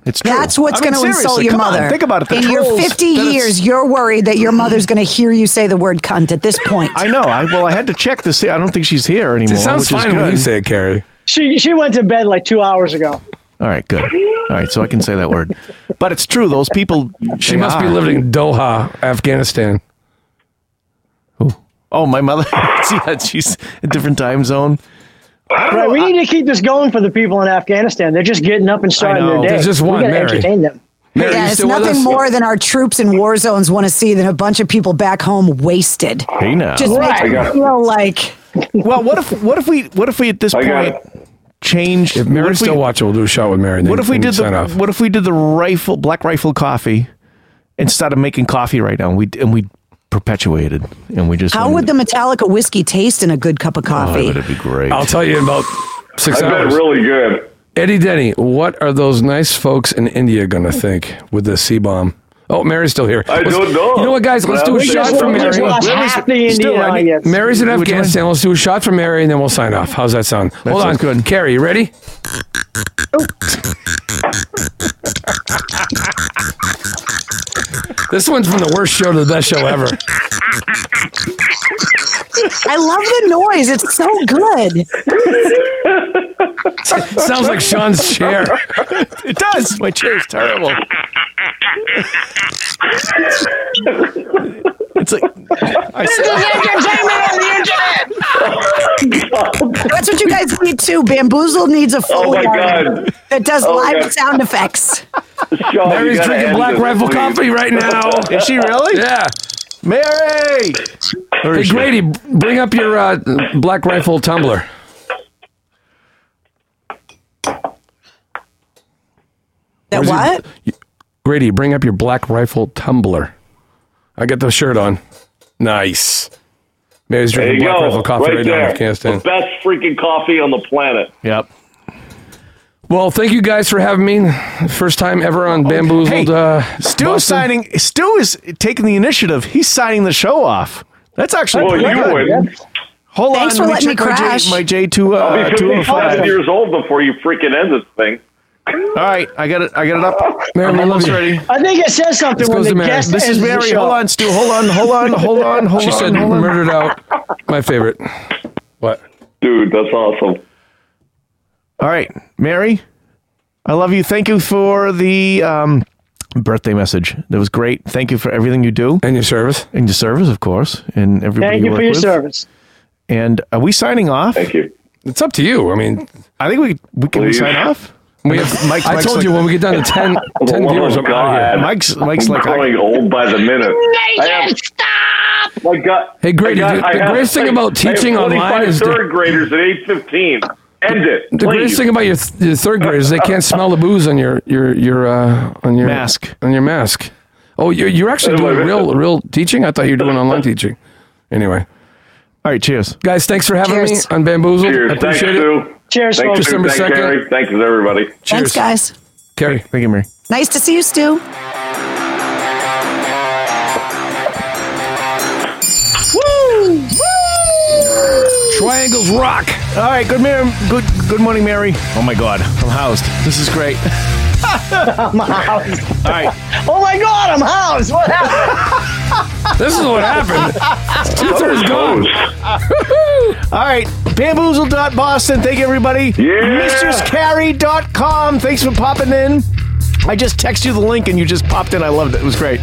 [SPEAKER 3] It's true.
[SPEAKER 7] That's what's
[SPEAKER 3] I mean,
[SPEAKER 7] going to insult
[SPEAKER 3] seriously,
[SPEAKER 7] your
[SPEAKER 3] come on,
[SPEAKER 7] mother.
[SPEAKER 3] think about it. The
[SPEAKER 7] In your
[SPEAKER 3] trolls
[SPEAKER 7] 50
[SPEAKER 3] that it's- Mm-hmm.
[SPEAKER 7] years, you're worried that your mother's going to hear you say the word cunt at this point.
[SPEAKER 3] I know. I well, I had to check to see. I don't think she's here anymore.
[SPEAKER 4] It sounds
[SPEAKER 3] which is
[SPEAKER 4] fine when
[SPEAKER 3] good.
[SPEAKER 4] you say it, Carrie.
[SPEAKER 1] she she went to bed like two hours ago.
[SPEAKER 3] All right, good. All right, so I can say that word. But it's true. Those people.
[SPEAKER 4] She must be living in Doha, Afghanistan.
[SPEAKER 3] Oh, my mother. See, that she's a different time zone.
[SPEAKER 1] Right, we need to keep this going for the people in Afghanistan. They're just getting up and starting
[SPEAKER 3] know.
[SPEAKER 1] their day.
[SPEAKER 4] There's just one,
[SPEAKER 1] we gotta
[SPEAKER 4] Mary.
[SPEAKER 1] entertain them.
[SPEAKER 4] Mary,
[SPEAKER 7] yeah,
[SPEAKER 4] you
[SPEAKER 7] it's
[SPEAKER 4] still with
[SPEAKER 7] nothing
[SPEAKER 4] us?
[SPEAKER 7] more than our troops in war zones want to see than a bunch of people back home wasted.
[SPEAKER 3] Hey now.
[SPEAKER 7] Just
[SPEAKER 1] Right.
[SPEAKER 7] makes me feel like
[SPEAKER 3] Well, what if what if we what if we at this
[SPEAKER 5] I got
[SPEAKER 3] point changed?
[SPEAKER 4] If Mary's
[SPEAKER 3] what
[SPEAKER 4] still watching, we'll do a shot with Mary. and
[SPEAKER 3] what
[SPEAKER 4] then-
[SPEAKER 3] if we
[SPEAKER 4] and
[SPEAKER 3] did
[SPEAKER 4] sign
[SPEAKER 3] the
[SPEAKER 4] off.
[SPEAKER 3] what if we did the rifle black rifle coffee instead of making coffee right now? And we and we perpetuated and we just
[SPEAKER 7] How would the Metallica whiskey taste in a good
[SPEAKER 3] Oh,
[SPEAKER 7] cup of coffee?
[SPEAKER 3] would it be great?
[SPEAKER 4] I'll tell you in about six
[SPEAKER 5] I bet
[SPEAKER 4] hours.
[SPEAKER 5] really good.
[SPEAKER 4] Eddie Denny, what are those nice folks in India going to think with the C bomb? Oh, Mary's still here.
[SPEAKER 5] I
[SPEAKER 4] Let's-
[SPEAKER 5] don't know.
[SPEAKER 4] You know what, guys? Let's do a
[SPEAKER 5] We
[SPEAKER 4] shot
[SPEAKER 5] just-
[SPEAKER 4] for
[SPEAKER 5] we
[SPEAKER 4] Mary.
[SPEAKER 5] just
[SPEAKER 1] lost half the Indian
[SPEAKER 4] still, I need-
[SPEAKER 1] audience.
[SPEAKER 4] Mary's in
[SPEAKER 3] Which one?
[SPEAKER 4] Afghanistan. Let's do a shot for Mary, and then we'll sign off. How's that sound? Hold on.
[SPEAKER 3] sounds good.
[SPEAKER 4] Carrie, you ready? this one's from the worst show to the best show ever.
[SPEAKER 7] I love the noise. It's so good.
[SPEAKER 4] Sounds like Sean's chair.
[SPEAKER 3] it does. My chair is terrible. it's like I said,
[SPEAKER 7] That's what you guys need too. Bamboozle needs a
[SPEAKER 4] Oh,
[SPEAKER 7] full
[SPEAKER 5] Oh my
[SPEAKER 7] yard
[SPEAKER 5] God. Oh,
[SPEAKER 7] that does live
[SPEAKER 5] God.
[SPEAKER 7] sound effects.
[SPEAKER 5] Sean, you
[SPEAKER 4] Mary's
[SPEAKER 5] gotta
[SPEAKER 4] drinking
[SPEAKER 5] end
[SPEAKER 4] Black
[SPEAKER 5] this,
[SPEAKER 4] Rifle
[SPEAKER 5] please.
[SPEAKER 4] coffee right now.
[SPEAKER 3] oh, is she really?
[SPEAKER 4] Yeah.
[SPEAKER 3] Mary. Where
[SPEAKER 4] Hey,
[SPEAKER 3] is she?
[SPEAKER 4] Grady, bring up your uh, Black Rifle tumbler.
[SPEAKER 7] That what?
[SPEAKER 4] Grady, bring up your Black Rifle tumbler. I got the shirt on. Nice. Mary's
[SPEAKER 5] There
[SPEAKER 4] drinking
[SPEAKER 5] you
[SPEAKER 4] Black
[SPEAKER 5] go.
[SPEAKER 4] Rifle coffee right, now in
[SPEAKER 5] there.
[SPEAKER 4] Afghanistan.
[SPEAKER 5] The best freaking coffee on the planet.
[SPEAKER 3] Yep.
[SPEAKER 4] Well, thank you guys for having me. First time ever on Bamboozled.
[SPEAKER 3] Hey,
[SPEAKER 4] uh,
[SPEAKER 3] Stu
[SPEAKER 4] Boston.
[SPEAKER 3] signing. Stu is taking the initiative. He's signing the show off. That's actually
[SPEAKER 5] Well,
[SPEAKER 3] pretty
[SPEAKER 5] you
[SPEAKER 3] good.
[SPEAKER 5] would.
[SPEAKER 3] Hold
[SPEAKER 7] Thanks
[SPEAKER 3] on,
[SPEAKER 7] for
[SPEAKER 3] let
[SPEAKER 7] letting
[SPEAKER 3] me
[SPEAKER 7] me
[SPEAKER 3] check my J-
[SPEAKER 7] crash.
[SPEAKER 3] My J two
[SPEAKER 5] I'll
[SPEAKER 3] uh,
[SPEAKER 5] be
[SPEAKER 3] two oh
[SPEAKER 5] 55
[SPEAKER 3] five.
[SPEAKER 5] years old before you freaking end this thing.
[SPEAKER 3] All right, I got it. I got it up.
[SPEAKER 4] Mary, we
[SPEAKER 3] I'm
[SPEAKER 4] love
[SPEAKER 3] almost
[SPEAKER 4] you.
[SPEAKER 3] ready.
[SPEAKER 1] I think it says something when
[SPEAKER 4] goes
[SPEAKER 1] the
[SPEAKER 4] to Mary.
[SPEAKER 1] guest
[SPEAKER 3] This is
[SPEAKER 1] ends the
[SPEAKER 3] Mary.
[SPEAKER 1] show.
[SPEAKER 3] Hold on, Stu. Hold on. Hold on. Hold on. Hold
[SPEAKER 4] She
[SPEAKER 3] on.
[SPEAKER 4] said
[SPEAKER 3] hold on.
[SPEAKER 4] murdered out. My favorite. What?
[SPEAKER 5] Dude, that's awesome.
[SPEAKER 3] All right, Mary, I love you. Thank you for the um, birthday message. That was great. Thank you for everything you do
[SPEAKER 4] And your service.
[SPEAKER 3] and your service, of course, and everybody.
[SPEAKER 1] Thank you
[SPEAKER 3] work
[SPEAKER 1] for your
[SPEAKER 3] with.
[SPEAKER 1] service.
[SPEAKER 3] And are we signing off?
[SPEAKER 5] Thank you.
[SPEAKER 4] It's up to you. I mean,
[SPEAKER 3] I think we we can we
[SPEAKER 5] Please.
[SPEAKER 3] sign off.
[SPEAKER 4] we have.
[SPEAKER 3] Mike's-
[SPEAKER 4] I
[SPEAKER 3] Mike's
[SPEAKER 4] told
[SPEAKER 3] like-
[SPEAKER 4] you when we get down to 10, 10
[SPEAKER 5] Oh,
[SPEAKER 4] viewers, I'm out of here.
[SPEAKER 5] God.
[SPEAKER 3] Mike's Mike's
[SPEAKER 5] I'm
[SPEAKER 3] like I-
[SPEAKER 5] growing old by the minute. I have- My God.
[SPEAKER 4] Hey, Grady,
[SPEAKER 5] I got-
[SPEAKER 4] dude,
[SPEAKER 5] I
[SPEAKER 4] the
[SPEAKER 5] have-
[SPEAKER 4] greatest thing about
[SPEAKER 5] I have
[SPEAKER 4] teaching online
[SPEAKER 5] 25
[SPEAKER 4] is the-
[SPEAKER 5] third graders at age 15. End it,
[SPEAKER 4] The
[SPEAKER 5] please.
[SPEAKER 4] greatest thing about your, th- your third graders, they can't smell the booze on your your your uh, on your
[SPEAKER 3] Mask.
[SPEAKER 4] on your mask. Oh, you're, you're actually doing real real teaching. I thought you were doing online teaching. Anyway,
[SPEAKER 3] all right. Cheers.
[SPEAKER 4] guys, thanks for having
[SPEAKER 7] Cheers.
[SPEAKER 4] me on Bamboozled.
[SPEAKER 5] Cheers.
[SPEAKER 4] I
[SPEAKER 5] Thanks,
[SPEAKER 4] appreciate it.
[SPEAKER 5] Sue.
[SPEAKER 1] Cheers,
[SPEAKER 5] Thanks,
[SPEAKER 1] folks.
[SPEAKER 5] Sue.
[SPEAKER 4] December
[SPEAKER 5] Thanks,
[SPEAKER 4] 2nd.
[SPEAKER 5] Harry. Thanks, everybody.
[SPEAKER 7] Thanks, guys.
[SPEAKER 4] Carrie.
[SPEAKER 3] Thank you, Mary.
[SPEAKER 7] Nice to see you, Stu.
[SPEAKER 4] Triangles rock.
[SPEAKER 3] All right. Good Mary. Good Good morning, Mary. Oh my God, I'm housed. This is great.
[SPEAKER 1] I'm housed.
[SPEAKER 3] All right.
[SPEAKER 1] Oh my God, I'm housed. What happened?
[SPEAKER 4] This is what happened. Two thirds gone.
[SPEAKER 3] All right, bamboozle.boston. Thank you, everybody.
[SPEAKER 5] Yeah.
[SPEAKER 3] MrCarry.com. Thanks for popping in. I just texted you the link and you just popped in. I loved it. It was great.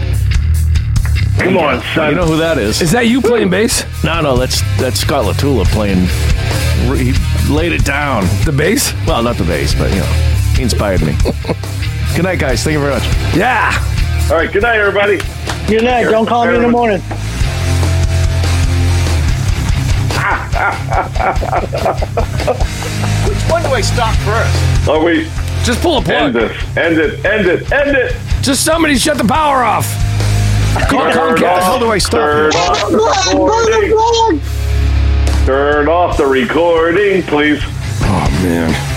[SPEAKER 5] Come on, son.
[SPEAKER 3] You know who that is?
[SPEAKER 4] Is that you playing bass?
[SPEAKER 3] No, no, that's that's Scott Latula playing. He laid it down.
[SPEAKER 4] The bass?
[SPEAKER 3] Well, not the bass, but you know, he inspired me. Good night, guys. Thank you very much.
[SPEAKER 4] Yeah.
[SPEAKER 5] All right. Good night, everybody.
[SPEAKER 1] Good night. Don't call me in the morning.
[SPEAKER 3] Which one do I stop first?
[SPEAKER 5] Are we?
[SPEAKER 4] Just pull a
[SPEAKER 5] Oh,
[SPEAKER 4] plug.
[SPEAKER 5] End this. End it. End it. End it.
[SPEAKER 4] Just somebody shut the power off. Call
[SPEAKER 5] Turn
[SPEAKER 4] Comcast.
[SPEAKER 5] off-
[SPEAKER 3] hell do I stop?
[SPEAKER 5] Turn off the recording. Turn off the recording, please.
[SPEAKER 4] Oh man.